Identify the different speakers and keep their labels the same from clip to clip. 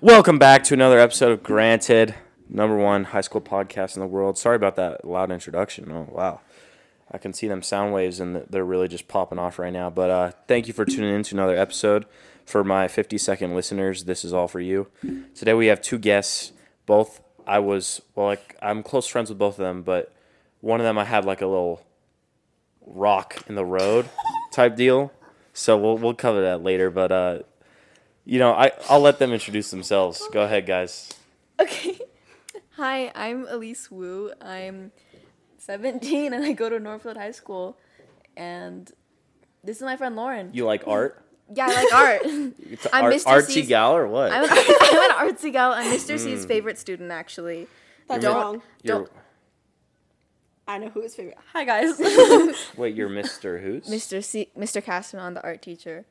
Speaker 1: Welcome back to another episode of Granted, number one high school podcast in the world. Sorry about that loud introduction. Oh, wow. I can see them sound waves and th- they're really just popping off right now. But uh, thank you for tuning in to another episode. For my 50 second listeners, this is all for you. Today we have two guests. Both, I was, well, like, I'm close friends with both of them, but one of them I had like a little rock in the road type deal. So we'll, we'll cover that later. But, uh, you know, I, I'll let them introduce themselves. Go ahead, guys.
Speaker 2: Okay. Hi, I'm Elise Wu. I'm 17 and I go to Northfield High School. And this is my friend Lauren.
Speaker 1: You like art?
Speaker 2: Yeah, I like art.
Speaker 1: It's
Speaker 2: I'm
Speaker 1: art,
Speaker 2: Mr.
Speaker 1: artsy
Speaker 2: C's-
Speaker 1: gal or what?
Speaker 2: I'm, an, I'm an artsy gal. I'm Mr. C's favorite student, actually.
Speaker 3: That's
Speaker 1: You're-
Speaker 3: wrong.
Speaker 1: You're-
Speaker 3: I know who is favorite. Hi guys.
Speaker 1: Wait, you're Mr. Who's?
Speaker 2: Mr. C, Mr. Castman, the art teacher.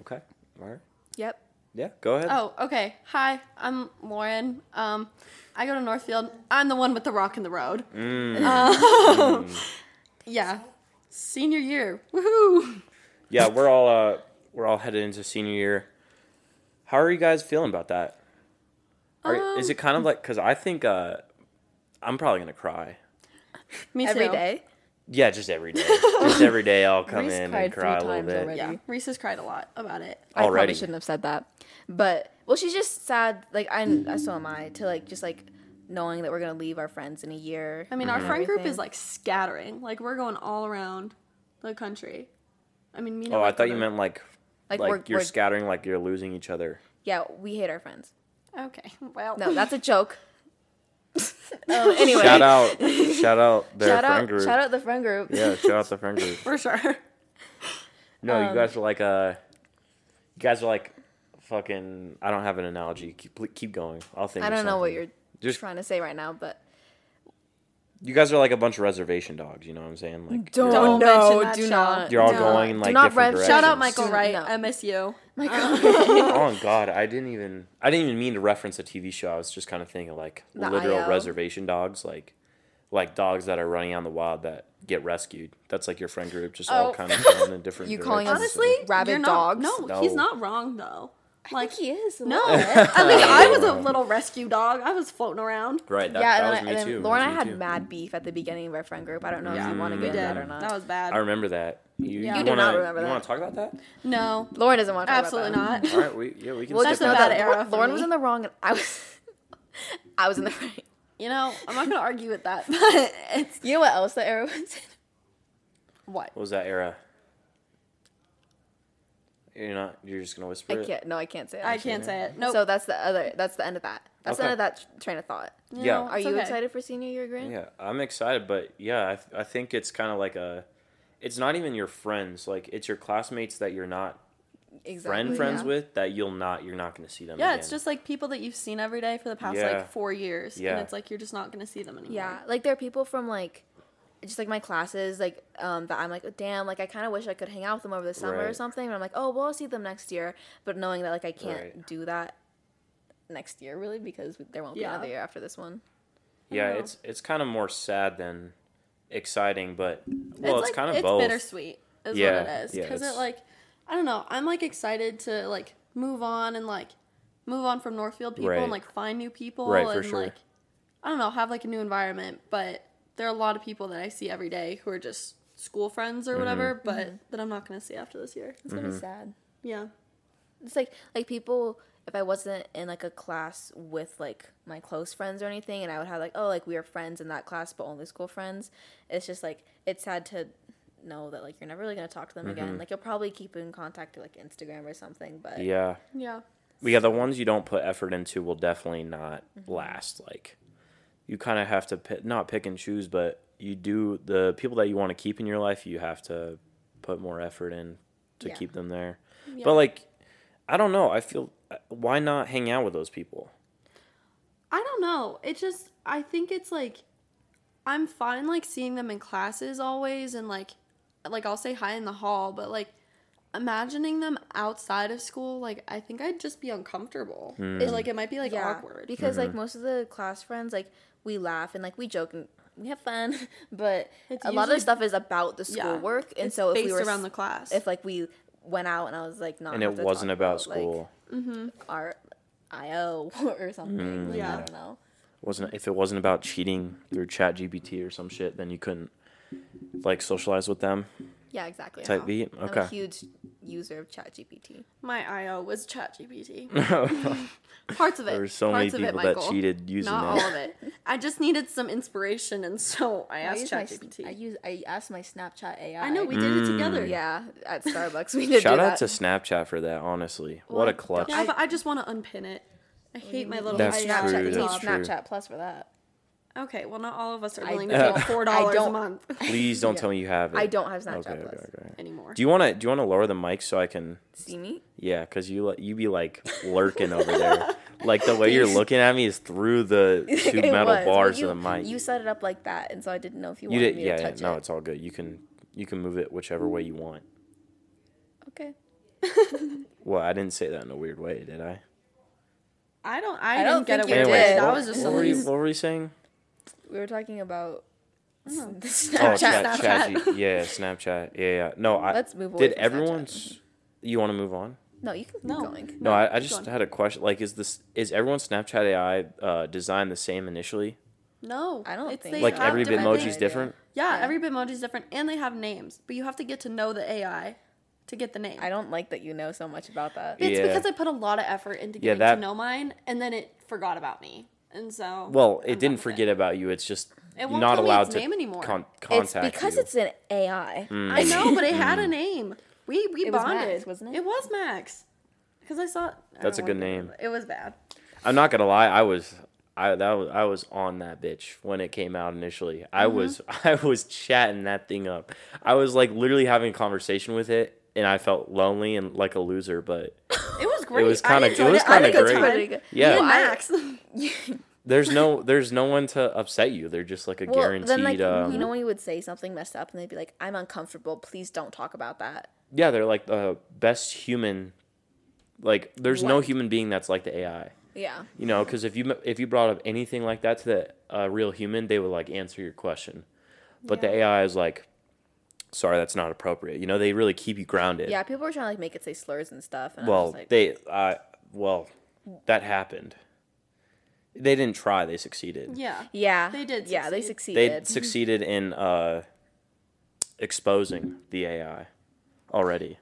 Speaker 1: Okay. All right.
Speaker 2: Yep.
Speaker 1: Yeah. Go ahead.
Speaker 3: oh, okay. Hi, I'm Lauren. Um, I go to Northfield. I'm the one with the rock in the road.
Speaker 1: Mm.
Speaker 3: Um, yeah. Senior year. Woohoo!
Speaker 1: Yeah, we're all uh, we're all headed into senior year. How are you guys feeling about that? Are, is it
Speaker 2: Um.
Speaker 1: kind of like because I think uh, I'm probably gonna cry.
Speaker 3: Me too.
Speaker 2: Every day.
Speaker 1: Yeah, just every day. just every day, I'll come
Speaker 2: Reese
Speaker 1: in and
Speaker 2: cried three
Speaker 1: cry a little
Speaker 2: times
Speaker 1: bit.
Speaker 2: already.
Speaker 3: Yeah. Reese has cried a lot about it.
Speaker 2: I
Speaker 1: Already.
Speaker 2: probably shouldn't have said that. But, well, she's just sad. Like, I, so am I, to like, just like knowing that we're going to leave our friends in a year.
Speaker 3: I mean,
Speaker 1: Mm-hmm.
Speaker 3: our friend group
Speaker 2: Everything.
Speaker 3: is like scattering. Like we're going all around the country. I mean, me and
Speaker 1: Oh, I
Speaker 3: Alexa
Speaker 1: thought you
Speaker 3: were-
Speaker 1: meant like like,
Speaker 2: Like, we're-
Speaker 1: you're
Speaker 2: we're-
Speaker 1: scattering, like you're losing each other.
Speaker 2: Yeah, we hate our friends.
Speaker 3: Okay. Well.
Speaker 2: No, that's a joke. um, anyway,
Speaker 1: Shout out, shout out their friend
Speaker 2: Shout out-
Speaker 1: group.
Speaker 2: shout out the friend group.
Speaker 1: Yeah, shout out the friend group.
Speaker 3: For sure.
Speaker 1: No,
Speaker 2: Um,
Speaker 1: you guys are like uh, you guys are like fucking. I don't have an analogy. Keep keep going. I'll think.
Speaker 2: I
Speaker 1: of
Speaker 2: don't know what
Speaker 1: something.
Speaker 2: you're
Speaker 1: Just-
Speaker 2: trying to say right now, but
Speaker 1: You guys are like a bunch of reservation dogs. You know what I'm saying? Like you're all-
Speaker 3: Don't know. mention that
Speaker 2: do
Speaker 3: show.
Speaker 2: not.
Speaker 1: You're all
Speaker 2: do
Speaker 1: going,
Speaker 2: not-
Speaker 1: like,
Speaker 2: do not
Speaker 1: different
Speaker 2: rev-
Speaker 3: Shout
Speaker 1: directions.
Speaker 3: out Michael
Speaker 2: Do
Speaker 3: Wright.
Speaker 2: not-
Speaker 3: I miss you.
Speaker 1: oh God, I didn't even I didn't even mean to reference a TV show. I was just kind of thinking like
Speaker 2: The
Speaker 1: literal
Speaker 2: IO.
Speaker 1: reservation dogs, like like dogs that are running out in the wild that get rescued. That's like your friend group, just all
Speaker 3: Oh.
Speaker 1: kind of going in different.
Speaker 2: You calling
Speaker 1: directions.
Speaker 2: us- Honestly, rabid
Speaker 3: you're not-
Speaker 2: dogs?
Speaker 3: No,
Speaker 1: No.
Speaker 3: he's not wrong though. Like
Speaker 2: he is. a
Speaker 3: no,
Speaker 2: little bit.
Speaker 3: I mean I was a little rescue dog. I was floating around.
Speaker 1: Right. That,
Speaker 2: yeah,
Speaker 1: that
Speaker 2: and,
Speaker 1: was
Speaker 2: then,
Speaker 1: me
Speaker 2: I, and
Speaker 1: too.
Speaker 2: then
Speaker 1: that
Speaker 2: Lauren
Speaker 1: was
Speaker 2: and I
Speaker 1: me
Speaker 2: had
Speaker 1: too.
Speaker 2: mad beef at the beginning of our friend group. I don't know if you want to
Speaker 3: We
Speaker 2: get into Mm, that
Speaker 3: did.
Speaker 2: or not.
Speaker 3: That was bad.
Speaker 1: I remember that. You,
Speaker 3: Yeah.
Speaker 1: you
Speaker 3: You
Speaker 2: do
Speaker 1: wanna,
Speaker 2: not remember
Speaker 1: You
Speaker 2: that.
Speaker 1: want to talk about that?
Speaker 3: no,
Speaker 2: Lauren doesn't want to. Talk
Speaker 3: absolutely
Speaker 2: about that.
Speaker 3: not.
Speaker 1: All right. We yeah we can.
Speaker 2: We'll
Speaker 1: skip
Speaker 2: just
Speaker 3: a
Speaker 2: know
Speaker 1: that.
Speaker 3: bad
Speaker 2: that
Speaker 3: era
Speaker 2: Lauren-
Speaker 3: for
Speaker 2: Lauren
Speaker 3: me.
Speaker 2: was in the wrong. And I was. I was in the right.
Speaker 3: You know, I'm not gonna argue with that. But it's
Speaker 2: You know what else the arrow was in?
Speaker 3: what?
Speaker 1: What was that era? You're not. You're just gonna whisper.
Speaker 2: I
Speaker 1: it?
Speaker 2: can't. No, I can't say it.
Speaker 3: I can't say it. No.
Speaker 2: So that's the other. That's the end of that. That's the
Speaker 1: Okay.
Speaker 2: end of that tr- train of thought.
Speaker 1: Yeah.
Speaker 2: Are you excited for senior year, Grant?
Speaker 1: Yeah, I'm excited, but yeah, I, th- I think it's kind of like a, it's not even your friends, like it's your classmates that you're not
Speaker 2: exactly.
Speaker 1: friend friends
Speaker 2: yeah.
Speaker 1: with that you'll not you're not gonna see them.
Speaker 3: Yeah,
Speaker 1: again.
Speaker 3: it's just like people that you've seen every day for the past
Speaker 1: Yeah.
Speaker 3: like four years,
Speaker 1: Yeah.
Speaker 3: and it's like you're just not gonna see them anymore.
Speaker 2: Yeah, like there are people from like, just like my classes, like um that I'm like, "Oh, damn, like I kind of wish I could hang out with them over the summer or
Speaker 1: Right.
Speaker 2: something. And I'm like, oh, well, I'll see them next year. But knowing that like I can't
Speaker 1: Right.
Speaker 2: do that next year really because there won't be
Speaker 3: Yeah.
Speaker 2: another year after this one.
Speaker 1: yeah,
Speaker 3: know.
Speaker 1: it's it's kind of more sad than exciting, but well, it's,
Speaker 3: like,
Speaker 1: kind of
Speaker 3: it's
Speaker 1: both.
Speaker 3: bittersweet is
Speaker 1: Yeah,
Speaker 3: what it is
Speaker 1: yeah,
Speaker 3: because
Speaker 1: it's-
Speaker 3: it like i don't know i'm like excited to like move on and like move on from northfield people
Speaker 1: Right.
Speaker 3: and like find new people
Speaker 1: Right, for
Speaker 3: and
Speaker 1: sure.
Speaker 3: like i don't know have like a new environment but there are a lot of people that i see every day who are just school friends
Speaker 1: Mm-hmm.
Speaker 3: or whatever but that i'm not gonna see after this year
Speaker 2: It's gonna be sad.
Speaker 3: yeah
Speaker 2: It's like like people if I wasn't in like a class with like my close friends or anything and I would have like oh like we were friends in that class but only school friends. It's just like it's sad to know that like you're never really gonna talk to them again. Like you'll probably keep in contact through like Instagram or something, but
Speaker 1: Mm-hmm. Yeah,
Speaker 3: yeah
Speaker 1: yeah, the ones you don't put effort into will definitely not
Speaker 2: Mm-hmm.
Speaker 1: last. Like, you kind of have to pick, not pick and choose, but you do the people that you want to keep in your life. You have to put more effort in to
Speaker 2: Yeah.
Speaker 1: keep them there.
Speaker 3: Yeah.
Speaker 1: But like, I don't know. I feel uh, why not hang out with those people?
Speaker 3: I don't know. It just I think it's like I'm fine like seeing them in classes always and like like I'll say hi in the hall, but like imagining them outside of school, like I think I'd just be uncomfortable.
Speaker 1: Hmm.
Speaker 3: It's like it might be like
Speaker 2: yeah,
Speaker 3: awkward.
Speaker 2: because
Speaker 1: Mm-hmm.
Speaker 2: like most of the class friends like we laugh and like we joke and we have fun, but
Speaker 3: It's
Speaker 2: a lot of
Speaker 3: usually-
Speaker 2: the stuff is about the
Speaker 3: Yeah.
Speaker 2: schoolwork and
Speaker 3: It's
Speaker 2: so if
Speaker 3: based
Speaker 2: we were
Speaker 3: around the class.
Speaker 2: if like we went out and I was like not
Speaker 1: And
Speaker 2: have
Speaker 1: it
Speaker 2: to
Speaker 1: wasn't
Speaker 2: talk
Speaker 1: about
Speaker 2: like,
Speaker 1: school.
Speaker 2: art IO or something. like,
Speaker 3: Yeah.
Speaker 2: I don't know.
Speaker 1: wasn't if it wasn't about cheating through chat gpt or some shit then you couldn't like socialize with them
Speaker 2: Yeah, exactly.
Speaker 1: type beat
Speaker 2: I'm a
Speaker 1: okay
Speaker 2: huge user of ChatGPT.
Speaker 3: My IO was ChatGPT.
Speaker 1: there
Speaker 3: Parts of it.
Speaker 1: were so many
Speaker 3: Parts
Speaker 1: people
Speaker 3: of it,
Speaker 1: that
Speaker 3: Michael.
Speaker 1: cheated using
Speaker 3: Not all
Speaker 1: that
Speaker 3: of it. I just needed some inspiration, and so I
Speaker 2: I
Speaker 3: asked
Speaker 2: use my s-
Speaker 3: ChatGPT.
Speaker 2: I use I asked my Snapchat AI.
Speaker 3: I know we did it
Speaker 1: Hmm.
Speaker 3: together.
Speaker 2: Yeah, at Starbucks we did.
Speaker 1: Mm. shout
Speaker 2: do
Speaker 1: out to
Speaker 2: that.
Speaker 1: snapchat for that honestly what a
Speaker 2: don't-
Speaker 1: clutch
Speaker 3: Yeah, but I just want to unpin it. I hate
Speaker 2: Mm.
Speaker 3: my little
Speaker 1: That's
Speaker 3: IO.
Speaker 2: Snapchat.
Speaker 1: true,
Speaker 2: you
Speaker 1: that's
Speaker 2: need
Speaker 1: true.
Speaker 2: Snapchat Plus for that.
Speaker 3: Okay, well, not all of us are
Speaker 2: I
Speaker 3: willing
Speaker 2: don't-
Speaker 3: to pay four dollars
Speaker 2: I
Speaker 3: a
Speaker 2: don't-
Speaker 3: month
Speaker 1: please don't
Speaker 2: Yeah.
Speaker 1: tell me you have it
Speaker 2: I don't have Snapchat
Speaker 1: okay, okay,
Speaker 2: Plus.
Speaker 1: okay.
Speaker 3: anymore.
Speaker 1: do you want to do you want to lower the mic so i can
Speaker 2: See me?
Speaker 1: yeah because you li- you be like lurking over there like the way you're looking at me is through the two
Speaker 2: It
Speaker 1: metal
Speaker 2: was, but
Speaker 1: bars
Speaker 2: you,
Speaker 1: of the mic
Speaker 2: You set it up like that, and so I didn't know if you
Speaker 1: You
Speaker 2: wanted
Speaker 1: did,
Speaker 2: me
Speaker 1: yeah,
Speaker 2: to
Speaker 1: yeah.
Speaker 2: touch
Speaker 1: No,
Speaker 2: it.
Speaker 1: it's all good. You can you can move it whichever way you want.
Speaker 2: Okay.
Speaker 1: Well, I didn't say that in a weird way, did I?
Speaker 3: I don't. I,
Speaker 2: I don't
Speaker 3: didn't get
Speaker 2: think you
Speaker 3: away.
Speaker 2: did.
Speaker 3: That
Speaker 1: what,
Speaker 3: was just
Speaker 1: what were, you,
Speaker 3: someone's.
Speaker 1: what were you saying?
Speaker 2: We were talking about s- the
Speaker 1: Oh,
Speaker 2: Snapchat.
Speaker 1: chat,
Speaker 3: Snapchat.
Speaker 1: G- yeah, Snapchat. Yeah, yeah. No, I.
Speaker 2: Let's move away
Speaker 1: Did
Speaker 2: from Snapchat.
Speaker 1: everyone's? You want to move on?
Speaker 2: No, you can keep
Speaker 3: No.
Speaker 2: going.
Speaker 1: No, I, I
Speaker 3: keep
Speaker 1: just
Speaker 3: going.
Speaker 1: had a question. Like, is this is everyone's Snapchat AI uh, designed the same initially?
Speaker 3: No,
Speaker 2: I don't
Speaker 3: it's,
Speaker 2: think
Speaker 3: they
Speaker 2: so.
Speaker 1: Like
Speaker 2: have
Speaker 1: every
Speaker 3: different
Speaker 2: Bitmoji's
Speaker 1: bitmoji's
Speaker 3: names.
Speaker 1: different.
Speaker 3: Yeah,
Speaker 2: Yeah.
Speaker 3: every Bitmoji is different, and they have names, but you have to get to know the AI to get the name.
Speaker 2: I don't like that you know so much about that.
Speaker 1: Yeah.
Speaker 3: It's because I put a lot of effort into
Speaker 1: Yeah,
Speaker 3: getting
Speaker 1: that-
Speaker 3: to know mine, and then it forgot about me, and so
Speaker 1: Well,
Speaker 3: I'm
Speaker 1: it
Speaker 3: done
Speaker 1: didn't
Speaker 3: with
Speaker 1: forget about you. It's just
Speaker 3: It
Speaker 1: you're
Speaker 3: won't
Speaker 1: not
Speaker 3: tell me
Speaker 1: allowed
Speaker 3: its
Speaker 1: to
Speaker 3: name anymore.
Speaker 1: con-
Speaker 2: It's
Speaker 1: contact
Speaker 2: because
Speaker 1: you. Hmm.
Speaker 2: it's an AI.
Speaker 3: I know, but it had a name. We we
Speaker 2: It was Max,
Speaker 3: bonded,
Speaker 2: wasn't it?
Speaker 3: It was Max. Because I saw. I
Speaker 1: That's a
Speaker 3: don't
Speaker 1: good
Speaker 3: wanna-
Speaker 1: name.
Speaker 3: It was bad.
Speaker 1: I'm not gonna lie, I was I that was I was on that bitch when it came out initially. I
Speaker 3: Mm-hmm.
Speaker 1: was I was chatting that thing up. I was like literally having a conversation with it and I felt lonely and like a loser, but
Speaker 3: It was great.
Speaker 1: was
Speaker 3: I
Speaker 1: kinda- it
Speaker 3: enjoyed
Speaker 1: was
Speaker 3: I had a
Speaker 1: kinda
Speaker 3: good
Speaker 1: great.
Speaker 3: time.
Speaker 2: Pretty good.
Speaker 1: Yeah.
Speaker 3: Me
Speaker 1: Well,
Speaker 3: and
Speaker 2: I-
Speaker 3: Max.
Speaker 1: there's no there's no one to upset you. They're just like a
Speaker 2: Well,
Speaker 1: guaranteed
Speaker 2: then, like,
Speaker 1: um,
Speaker 3: mm-hmm.
Speaker 2: you know, when you would say something messed up, and they'd be like, "I'm uncomfortable. Please don't talk about that."
Speaker 1: yeah, they're like the best human like there's no
Speaker 2: What?
Speaker 1: human being that's like the AI.
Speaker 2: Yeah,
Speaker 1: You know, because if you if you brought up anything like that to the uh, real human, they would like answer your question, but the AI is like, sorry, that's not appropriate. You know, they really keep you grounded.
Speaker 2: yeah. People were trying to like make it say slurs and stuff. And I was
Speaker 1: Well,
Speaker 2: just like,
Speaker 1: they uh, well, that happened. They didn't try. They succeeded.
Speaker 3: yeah.
Speaker 2: yeah,
Speaker 3: They did
Speaker 2: Yeah, they
Speaker 3: succeed.
Speaker 1: They
Speaker 2: succeeded.
Speaker 1: succeeded in uh, exposing the AI already,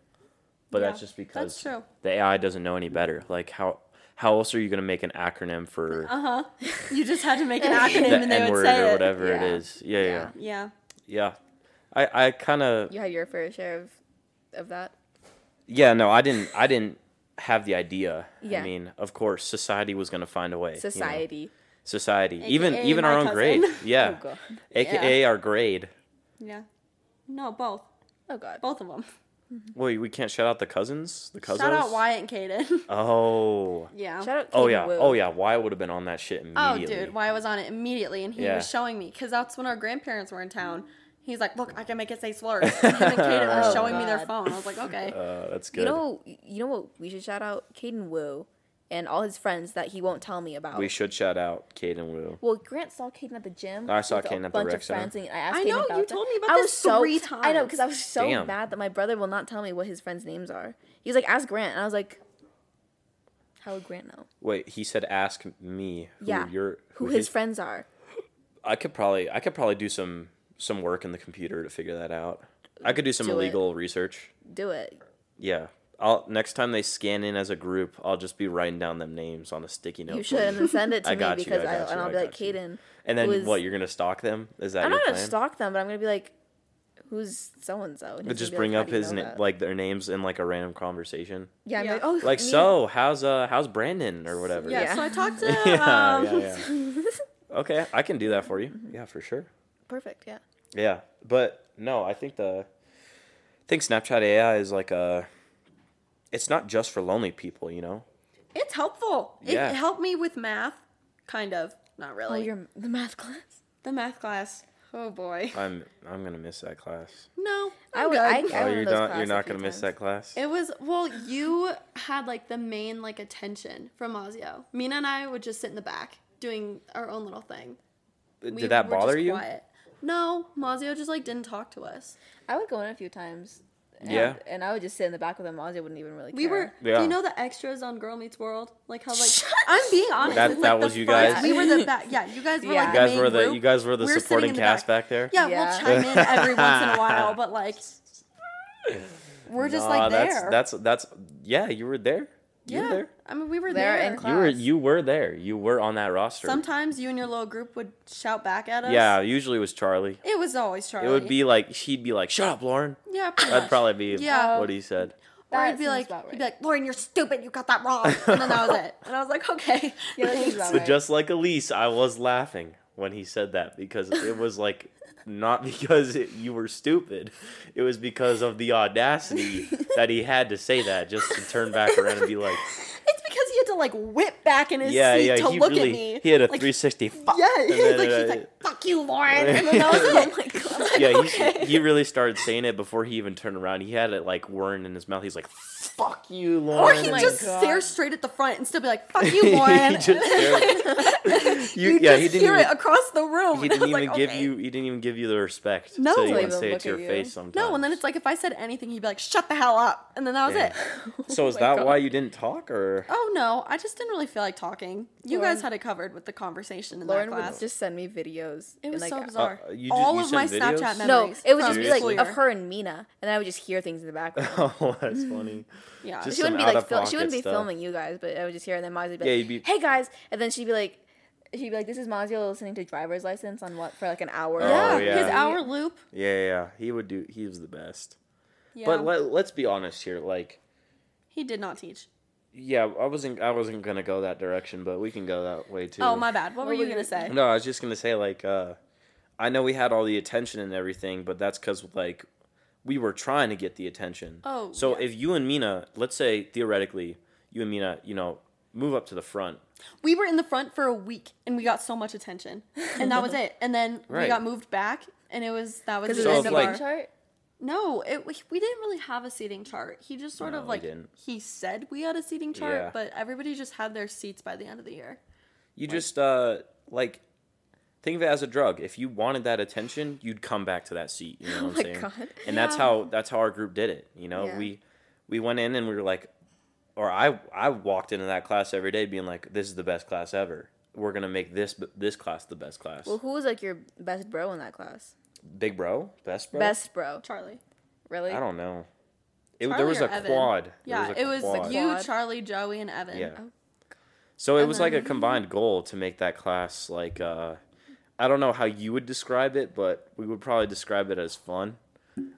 Speaker 1: but that's
Speaker 3: Yeah,
Speaker 1: just because
Speaker 3: that's true.
Speaker 1: the AI doesn't know any better. Like how how else are you gonna make an acronym for?
Speaker 3: Uh huh. You just had to make an
Speaker 1: the
Speaker 3: acronym, and they
Speaker 1: N
Speaker 3: would
Speaker 1: word
Speaker 3: say
Speaker 1: or
Speaker 3: it.
Speaker 1: whatever it
Speaker 2: Yeah.
Speaker 1: is. Yeah, yeah,
Speaker 3: Yeah.
Speaker 1: yeah. I, I kind of
Speaker 2: you had your fair share of of that.
Speaker 1: yeah no I didn't I didn't have the idea.
Speaker 2: Yeah.
Speaker 1: I mean, of course, society was gonna find a way. you know.
Speaker 2: Society.
Speaker 1: Society, even
Speaker 3: AKA
Speaker 1: even our
Speaker 3: my
Speaker 1: own
Speaker 3: cousin.
Speaker 1: grade. Yeah,
Speaker 2: Oh god.
Speaker 1: AKA our grade.
Speaker 3: Yeah. No, both.
Speaker 2: Oh god.
Speaker 3: Both of them.
Speaker 1: Wait, we can't shout out the cousins. The cousins.
Speaker 3: Shout out Wyatt and Kaden.
Speaker 1: Oh.
Speaker 3: yeah.
Speaker 2: Shout out.
Speaker 1: Oh
Speaker 2: Kaden
Speaker 1: yeah.
Speaker 2: Wu.
Speaker 1: Oh yeah. Wyatt would have been on that shit
Speaker 3: Oh,
Speaker 1: immediately.
Speaker 3: dude, why I was on it immediately, and he
Speaker 1: Yeah.
Speaker 3: was showing me because that's when our grandparents were in town. He's like, "Look, I can make it say slurs." And him and Kaden were
Speaker 2: Oh,
Speaker 3: showing me their
Speaker 2: God.
Speaker 3: phone. I was like, "Okay."
Speaker 1: Uh, that's good.
Speaker 2: You know, you know what? We should shout out Caden Wu and all his friends that he won't tell me about.
Speaker 1: we should shout out Caden Wu.
Speaker 2: Well, Grant saw Caden at the gym.
Speaker 1: I saw
Speaker 2: with
Speaker 1: Caden at the
Speaker 2: a bunch
Speaker 1: rec
Speaker 2: of friends,
Speaker 1: center.
Speaker 2: and I asked.
Speaker 3: I
Speaker 2: Caden
Speaker 3: know,
Speaker 2: about
Speaker 3: you
Speaker 2: that.
Speaker 3: told me about
Speaker 2: I
Speaker 3: this
Speaker 2: was so,
Speaker 3: three
Speaker 2: I know because I was so
Speaker 1: Damn.
Speaker 2: mad that my brother will not tell me what his friends' names are. He's like, ask Grant, and I was like, how would Grant know?
Speaker 1: Wait, he said ask me who
Speaker 2: Yeah.
Speaker 1: your
Speaker 2: Who his friends are?
Speaker 1: I could probably I could probably do some some work in the computer to figure that out. I could do some
Speaker 2: Do it.
Speaker 1: illegal research.
Speaker 2: Do it.
Speaker 1: Yeah. I'll next time they scan in as a group, I'll just be writing down them names on a sticky note.
Speaker 2: You should and then send it to
Speaker 1: I
Speaker 2: me
Speaker 1: got you,
Speaker 2: because
Speaker 1: I
Speaker 2: I,
Speaker 1: got
Speaker 2: and
Speaker 1: you,
Speaker 2: I'll
Speaker 1: I
Speaker 2: be like,
Speaker 1: got you.
Speaker 2: Caden.
Speaker 1: And then
Speaker 2: who is-
Speaker 1: what? You're gonna stalk them? Is that
Speaker 2: I'm
Speaker 1: your
Speaker 2: not gonna
Speaker 1: plan?
Speaker 2: stalk them, but I'm gonna be like, who's so and so? And he's
Speaker 1: just
Speaker 2: gonna be
Speaker 1: bring
Speaker 2: like, "How
Speaker 1: up
Speaker 2: do you
Speaker 1: his
Speaker 2: know
Speaker 1: na-
Speaker 2: that?"
Speaker 1: like their names in like a random conversation.
Speaker 2: Yeah, I'm
Speaker 3: Yeah.
Speaker 2: like, oh,
Speaker 1: Like
Speaker 2: me-
Speaker 1: so, how's uh how's Brandon or whatever.
Speaker 3: yeah,
Speaker 2: Yeah.
Speaker 3: So I talked to.
Speaker 1: yeah,
Speaker 3: um, Mm-hmm.
Speaker 1: yeah, yeah. Okay, I can do that for you. Yeah, for sure.
Speaker 2: Perfect. Yeah.
Speaker 1: Yeah, but no, I think the I think Snapchat AI is like a it's not just for lonely people, you know.
Speaker 3: It's helpful. It
Speaker 1: Yeah.
Speaker 3: helped me with math, kind of. Not
Speaker 2: Oh,
Speaker 3: really.
Speaker 2: your the math class.
Speaker 3: the math class. Oh boy.
Speaker 1: I'm I'm going to miss that class.
Speaker 3: No.
Speaker 2: I
Speaker 3: i
Speaker 2: would- I-
Speaker 3: good.
Speaker 1: oh,
Speaker 2: went to
Speaker 1: you're
Speaker 2: those
Speaker 1: not you're
Speaker 2: class a
Speaker 1: not
Speaker 2: few
Speaker 1: going to miss
Speaker 2: times.
Speaker 1: that class.
Speaker 3: It was well. You had like the main like attention from Mazio. Mina and I would just sit in the back doing our own little thing. We
Speaker 1: Did that
Speaker 3: were just
Speaker 1: bother you?
Speaker 3: Quiet. No, Mazio just like didn't talk to us.
Speaker 2: I would go in a few times And
Speaker 1: Yeah.
Speaker 2: and I would just sit in the back of the mall. I wouldn't even really.
Speaker 3: We
Speaker 2: care.
Speaker 3: were. Do
Speaker 1: Yeah.
Speaker 3: you know the extras on Girl Meets World? Like how like I'm being honest.
Speaker 1: That-
Speaker 3: like,
Speaker 1: that
Speaker 3: the
Speaker 1: was you
Speaker 3: front-
Speaker 1: guys?
Speaker 3: We were the back. Yeah, you guys were
Speaker 2: Yeah.
Speaker 3: like
Speaker 1: You
Speaker 2: You
Speaker 1: guys
Speaker 3: the main
Speaker 1: were the
Speaker 3: group.
Speaker 1: you guys were the
Speaker 3: We were
Speaker 1: supporting
Speaker 3: sitting in the
Speaker 1: cast
Speaker 3: back.
Speaker 1: back, there.
Speaker 3: Yeah,
Speaker 2: Yeah.
Speaker 3: we'll chime in every once in a while, but like we're just
Speaker 1: Nah,
Speaker 3: like there.
Speaker 1: That's that's that's yeah. You were there. You were
Speaker 3: yeah.
Speaker 1: there.
Speaker 3: I mean, we were
Speaker 2: There
Speaker 3: there.
Speaker 2: in class.
Speaker 1: You were you were there. You were on that roster.
Speaker 3: Sometimes you and your little group would shout back at us.
Speaker 1: yeah, usually it was Charlie.
Speaker 3: It was always Charlie.
Speaker 1: It would be like she'd be like, "Shut up, Lauren."
Speaker 3: Yeah. pretty
Speaker 1: That'd
Speaker 3: much.
Speaker 1: probably be
Speaker 3: Yeah.
Speaker 1: what he said.
Speaker 3: Or
Speaker 2: That
Speaker 3: he'd be
Speaker 2: seems
Speaker 3: like,
Speaker 2: about
Speaker 3: he'd
Speaker 2: right.
Speaker 3: be like, Lauren, you're stupid. You got that wrong. And then that was it. And I was like, okay.
Speaker 2: Yeah, that seems about
Speaker 1: So
Speaker 2: right.
Speaker 1: just like Elise, I was laughing when he said that because it was like not because it, you were stupid. It was because of the audacity that he had to say that just to turn back around and be like,
Speaker 3: It's because he had to like whip back in his
Speaker 1: "Yeah,
Speaker 3: seat
Speaker 1: yeah,
Speaker 3: to
Speaker 1: he
Speaker 3: look
Speaker 1: really
Speaker 3: at me.
Speaker 1: he had a
Speaker 3: like,
Speaker 1: 360 and
Speaker 3: Yeah, he was
Speaker 1: then,
Speaker 3: like,
Speaker 1: uh,
Speaker 3: she's like, fuck you, Lauren. And then that was it.
Speaker 2: oh my god.
Speaker 1: yeah, he, he really started saying it before he even turned around. He had it like whirring in his mouth. He's like, "Fuck you,
Speaker 3: Or
Speaker 1: Lauren."
Speaker 3: he'd
Speaker 2: Oh my
Speaker 3: just
Speaker 2: God.
Speaker 3: stare straight at the front and still be like, fuck
Speaker 1: He
Speaker 3: you, Lauren.
Speaker 1: just stared. You-
Speaker 3: you
Speaker 1: yeah, he
Speaker 3: just
Speaker 1: didn't
Speaker 3: hear
Speaker 1: even,
Speaker 3: it across the room.
Speaker 1: he
Speaker 3: and I
Speaker 1: didn't
Speaker 3: was
Speaker 1: even
Speaker 3: like,
Speaker 1: give
Speaker 3: okay.
Speaker 1: you he didn't even give you the respect.
Speaker 3: No.
Speaker 1: so you
Speaker 3: To
Speaker 1: wouldn't
Speaker 2: even
Speaker 1: say it
Speaker 2: look
Speaker 1: to your
Speaker 2: at you.
Speaker 1: face sometimes.
Speaker 3: No, and then it's like if I said anything, he'd be like, shut the hell up. And then that was
Speaker 1: Damn.
Speaker 3: it.
Speaker 1: So is
Speaker 2: my
Speaker 1: that
Speaker 2: God.
Speaker 1: why you didn't talk, or
Speaker 3: Oh no, I just didn't really feel like talking. You
Speaker 2: Lauren-
Speaker 3: guys had it covered with the conversation in
Speaker 2: Lauren
Speaker 3: that
Speaker 2: would
Speaker 3: class.
Speaker 2: just send me videos.
Speaker 3: it was
Speaker 2: and,
Speaker 3: so
Speaker 2: like,
Speaker 3: bizarre.
Speaker 1: Uh, you ju-
Speaker 3: All
Speaker 1: you
Speaker 3: of my
Speaker 1: sent videos?
Speaker 3: Snapchat memories.
Speaker 2: No, it would
Speaker 3: from
Speaker 2: just be
Speaker 1: Seriously?
Speaker 2: like
Speaker 3: school
Speaker 2: of
Speaker 3: year.
Speaker 2: her and Mina, and I would just hear things in the background.
Speaker 1: oh, that's funny.
Speaker 3: Yeah.
Speaker 1: Just
Speaker 2: she wouldn't be
Speaker 1: some
Speaker 2: like
Speaker 1: out-of-pocket
Speaker 2: fil- she wouldn't be
Speaker 1: stuff.
Speaker 2: filming you guys, but I would just hear, and then Mozzie would be
Speaker 1: Yeah,
Speaker 2: like,
Speaker 1: you'd be-
Speaker 2: "Hey guys," and then she'd be like, she'd be like, "This is Mozzie listening to Driver's License on what for like an hour."
Speaker 3: yeah,
Speaker 1: Oh, yeah.
Speaker 3: his hour loop.
Speaker 1: Yeah, yeah, yeah, he would do. He was the best.
Speaker 3: Yeah.
Speaker 1: But let, let's be honest here. Like,
Speaker 3: he did not teach.
Speaker 1: yeah, I wasn't. I wasn't gonna go that direction, but we can go that way too.
Speaker 3: Oh my bad. What, were you
Speaker 2: were
Speaker 3: gonna
Speaker 2: you-
Speaker 3: say?
Speaker 1: No, I was just gonna say like, uh, I know we had all the attention and everything, but that's because like we were trying to get the attention.
Speaker 3: Oh,
Speaker 1: so
Speaker 3: yeah.
Speaker 1: if you and Mina, let's say theoretically, you and Mina, you know, move up to the front.
Speaker 3: We were in the front for a week and we got so much attention, and that was it. And then
Speaker 1: Right.
Speaker 3: we got moved back, and it was that was
Speaker 2: because
Speaker 3: the
Speaker 2: it
Speaker 1: So
Speaker 2: was
Speaker 3: end
Speaker 1: it's
Speaker 2: in
Speaker 3: of
Speaker 2: the
Speaker 1: like-
Speaker 2: bar
Speaker 3: our.
Speaker 2: chart.
Speaker 3: No, it, we, we didn't really have a seating chart. He just sort
Speaker 1: No,
Speaker 3: of
Speaker 1: we
Speaker 3: like
Speaker 1: didn't.
Speaker 3: he said we had a seating chart,
Speaker 1: Yeah.
Speaker 3: but everybody just had their seats by the end of the year.
Speaker 1: You just uh like think of it as a drug. If you wanted that attention, you'd come back to that seat. You know what I'm
Speaker 2: my
Speaker 1: saying?
Speaker 2: God.
Speaker 1: And that's
Speaker 3: Oh Yeah.
Speaker 1: how that's how our group did it. You know,
Speaker 2: Yeah.
Speaker 1: we we went in and we were like, or I I walked into that class every day being like, this is the best class ever. We're gonna make this this class the best class.
Speaker 2: Well, who was like your best bro in that class?
Speaker 1: Big bro, best bro,
Speaker 2: Best bro,
Speaker 3: Charlie.
Speaker 2: really?
Speaker 1: I don't know. It, there
Speaker 3: Charlie
Speaker 1: was
Speaker 3: or
Speaker 1: a
Speaker 3: Evan?
Speaker 1: quad. There
Speaker 3: Yeah,
Speaker 1: a
Speaker 3: it was
Speaker 1: quad.
Speaker 3: you,
Speaker 2: Quad.
Speaker 3: Charlie, Joey, and Evan.
Speaker 1: Yeah.
Speaker 2: Oh,
Speaker 1: So it was like
Speaker 2: uh-huh.
Speaker 1: a combined goal to make that class like uh I don't know how you would describe it, but we would probably describe it as fun.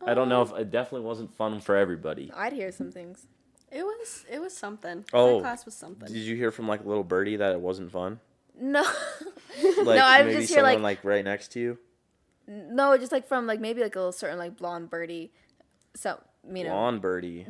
Speaker 1: I don't
Speaker 2: Oh.
Speaker 1: know if it definitely wasn't fun for everybody.
Speaker 2: I'd hear some things.
Speaker 3: It was it was something.
Speaker 1: Oh.
Speaker 3: that class was something.
Speaker 1: Did you hear from like little birdie that it wasn't fun?
Speaker 2: No,
Speaker 1: Like
Speaker 2: I
Speaker 1: maybe
Speaker 2: just hear,
Speaker 1: someone
Speaker 2: like-
Speaker 1: like right next to you.
Speaker 2: no, just like from like maybe like a little certain like blonde birdie, so you know.
Speaker 1: Lawn birdie.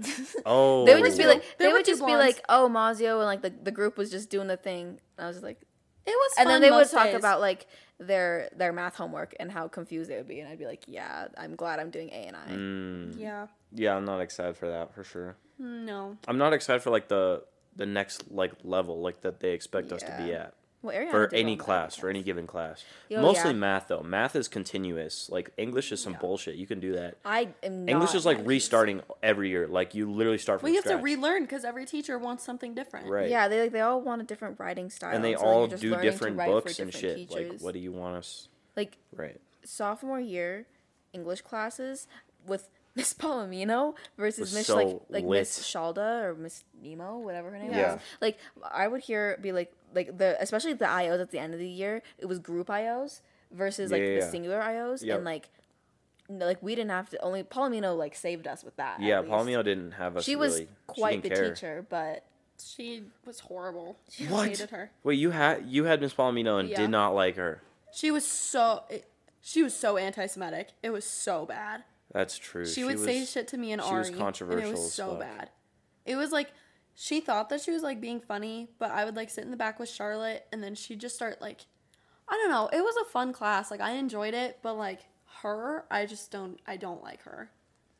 Speaker 1: Oh,
Speaker 2: They would just be
Speaker 3: Ooh.
Speaker 2: like,
Speaker 3: There
Speaker 2: they
Speaker 3: were
Speaker 2: would
Speaker 3: two
Speaker 2: just be
Speaker 3: blondes.
Speaker 2: like, oh, Mazio, and like the, the group was just doing the thing. And I was just like,
Speaker 3: It was,
Speaker 2: and then
Speaker 3: fun
Speaker 2: they would
Speaker 3: most
Speaker 2: talk
Speaker 3: days.
Speaker 2: about like their their math homework and how confused they would be, and I'd be like, yeah, I'm glad I'm doing A and I.
Speaker 1: Mm. Hmm.
Speaker 3: yeah,
Speaker 1: yeah, I'm not excited for that for sure.
Speaker 3: no,
Speaker 1: I'm not excited for like the the next like level like that they expect us to be
Speaker 2: Yeah.
Speaker 1: at.
Speaker 2: Well, Ariana
Speaker 1: for
Speaker 2: did well
Speaker 1: any
Speaker 2: in that
Speaker 1: class, for any given class.
Speaker 2: Oh, Yeah,
Speaker 1: Mostly
Speaker 2: yeah.
Speaker 1: math though. Math is continuous. Like English is some bullshit. You can do that.
Speaker 2: I am not
Speaker 1: English is like
Speaker 2: that
Speaker 1: restarting every year. Like you literally start from
Speaker 3: well, you have
Speaker 1: scratch.
Speaker 3: to relearn because every teacher wants something different.
Speaker 2: kid.
Speaker 1: right.
Speaker 2: Yeah, they like they all want a different writing style,
Speaker 1: And they
Speaker 2: so, like,
Speaker 1: all
Speaker 2: you're just
Speaker 1: do
Speaker 2: learning to
Speaker 1: different
Speaker 2: write for
Speaker 1: books and shit.
Speaker 2: different
Speaker 1: Like
Speaker 2: teachers.
Speaker 1: what do you want us?
Speaker 2: Like
Speaker 1: Right.
Speaker 2: sophomore year English classes with Miss Palomino versus
Speaker 1: Was
Speaker 2: Miss
Speaker 1: so
Speaker 2: like like Miss
Speaker 1: lit.
Speaker 2: Shalda or Miss Nemo, whatever her name
Speaker 1: Yeah.
Speaker 2: was. Like I would hear be like like the especially the IOs at the end of the year, it was group IOs versus like
Speaker 1: Yeah, yeah,
Speaker 2: the
Speaker 1: yeah.
Speaker 2: singular IOs
Speaker 1: Yep.
Speaker 2: and like no, like we didn't have to only Palomino like saved us with that. at
Speaker 1: Yeah,
Speaker 2: least.
Speaker 1: Palomino didn't have us.
Speaker 2: She was
Speaker 1: really-
Speaker 2: quite
Speaker 1: didn't
Speaker 2: the
Speaker 1: care.
Speaker 2: teacher, but
Speaker 3: She was horrible. She
Speaker 1: What?
Speaker 3: hated her.
Speaker 1: Wait, you had you had Miss Palomino and
Speaker 3: Yeah.
Speaker 1: did not like her.
Speaker 3: She was so it, she was so anti-Semitic. It was so bad.
Speaker 1: That's true.
Speaker 3: She, would say shit to me and
Speaker 1: she
Speaker 3: Ari.
Speaker 1: was controversial
Speaker 3: And it
Speaker 1: as
Speaker 3: was so
Speaker 1: fuck.
Speaker 3: bad. It was like she thought that she was like being funny, but I would like sit in the back with Charlotte, and then she'd just start like, I don't know. It was a fun class. Like I enjoyed it, but like her, I just don't. I don't like her.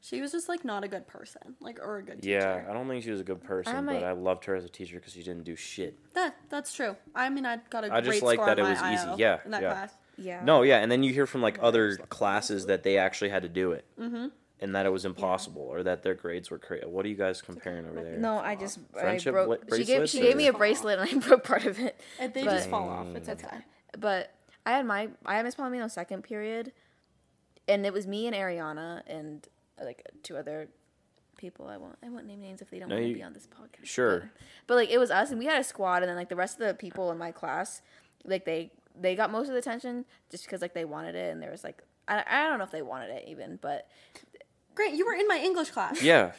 Speaker 3: She was just like not a good person, like or a good teacher.
Speaker 1: Yeah, I don't think she was a good person,
Speaker 2: might-
Speaker 1: but I loved her as a teacher because she didn't do shit.
Speaker 3: that that's true. I mean, I got a
Speaker 1: I
Speaker 3: great
Speaker 1: just like
Speaker 3: score
Speaker 1: that
Speaker 3: on
Speaker 1: it
Speaker 3: my
Speaker 1: was easy.
Speaker 3: IO
Speaker 1: Yeah,
Speaker 3: in that
Speaker 1: yeah.
Speaker 3: class.
Speaker 2: yeah.
Speaker 1: No, yeah, and then you hear from like other classes that they actually had to do it. Mm-hmm. and that it was impossible or that their grades were crazy. What are you guys comparing over there?
Speaker 2: No, I just
Speaker 1: Friendship
Speaker 2: I
Speaker 1: what-
Speaker 2: broke. She gave
Speaker 1: bracelets
Speaker 2: she gave
Speaker 1: or-
Speaker 2: me a bracelet and I broke part of it.
Speaker 3: If they
Speaker 2: But-
Speaker 3: just fall off,
Speaker 1: Mm.
Speaker 3: it's okay.
Speaker 2: But I had my I had Miss Palomino second period, and it was me and Ariana and uh, like two other people. I won't I won't name names if they don't
Speaker 1: No,
Speaker 2: want to
Speaker 1: you-
Speaker 2: be on this podcast.
Speaker 1: Sure.
Speaker 2: But, but, like it was us and we had a squad, and then like the rest of the people in my class, like they they got most of the attention just because like they wanted it, and there was like I I don't know if they wanted it even, but
Speaker 3: Grant, you were in my English class.
Speaker 1: Yeah.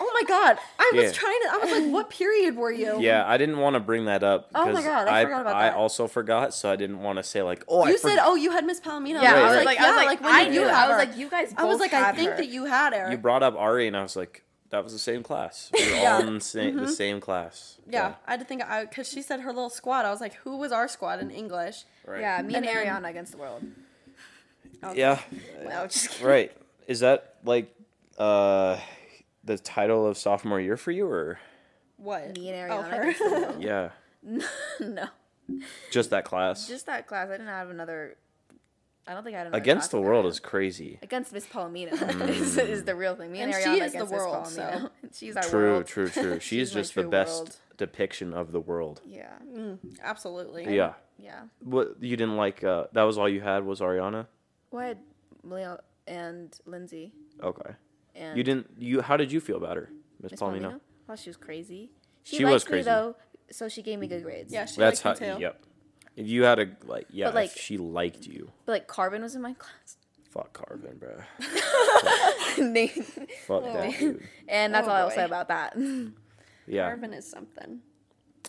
Speaker 3: Oh my god. I
Speaker 1: Yeah.
Speaker 3: was trying to I was like, what period were you?
Speaker 1: Yeah, I didn't want to bring that up.
Speaker 3: Mm-hmm. Oh my
Speaker 1: 'cause
Speaker 3: God, I forgot about
Speaker 1: I
Speaker 3: that.
Speaker 1: also forgot, so I didn't want to say like, oh, I
Speaker 3: You said,
Speaker 1: forg-
Speaker 3: "Oh, you had Miss Palomino."
Speaker 2: yeah,
Speaker 1: Right,
Speaker 2: I was
Speaker 1: right.
Speaker 2: like
Speaker 3: yeah,
Speaker 2: I was like, I
Speaker 3: when
Speaker 2: knew
Speaker 3: did you
Speaker 2: it.
Speaker 3: have
Speaker 2: I was
Speaker 3: her?
Speaker 2: like you guys. Both
Speaker 3: I was like, I
Speaker 2: had
Speaker 3: think
Speaker 2: her.
Speaker 3: that you had her.
Speaker 1: you brought up Ari, and I was like, that was the same class. We were all in the same, the same class.
Speaker 3: Mm-hmm. yeah, I had to think I because she said her little squad. I was like, who was our squad in English?
Speaker 1: Right.
Speaker 2: Yeah, me and,
Speaker 3: And then-
Speaker 2: Ariana against the world.
Speaker 1: Yeah.
Speaker 2: No, just kidding.
Speaker 1: Right. Is that like uh the title of sophomore year for you, or
Speaker 3: What?
Speaker 2: Me and
Speaker 3: Oh,
Speaker 2: Ariana
Speaker 3: her.
Speaker 2: against the world.
Speaker 1: yeah,
Speaker 2: no.
Speaker 1: just that class?
Speaker 2: Just that class. I didn't have another. I don't think I had another
Speaker 1: Against the
Speaker 2: class.
Speaker 1: world is crazy.
Speaker 2: Against Miss Palomino
Speaker 1: Mm.
Speaker 2: is, is the real thing. Me and,
Speaker 3: And
Speaker 2: Ariana
Speaker 3: she is the
Speaker 2: against
Speaker 3: world,
Speaker 2: Miss
Speaker 3: so-
Speaker 2: Palomino. She's our
Speaker 1: True,
Speaker 2: world.
Speaker 1: true, true. She is
Speaker 2: She's my
Speaker 1: just the
Speaker 2: true
Speaker 1: best
Speaker 2: world.
Speaker 1: depiction of the world.
Speaker 2: Yeah,
Speaker 3: Absolutely.
Speaker 1: Yeah.
Speaker 2: yeah.
Speaker 1: What you didn't like? Uh, that was all you had was Ariana.
Speaker 2: Well, I had Leo and Lindsay
Speaker 1: Okay.
Speaker 2: and
Speaker 1: You didn't. You. How did you feel about her, Miss
Speaker 2: Miss
Speaker 1: Palomino?
Speaker 2: Palomino. Well, she was crazy. She,
Speaker 1: She
Speaker 2: liked
Speaker 1: was
Speaker 2: me
Speaker 1: crazy.
Speaker 2: though, so she gave me good grades.
Speaker 3: Yeah, she
Speaker 1: That's how.
Speaker 3: liked him too.
Speaker 1: Yep. If you had a like, yeah,
Speaker 2: But, like-
Speaker 1: if she liked you.
Speaker 2: But like Carbon was in my class.
Speaker 1: Fuck Carvin, bro.
Speaker 2: Name-
Speaker 1: Fuck that dude.
Speaker 2: and that's
Speaker 3: Oh,
Speaker 2: all I will
Speaker 3: boy.
Speaker 2: say about that.
Speaker 1: Yeah.
Speaker 3: Carbon is something.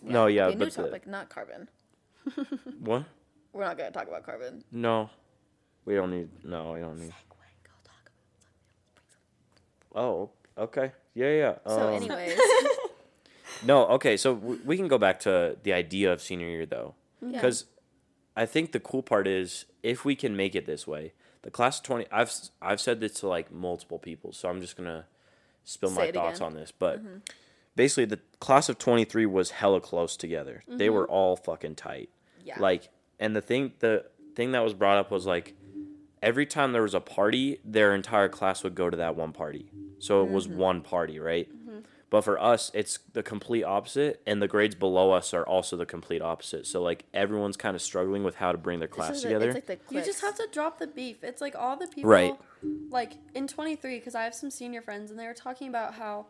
Speaker 1: No, Oh, yeah,
Speaker 2: Okay, new
Speaker 1: but the-
Speaker 2: topic, not Carbon.
Speaker 1: what?
Speaker 2: We're not gonna talk about Carbon.
Speaker 1: No. We don't need. No, we don't need. Oh, okay. Yeah, yeah.
Speaker 2: So,
Speaker 1: um,
Speaker 2: anyways,
Speaker 1: No, okay. So w- we can go back to the idea of senior year though, because I think the cool part is if we can make it this way. The class of twenty, I've s- I've said this to like multiple people, so I'm just gonna spill
Speaker 2: Say
Speaker 1: my
Speaker 2: it
Speaker 1: thoughts
Speaker 2: again. Mm-hmm.
Speaker 1: on this. But basically, the class of twenty three was hella close together.
Speaker 2: Mm-hmm.
Speaker 1: They were all fucking tight.
Speaker 2: Yeah.
Speaker 1: Like, and the thing the thing that was brought up was like every time there was a party, their entire class would go to that one party. So it was
Speaker 2: Mm-hmm.
Speaker 1: one party, right? But for us, it's the complete opposite, and the grades below us are also the complete opposite. So like everyone's kind of struggling with how to bring their
Speaker 2: this
Speaker 1: class
Speaker 2: is a-
Speaker 1: together.
Speaker 2: it's like the
Speaker 3: You just
Speaker 2: cliques.
Speaker 3: have to drop the beef. It's like all the people,
Speaker 1: Right.
Speaker 3: Like in 23, because I have some senior friends, and they were talking about how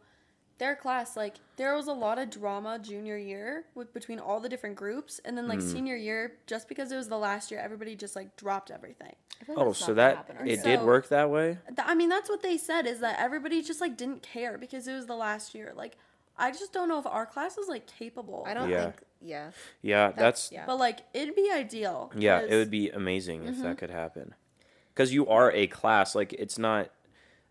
Speaker 3: their class, like there was a lot of drama junior year with between all the different groups, and then like
Speaker 1: Mm.
Speaker 3: senior year, just because it was the last year, everybody just like dropped everything.
Speaker 2: I feel like
Speaker 1: oh,
Speaker 2: that's
Speaker 1: so
Speaker 2: not gonna
Speaker 1: that
Speaker 2: happen, right?
Speaker 1: it did
Speaker 3: So-
Speaker 1: work that way.
Speaker 3: Th- I mean, that's what they said is that everybody just like didn't care because it was the last year. Like, I just don't know if our class is like capable.
Speaker 2: I don't
Speaker 1: Yeah.
Speaker 2: think. Yeah.
Speaker 1: Yeah, that's yeah.
Speaker 2: yeah.
Speaker 3: But like, it'd be ideal.
Speaker 1: it would be amazing if
Speaker 2: Mm-hmm.
Speaker 1: that could happen. Because you are a class, like it's not.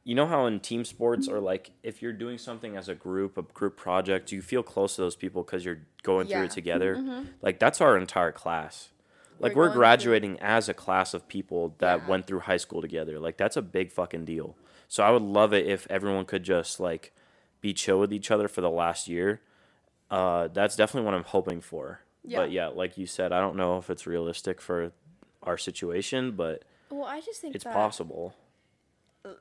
Speaker 1: You know how in team sports or like if you're doing something as a group, a group project, you feel close to those people because you're going through
Speaker 2: Yeah. Mm-hmm.
Speaker 1: it together. Like that's our entire class. Like
Speaker 2: We're
Speaker 1: we're,
Speaker 2: going through-
Speaker 1: graduating as a class of people that
Speaker 2: Yeah.
Speaker 1: went through high school together. Like that's a big fucking deal. So I would love it if everyone could just like be chill with each other for the last year. Uh, that's definitely what I'm hoping for.
Speaker 3: Yeah.
Speaker 1: But yeah, like you said, I don't know if it's realistic for our situation, but
Speaker 2: Well, I just think
Speaker 1: it's
Speaker 2: that,
Speaker 1: possible.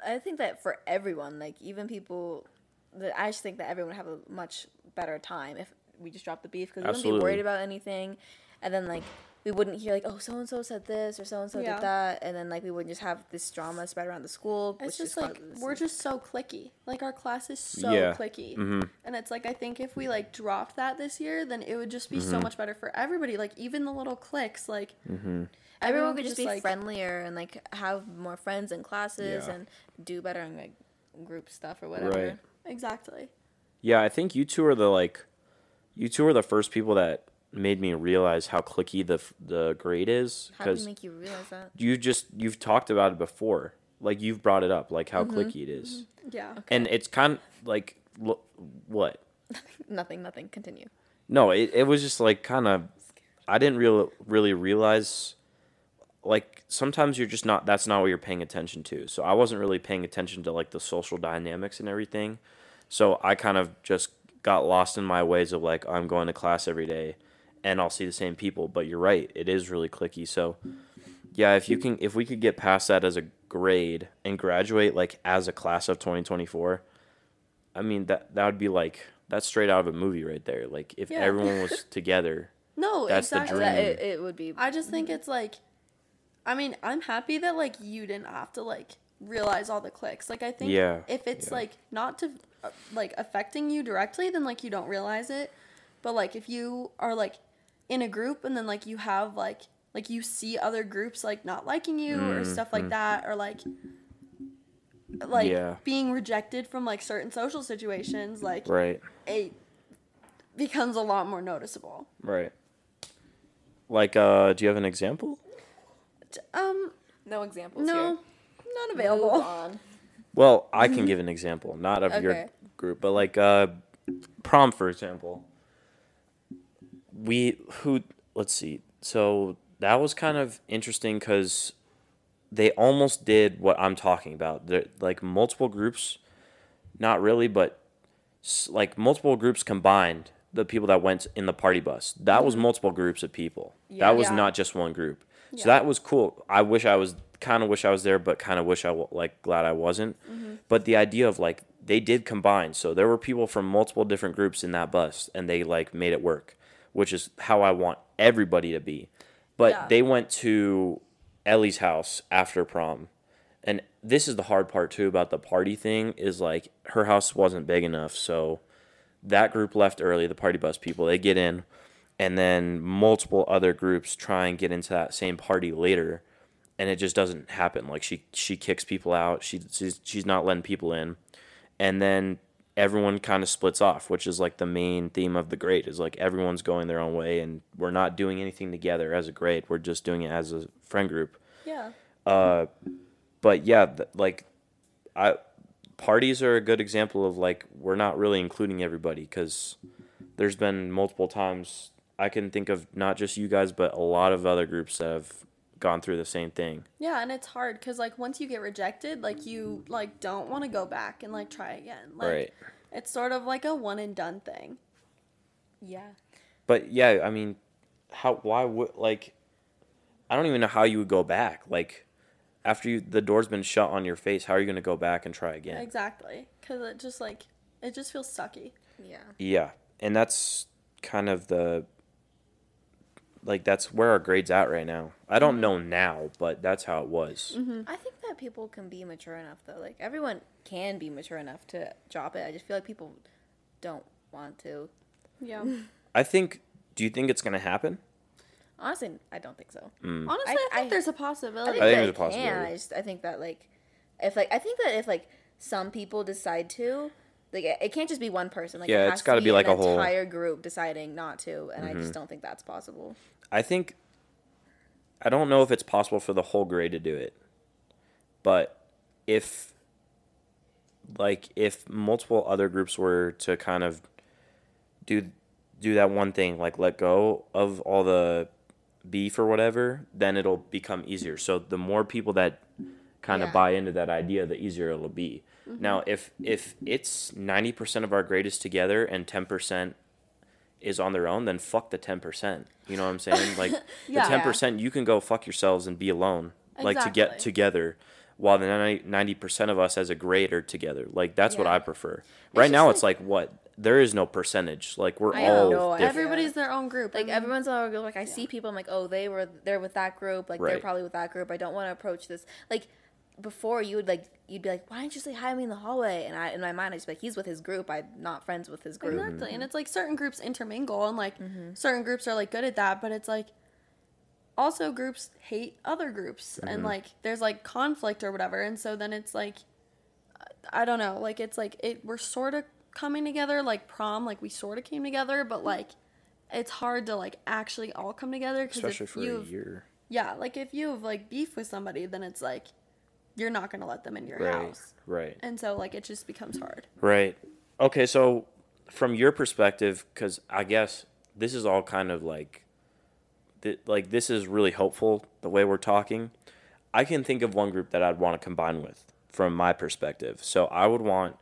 Speaker 2: I think that for everyone, like even people, that I just think that everyone would have a much better time if we just dropped the beef because we wouldn't be
Speaker 1: Absolutely.
Speaker 2: worried about anything, and then like we wouldn't hear like oh so and so said this or so and so
Speaker 3: Yeah.
Speaker 2: did that, and then like we wouldn't just have this drama spread around the school. which
Speaker 3: It's just
Speaker 2: just
Speaker 3: like
Speaker 2: causes-
Speaker 3: we're just so clicky. Like our class is so
Speaker 1: Yeah. Mm-hmm.
Speaker 3: clicky, and it's like I think if we like dropped that this year, then it would just be
Speaker 1: Mm-hmm.
Speaker 3: so much better for everybody. Like even the little clicks, like
Speaker 2: everyone could just, be
Speaker 3: like,
Speaker 2: friendlier and like have more friends in classes
Speaker 1: Yeah.
Speaker 2: and do better in like group stuff or whatever.
Speaker 1: Right.
Speaker 3: Exactly.
Speaker 1: Yeah, I think you two are the like, you two are the first people that made me realize how clicky the f- the grade is
Speaker 2: How do we make you realize that?
Speaker 1: you just you've talked about it before like you've brought it up like how
Speaker 2: Mm-hmm.
Speaker 1: clicky it is.
Speaker 3: Yeah.
Speaker 1: and it's kind of like lo- what
Speaker 2: nothing, nothing. Continue.
Speaker 1: no it, it was just like kind of i didn't real, really realize like sometimes you're just not that's not what you're paying attention to so i wasn't really paying attention to like the social dynamics and everything so i kind of just got lost in my ways of like i'm going to class every day and i'll see the same people but you're right it is really clicky so yeah if you can if we could get past that as a grade and graduate like as a class of 2024 i mean that that would be like that's straight out of a movie right there like if
Speaker 3: Yeah.
Speaker 1: everyone was together
Speaker 3: No,
Speaker 1: That's the
Speaker 3: exactly.
Speaker 1: dream.
Speaker 2: That it, it would be.
Speaker 3: I just think it's like, I mean, I'm happy that like you didn't have to like realize all the clicks. Like I think
Speaker 1: Yeah,
Speaker 3: if it's
Speaker 1: yeah.
Speaker 3: like not to uh, like affecting you directly, then like you don't realize it. But like if you are like in a group and then like you have like like you see other groups like not liking you
Speaker 1: Mm,
Speaker 3: or stuff like that or like like
Speaker 1: Yeah.
Speaker 3: being rejected from like certain social situations like
Speaker 1: right
Speaker 3: it becomes a lot more noticeable
Speaker 1: right like uh do you have an example
Speaker 3: um
Speaker 2: No examples.
Speaker 3: no
Speaker 2: here.
Speaker 3: not
Speaker 2: Move
Speaker 3: available
Speaker 2: on.
Speaker 1: Well, I can give an example, not of your
Speaker 2: Okay.
Speaker 1: group, but like uh, prom, for example. We who let's see. So that was kind of interesting because they almost did what I'm talking about. They're, like multiple groups, not really, but s- like multiple groups combined. The people that went in the party bus. That was multiple groups of people.
Speaker 2: Yeah.
Speaker 1: that was
Speaker 3: Mm-hmm. Yeah.
Speaker 1: not just one group. So
Speaker 3: Yeah.
Speaker 1: that was cool. I wish I was kind of wish I was there, but kind of wish I wa- like glad I wasn't.
Speaker 3: Mm-hmm.
Speaker 1: But the idea of like they did combine, so there were people from multiple different groups in that bus, and they like made it work, which is how I want everybody to be. But
Speaker 3: Yeah.
Speaker 1: they went to Ellie's house after prom, and this is the hard part too about the party thing is like her house wasn't big enough, so that group left early, the party bus people, they get in, and then multiple other groups try and get into that same party later, and it just doesn't happen. Like she she kicks people out, she she's, she's not letting people in, and then everyone kind of splits off, which is like the main theme of the grade is like everyone's going their own way, and we're not doing anything together as a grade. We're just doing it as a friend group
Speaker 3: Yeah.
Speaker 1: Uh, but yeah, th- like I parties are a good example of like we're not really including everybody because there's been multiple times I can think of not just you guys but a lot of other groups that have gone through the same thing.
Speaker 3: Yeah, and it's hard cuz like once you get rejected, like you like don't want to go back and like try again. Like it's sort of like a one and done thing.
Speaker 2: Yeah.
Speaker 1: But yeah, I mean, how? Why would like? I don't even know how you would go back. Like after you, the door's been shut on your face. How are you gonna go back and try again?
Speaker 3: Exactly. Cuz it just like it just feels sucky.
Speaker 2: Yeah.
Speaker 1: Yeah, and that's kind of the like that's where our grades at right now. I don't know now, but that's how it was.
Speaker 2: I think that people can be mature enough though. Like everyone can be mature enough to drop it. I just feel like people don't want to.
Speaker 3: Yeah.
Speaker 1: I think. Do you think it's gonna happen?
Speaker 2: Honestly, I don't think so.
Speaker 3: Honestly, I,
Speaker 2: I-
Speaker 3: think
Speaker 2: I-
Speaker 3: there's a
Speaker 2: I
Speaker 3: possibility.
Speaker 2: think,
Speaker 1: Mm. I
Speaker 2: that
Speaker 1: there's a
Speaker 2: it can.
Speaker 1: possibility.
Speaker 2: I just I think that like if like I think that if like some people decide to like it it can't just be one person. Like
Speaker 1: Yeah,
Speaker 2: it
Speaker 1: it's
Speaker 2: has
Speaker 1: gotta
Speaker 2: to be,
Speaker 1: be like
Speaker 2: an
Speaker 1: a whole- Mm-hmm.
Speaker 2: entire group deciding not to, and I just don't think that's possible.
Speaker 1: I think. I don't know if it's possible for the whole grade to do it, but if like if multiple other groups were to kind of do do that one thing like let go of all the beef or whatever then it'll become easier so the more people that kind of
Speaker 2: Yeah.
Speaker 1: buy into that idea the easier it'll be now if if it's 90% of our grade is together and 10% is on their own then fuck the 10% you know what i'm saying like
Speaker 3: Yeah.
Speaker 1: the 10% you can go fuck yourselves and be alone like to get
Speaker 3: Exactly.
Speaker 1: together while the 90 percent of us as a grade are together like that's what
Speaker 2: Yeah.
Speaker 1: i prefer right
Speaker 2: just
Speaker 1: now it's like what there is no percentage like we're
Speaker 2: I
Speaker 1: all
Speaker 2: know, I-
Speaker 1: different.
Speaker 3: Everybody's their own group.
Speaker 2: Like
Speaker 3: and
Speaker 2: everyone's all like I see people. I'm like, oh, they were they're with that group. Like they're
Speaker 1: Right.
Speaker 2: probably with that group. I don't want to approach this. Like before, you would like you'd be like, why didn't you say hi to me in the hallway? And I in my mind, I just be like, he's with his group. I'm not friends with his group.
Speaker 3: Exactly.
Speaker 1: Mm-hmm.
Speaker 3: And it's like certain groups intermingle and like certain groups are like good at that, but it's like also groups hate other groups
Speaker 1: Mm-hmm.
Speaker 3: and like there's like conflict or whatever. And so then it's like I don't know, like it's like it we're sort of coming together like prom, like we sort of came together, but
Speaker 1: Mm-hmm.
Speaker 3: like it's hard to like actually all come together because
Speaker 1: especially
Speaker 3: if
Speaker 1: for
Speaker 3: you
Speaker 1: a year
Speaker 3: yeah, like if you have like beef with somebody, then it's like you're not gonna let them into your
Speaker 1: right
Speaker 3: house,
Speaker 1: right
Speaker 3: and so like it just becomes hard.
Speaker 1: right okay so from your perspective because i guess this is all kind of like th- like this is really helpful the way we're talking i can think of one group that i'd want to combine with from my perspective so i would want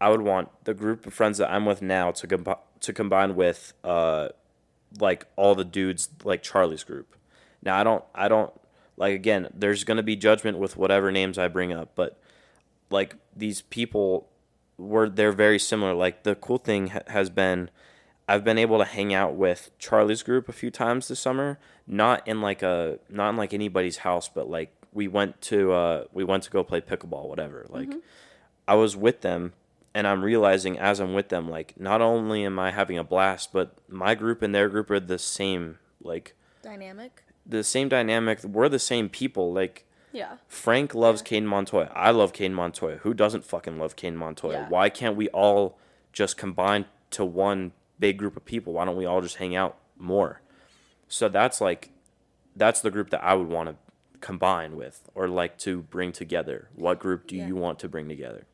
Speaker 1: i would want the group of friends that i'm with now to, com- to combine with uh, like all the dudes like charlie's group now i don't i don't like again, there's going to be judgment with whatever names I bring up, but like these people were they're very similar. Like the cool thing ha- has been I've been able to hang out with Charlie's group a few times this summer, not in like a not in like anybody's house, but like we went to uh we went to go play pickleball whatever. Like I was with them and I'm realizing as I'm with them, like not only am I having a blast, but my group and their group are the same, like
Speaker 2: Dynamic.
Speaker 1: the same dynamic. We're the same people. Like
Speaker 3: Yeah.
Speaker 1: Frank loves Kane Montoya. I love Kane Montoya. Who doesn't fucking love Kane Montoya?
Speaker 3: Yeah.
Speaker 1: Why can't we all just combine to one big group of people? Why don't we all just hang out more? So that's like that's the group that I would want to combine with or like to bring together. What group do
Speaker 2: Yeah.
Speaker 1: you want to bring together?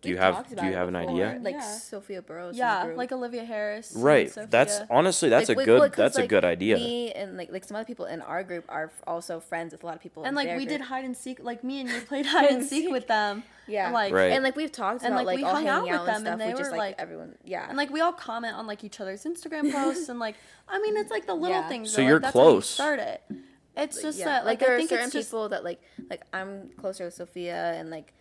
Speaker 1: Do you
Speaker 2: We've
Speaker 1: have
Speaker 2: talked
Speaker 1: do
Speaker 2: about
Speaker 1: you
Speaker 2: it
Speaker 1: have an
Speaker 2: before,
Speaker 1: idea?
Speaker 2: Like
Speaker 3: Yeah.
Speaker 2: Sophia Burrows.
Speaker 3: Yeah, like Olivia Harris. and
Speaker 1: Right. That's
Speaker 3: Sophia.
Speaker 1: honestly that's a good that's a good idea.
Speaker 2: Me and like like some other people in our group are f- also friends with a lot of people.
Speaker 3: and
Speaker 2: in
Speaker 3: like
Speaker 2: their
Speaker 3: we
Speaker 2: group.
Speaker 3: did hide and seek. Like me and you played hide and seek with them.
Speaker 2: Yeah.
Speaker 3: Like
Speaker 1: Right.
Speaker 2: And like we've talked
Speaker 3: And,
Speaker 2: about
Speaker 3: like,
Speaker 2: like,
Speaker 3: we
Speaker 2: all
Speaker 3: hung
Speaker 2: hanging
Speaker 3: out
Speaker 2: out,
Speaker 3: with
Speaker 2: and
Speaker 3: them,
Speaker 2: stuff. we
Speaker 3: and they
Speaker 2: just
Speaker 3: were,
Speaker 2: like
Speaker 3: like-
Speaker 2: everyone. Yeah.
Speaker 3: and like we all comment on like each other's Instagram posts and like I mean it's like the little
Speaker 2: Yeah.
Speaker 3: things.
Speaker 1: So
Speaker 3: that, like,
Speaker 1: you're
Speaker 3: that's how you
Speaker 1: close.
Speaker 3: start it. It's just
Speaker 2: yeah.
Speaker 3: that
Speaker 2: like
Speaker 3: like,
Speaker 2: there
Speaker 3: I
Speaker 2: are
Speaker 3: think
Speaker 2: certain
Speaker 3: it's just
Speaker 2: people that like like I'm closer with Sophia and like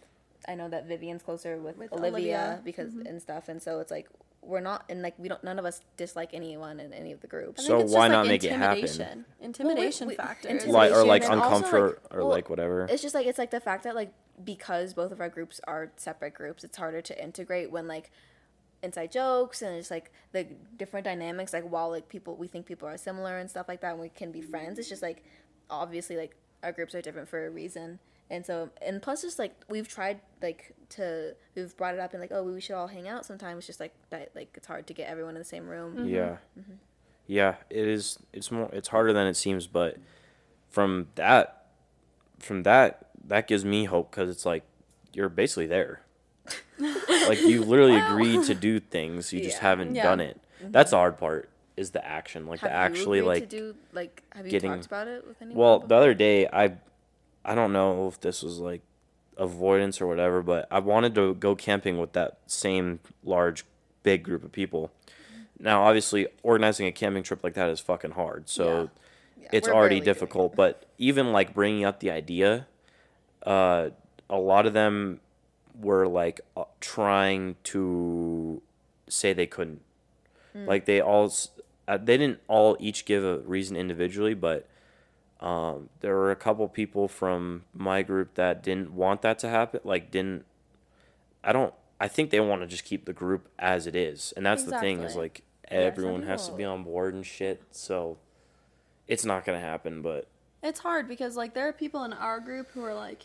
Speaker 2: I know that Vivian's closer with,
Speaker 3: With
Speaker 2: Olivia,
Speaker 3: Olivia. Mm-hmm.
Speaker 2: because and stuff and so it's like we're not and like we don't none of us dislike anyone in any of the groups.
Speaker 3: I
Speaker 1: So
Speaker 3: think it's just,
Speaker 1: why
Speaker 3: like,
Speaker 1: not make it happen?
Speaker 3: intimidation. Intimidation
Speaker 2: we-
Speaker 3: factor.
Speaker 1: like or
Speaker 2: intimidation
Speaker 1: like
Speaker 2: and also,
Speaker 1: uncomfort
Speaker 2: like,
Speaker 1: or
Speaker 2: well,
Speaker 1: like whatever.
Speaker 2: it's just like it's like the fact that like because both of our groups are separate groups it's harder to integrate when like inside jokes and it's like the different dynamics like while like people we think people are similar and stuff like that and we can be friends it's just like obviously like our groups are different for a reason and so and plus just like we've tried like to we've brought it up and like oh we should all hang out sometimes it's just like that like it's hard to get everyone in the same room
Speaker 1: Yeah.
Speaker 2: Mm-hmm.
Speaker 1: Yeah, it is it's more it's harder than it seems, but from that from that that gives me hope cuz it's like you're basically there. like you literally agreed to do things, you just
Speaker 2: Yeah. Mm-hmm.
Speaker 1: haven't
Speaker 3: Yeah.
Speaker 1: done it. That's the hard part is the action, like
Speaker 2: have
Speaker 1: the
Speaker 2: you
Speaker 1: actually
Speaker 2: agreed
Speaker 1: like
Speaker 2: to do like have you
Speaker 1: getting-
Speaker 2: talked about it with anyone
Speaker 1: well,
Speaker 2: before?
Speaker 1: the other day, I I don't know if this was like avoidance or whatever, but I wanted to go camping with that same large, big group of people. Now, obviously, organizing a camping trip like that is fucking hard, so it's
Speaker 2: we're barely
Speaker 1: already
Speaker 2: doing
Speaker 1: difficult. But even like bringing up the idea, uh, a lot of them were like uh, trying to say they couldn't.
Speaker 2: Hmm.
Speaker 1: Like they all, s- uh, they didn't all each give a reason individually, but um, there were a couple people from my group that didn't want that to happen. Like didn't, I don't. I think they want to just keep the group as it is, and that's the thing is
Speaker 3: Exactly.
Speaker 1: like
Speaker 2: some
Speaker 1: everyone has to
Speaker 2: people-
Speaker 1: be on board and shit. So it's not gonna happen, but
Speaker 3: it's hard because like there are people in our group who are like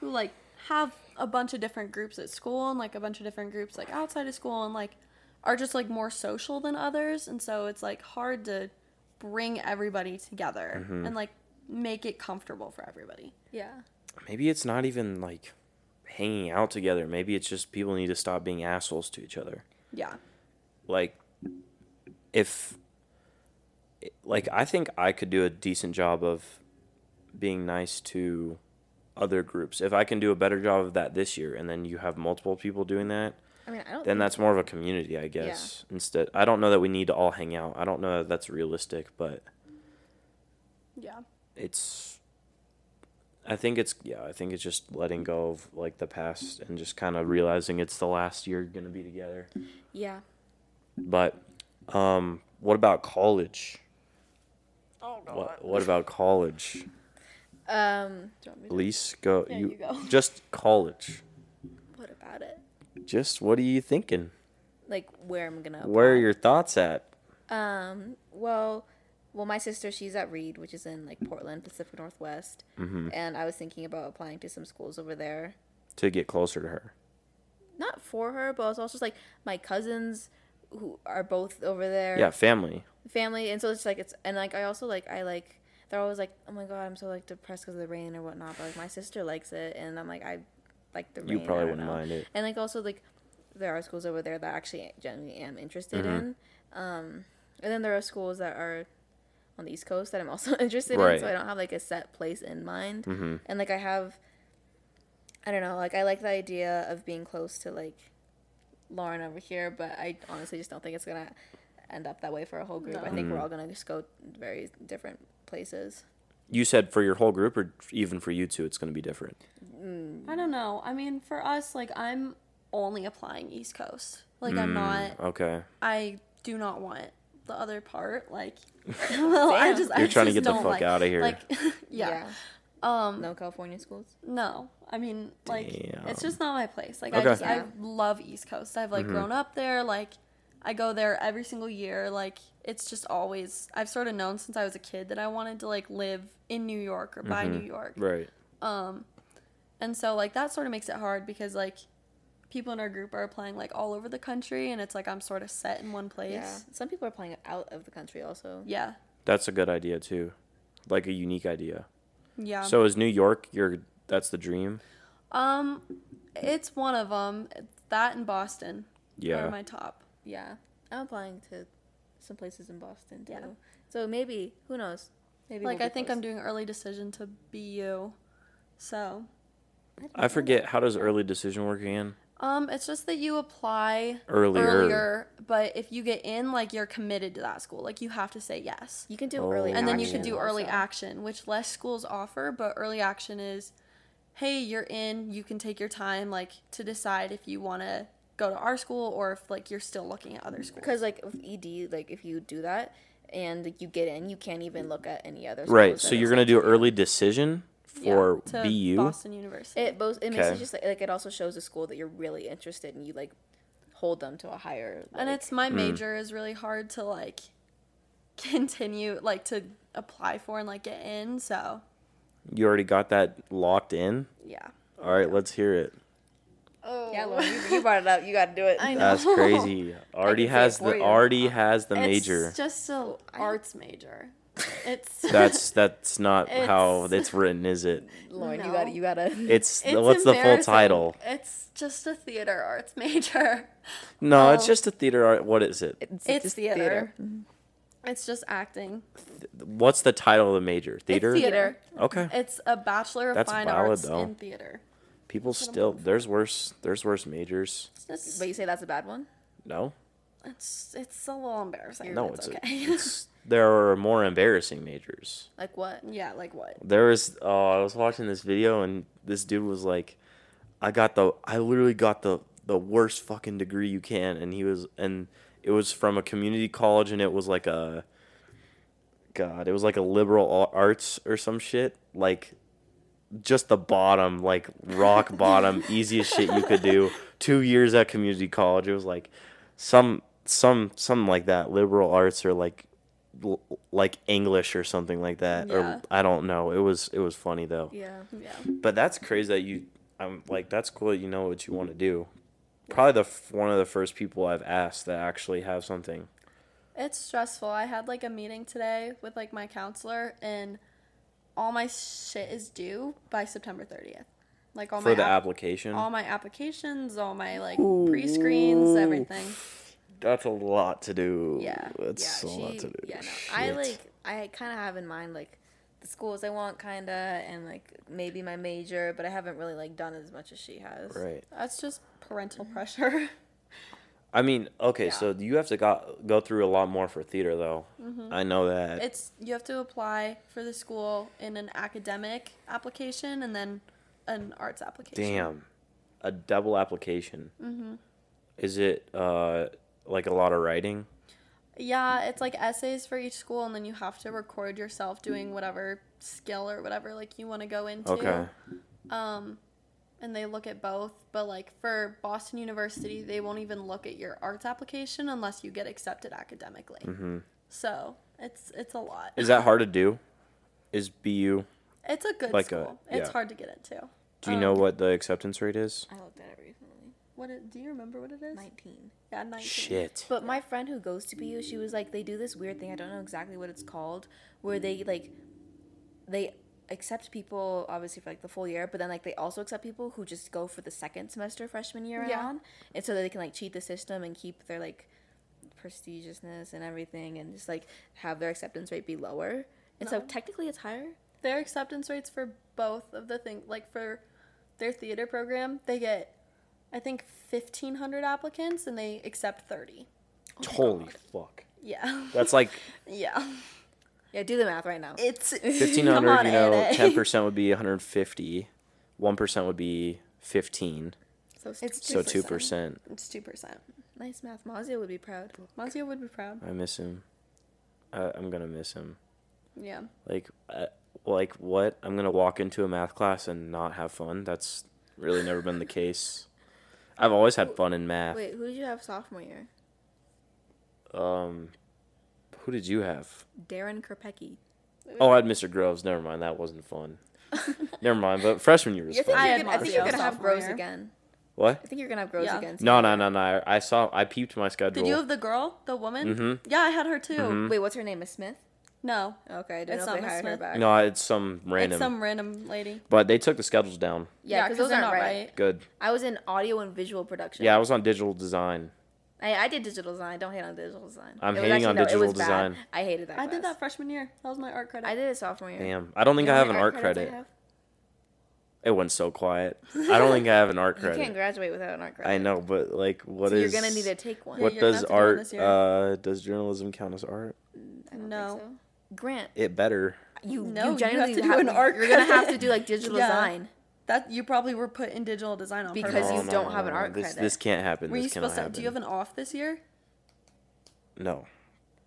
Speaker 3: who like have a bunch of different groups at school and like a bunch of different groups like outside of school and like are just like more social than others and so it's like hard to bring everybody together
Speaker 1: Mm-hmm.
Speaker 3: and like make it comfortable for everybody
Speaker 2: yeah
Speaker 1: maybe it's not even like hanging out together. Maybe it's just people need to stop being assholes to each other.
Speaker 3: yeah
Speaker 1: like if like I think I could do a decent job of being nice to other groups. If I can do a better job of that this year and then you have multiple people doing that,
Speaker 2: I mean, I
Speaker 1: then
Speaker 2: don't. think
Speaker 1: that's more of a community, I guess. Instead, I don't know that we need to all hang out. I don't know that that's realistic, but
Speaker 3: yeah
Speaker 1: it's I think it's yeah, I think it's just letting go of like the past and just kind of realizing it's the last year you're going to be together.
Speaker 2: yeah.
Speaker 1: But um, what about college? Oh God. What, what about college?
Speaker 2: Um,
Speaker 3: Do you want me to-
Speaker 1: Elise, go.
Speaker 3: Yeah,
Speaker 1: you,
Speaker 3: you go.
Speaker 1: Just college.
Speaker 2: what about it?
Speaker 1: Just what are you thinking?
Speaker 2: Like where I'm gonna.
Speaker 1: Where are your thoughts at?
Speaker 2: Um. Well, well, my sister she's at Reed, which is in like Portland, Pacific Northwest, and I was thinking about applying to some schools over there.
Speaker 1: To get closer to her.
Speaker 2: Not for her, but it's also just like my cousins who are both over there.
Speaker 1: Yeah, family.
Speaker 2: family and so it's like it's and like i also like i like they're always like oh my god i'm so like depressed because of the rain or whatnot but like my sister likes it and i'm like i like the rain
Speaker 1: You
Speaker 2: I
Speaker 1: probably
Speaker 2: don't
Speaker 1: wouldn't
Speaker 2: know.
Speaker 1: mind it.
Speaker 2: and like also like there are schools over there that I actually genuinely am interested
Speaker 1: Mm-hmm.
Speaker 2: in um and then there are schools that are on the east coast that i'm also interested in
Speaker 1: Right. Mm-hmm.
Speaker 2: so i don't have like a set place in mind and like i have i don't know like i like the idea of being close to like Lauren over here, but I honestly just don't think it's gonna end up that way for a whole group. I think we're all gonna just go very different places.
Speaker 1: you said for your whole group, or even for you two, it's going to be different.
Speaker 3: I don't know. I mean, for us, like I'm only applying East Coast. Like
Speaker 1: Mm.
Speaker 3: I'm not.
Speaker 1: Okay.
Speaker 3: I do not want the other part. Like, well, I
Speaker 2: Damn.
Speaker 3: just I
Speaker 1: You're trying to
Speaker 3: just
Speaker 1: get the
Speaker 3: don't
Speaker 1: fuck
Speaker 3: like-
Speaker 1: outta here.
Speaker 3: Like, yeah. Um.
Speaker 2: No California schools.
Speaker 3: No, I mean like it's
Speaker 1: Damn.
Speaker 3: just not my place. Like I
Speaker 1: Okay. Mm-hmm.
Speaker 3: just
Speaker 2: Yeah.
Speaker 3: I love East Coast. I've like grown up there. Like I go there every single year. Like it's just always I've sort of known since I was a kid that I wanted to like live in New York or by New York.
Speaker 1: Mm-hmm. Right.
Speaker 3: And so like that sort of makes it hard because like people in our group are applying like all over the country and it's like I'm sort of set in one place.
Speaker 2: Yeah. Some people are applying out of the country also.
Speaker 3: Yeah.
Speaker 1: That's a good idea too, like a unique idea.
Speaker 3: Yeah.
Speaker 1: so is New York your? That's the dream.
Speaker 3: um it's one of them. That and Boston
Speaker 1: Yeah.
Speaker 3: are my top.
Speaker 2: Yeah. I'm applying to some places in Boston too.
Speaker 3: Yeah.
Speaker 2: So maybe who knows? Maybe
Speaker 3: Like I think I'm doing early decision to BU. So
Speaker 1: I forget how does early decision work again?
Speaker 3: Um, it's just that you apply
Speaker 1: Earlier.
Speaker 3: earlier, but if you get in, like you're committed to that school, like you have to say yes,
Speaker 2: You can do
Speaker 1: Oh.
Speaker 2: early
Speaker 3: and then you can
Speaker 2: action
Speaker 3: do early
Speaker 2: also.
Speaker 3: action, which less schools offer. But early action is, hey, you're in, you can take your time, like to decide if you want to go to our school or if like you're still looking at other schools.
Speaker 2: Because like with ED, like if you do that and like, you get in, you can't even look at any other.
Speaker 1: Right.
Speaker 2: schools
Speaker 1: So
Speaker 2: that
Speaker 1: you're
Speaker 2: it's-
Speaker 1: gonna do early decision
Speaker 3: Yeah,
Speaker 1: for
Speaker 3: to
Speaker 1: BU.
Speaker 3: Boston University.
Speaker 2: It both. It makes
Speaker 1: Okay.
Speaker 2: it just like, like it also shows the school that you're really interested and you like hold them to a higher. Like,
Speaker 3: and it's
Speaker 1: hmm.
Speaker 3: my major is really hard to like continue, like to apply for and like get in. So
Speaker 1: You already got that locked in.
Speaker 3: yeah.
Speaker 1: All right, let's hear it.
Speaker 3: Oh.
Speaker 2: yeah, Lauren, you, you brought it up. You got to do it.
Speaker 3: I know.
Speaker 1: That's
Speaker 3: No.
Speaker 1: crazy. Already
Speaker 2: can say it
Speaker 1: has
Speaker 2: for
Speaker 1: the
Speaker 2: you.
Speaker 1: already has the
Speaker 3: It's
Speaker 1: major.
Speaker 3: just a arts major. It's
Speaker 1: That's that's not how
Speaker 3: It's-
Speaker 1: it's written, is it?
Speaker 2: Lauren, you
Speaker 3: No.
Speaker 2: got to you got to.
Speaker 1: It's,
Speaker 3: it's
Speaker 1: what's the full
Speaker 3: embarrassing.
Speaker 1: title?
Speaker 3: It's just a theater arts major.
Speaker 1: No, it's
Speaker 3: Oh.
Speaker 1: just a theater art. What is it?
Speaker 3: It's, theater. It's just acting.
Speaker 1: What's the title of the major? Theater.
Speaker 3: It's theater.
Speaker 1: Okay.
Speaker 3: It's a bachelor of
Speaker 1: That's
Speaker 3: fine
Speaker 1: valid,
Speaker 3: arts
Speaker 1: though.
Speaker 3: in theater.
Speaker 1: People still there's worse there's worse majors.
Speaker 3: It's just,
Speaker 2: But you say that's a bad one.
Speaker 1: No,
Speaker 3: it's it's a little embarrassing.
Speaker 1: no,
Speaker 3: but
Speaker 1: it's,
Speaker 3: it's,
Speaker 1: a-
Speaker 3: okay.
Speaker 1: it's there are more embarrassing majors.
Speaker 2: Like what?
Speaker 3: yeah, like what?
Speaker 1: There was oh, I was watching this video and this dude was like, I got the I literally got the the worst fucking degree you can, and he was and it was from a community college and it was like a God, it was like a liberal a- arts or some shit like. Just the bottom, like rock bottom, easiest shit you could do. Two years at community college, it was like some, some, something like that. Liberal arts or like l- like English or something like that,
Speaker 3: Yeah.
Speaker 1: or I don't know. It was it was funny though.
Speaker 2: Yeah.
Speaker 3: Yeah.
Speaker 1: But that's crazy that you. I'm like that's cool. That you know what you want to do. Probably the f- one of the first people I've asked that actually have something.
Speaker 3: It's stressful. I had like a meeting today with like my counselor and all my shit is due by September 30th. Like all
Speaker 1: For
Speaker 3: my
Speaker 1: the
Speaker 3: app-
Speaker 1: application,
Speaker 3: all my applications, all my like pre-screens, everything.
Speaker 1: that's a lot to do.
Speaker 3: Yeah.
Speaker 1: that's a lot to do.
Speaker 2: Yeah, no. I
Speaker 1: Shit.
Speaker 2: like I kind of have in mind like the schools I want kind of and like maybe my major, but I haven't really like done as much as she has.
Speaker 1: right.
Speaker 3: That's just parental pressure.
Speaker 1: I mean, okay, so you have to go go through a lot more for theater though. I know that.
Speaker 3: It's you have to apply for the school in an academic application and then an arts application.
Speaker 1: Damn, a double application. Is it uh like a lot of writing?
Speaker 3: Yeah, it's like essays for each school and then you have to record yourself doing whatever skill or whatever like you want to go into.
Speaker 1: Okay.
Speaker 3: Um, And they look at both, but like for Boston University, they won't even look at your arts application unless you get accepted academically. So, it's it's a lot.
Speaker 1: Mm-hmm. Is that hard to do? Is BU?
Speaker 3: It's a good
Speaker 1: Like a-
Speaker 3: school. It's
Speaker 1: yeah.
Speaker 3: hard to get into.
Speaker 1: Do you know what the acceptance rate is?
Speaker 2: I looked at it recently.
Speaker 3: What it, do you remember what it is?
Speaker 2: 19.
Speaker 3: Yeah, 19.
Speaker 1: Shit.
Speaker 2: But my friend who goes to BU, she was like, they do this weird thing. I don't know exactly what it's called, where they like, they accept people obviously for like the full year, but then like they also accept people who just go for the second semester freshman year and
Speaker 3: Yeah.
Speaker 2: on, and so that they can like cheat the system and keep their like prestigiousness and everything, and just like have their acceptance rate be lower. And so technically, it's higher.
Speaker 3: Their acceptance rates for both of the things, like for their theater program, they get, I think, 1,500 applicants and they accept 30.
Speaker 1: Holy fuck.
Speaker 3: Yeah.
Speaker 1: That's like
Speaker 3: yeah.
Speaker 2: Yeah, do the math right now.
Speaker 3: It's
Speaker 1: Fifteen hundred, you know, ten percent would be one hundred fifty. One percent would be fifteen.
Speaker 2: So
Speaker 3: It's
Speaker 1: So two percent.
Speaker 3: It's two percent.
Speaker 2: nice math. Mazia would be proud.
Speaker 3: Mazio would be proud.
Speaker 1: I miss him. I, I'm gonna miss him.
Speaker 3: Yeah.
Speaker 1: Like, uh, like what? I'm gonna walk into a math class and not have fun. That's really never been the case. I've always had fun in math.
Speaker 2: Wait, who did you have sophomore year?
Speaker 1: Um, who did you have?
Speaker 2: Darren Kerpecki.
Speaker 1: Oh, I had Mr. Groves. Never mind, that wasn't fun. never mind. But freshman year was
Speaker 2: You think
Speaker 1: fun.
Speaker 3: I
Speaker 2: you're
Speaker 3: had
Speaker 2: gonna, I think you're
Speaker 3: Mazio
Speaker 2: gonna have
Speaker 3: sophomore
Speaker 2: Rose
Speaker 3: year.
Speaker 2: again.
Speaker 1: What?
Speaker 2: I think you're gonna have Rose
Speaker 3: Yeah.
Speaker 2: again.
Speaker 1: No, no, no, no. I saw. I peeped my schedule.
Speaker 3: Did you have the girl, the woman?
Speaker 1: Mhm.
Speaker 3: Yeah, I had her too.
Speaker 2: Wait, what's her name? Is Smith?
Speaker 3: No,
Speaker 2: Okay, I didn't
Speaker 3: It's
Speaker 2: know
Speaker 3: not
Speaker 2: if they
Speaker 3: Miss
Speaker 2: hired her
Speaker 3: Smith.
Speaker 2: back.
Speaker 1: no, it's some random.
Speaker 3: it's some random lady.
Speaker 1: But they took the schedules down.
Speaker 2: Yeah, because those
Speaker 3: they're
Speaker 2: aren't
Speaker 3: not
Speaker 2: right.
Speaker 1: Good.
Speaker 2: I was in audio and visual production.
Speaker 1: Yeah, I was on digital design.
Speaker 2: I, I did digital design. I don't hate on digital design.
Speaker 1: I'm
Speaker 2: It was
Speaker 1: hating on
Speaker 2: it
Speaker 1: digital
Speaker 2: was bad.
Speaker 1: design.
Speaker 2: I hated that.
Speaker 3: I
Speaker 2: class.
Speaker 3: did that freshman year. That was my art credit.
Speaker 2: I did it sophomore year.
Speaker 1: Damn. I don't think I have an art credit. It went so quiet. I don't think I have an art
Speaker 2: You can't
Speaker 1: credit.
Speaker 2: graduate without an art credit.
Speaker 1: I know, but like, what
Speaker 2: So
Speaker 1: is-
Speaker 2: you're gonna need to take one.
Speaker 1: What
Speaker 3: you're gonna
Speaker 1: does
Speaker 3: have to do one
Speaker 1: art?
Speaker 3: this year.
Speaker 1: Uh, does journalism count as art?
Speaker 2: I don't think
Speaker 3: No.
Speaker 2: so. Grant,
Speaker 1: It better.
Speaker 2: you
Speaker 3: No, you
Speaker 2: you
Speaker 3: have
Speaker 2: genuinely
Speaker 3: to do
Speaker 2: have-
Speaker 3: an art
Speaker 2: You're gonna have to
Speaker 3: credit.
Speaker 2: do like digital
Speaker 3: Yeah.
Speaker 2: design.
Speaker 3: that you probably were put in digital design on
Speaker 2: Because
Speaker 3: purpose.
Speaker 2: you don't have an art
Speaker 1: this,
Speaker 2: credit.
Speaker 1: This can't happen.
Speaker 3: were
Speaker 1: Oh,
Speaker 3: you
Speaker 1: this cannot
Speaker 3: supposed to?
Speaker 1: happen.
Speaker 3: Do you have an off this year?
Speaker 1: No.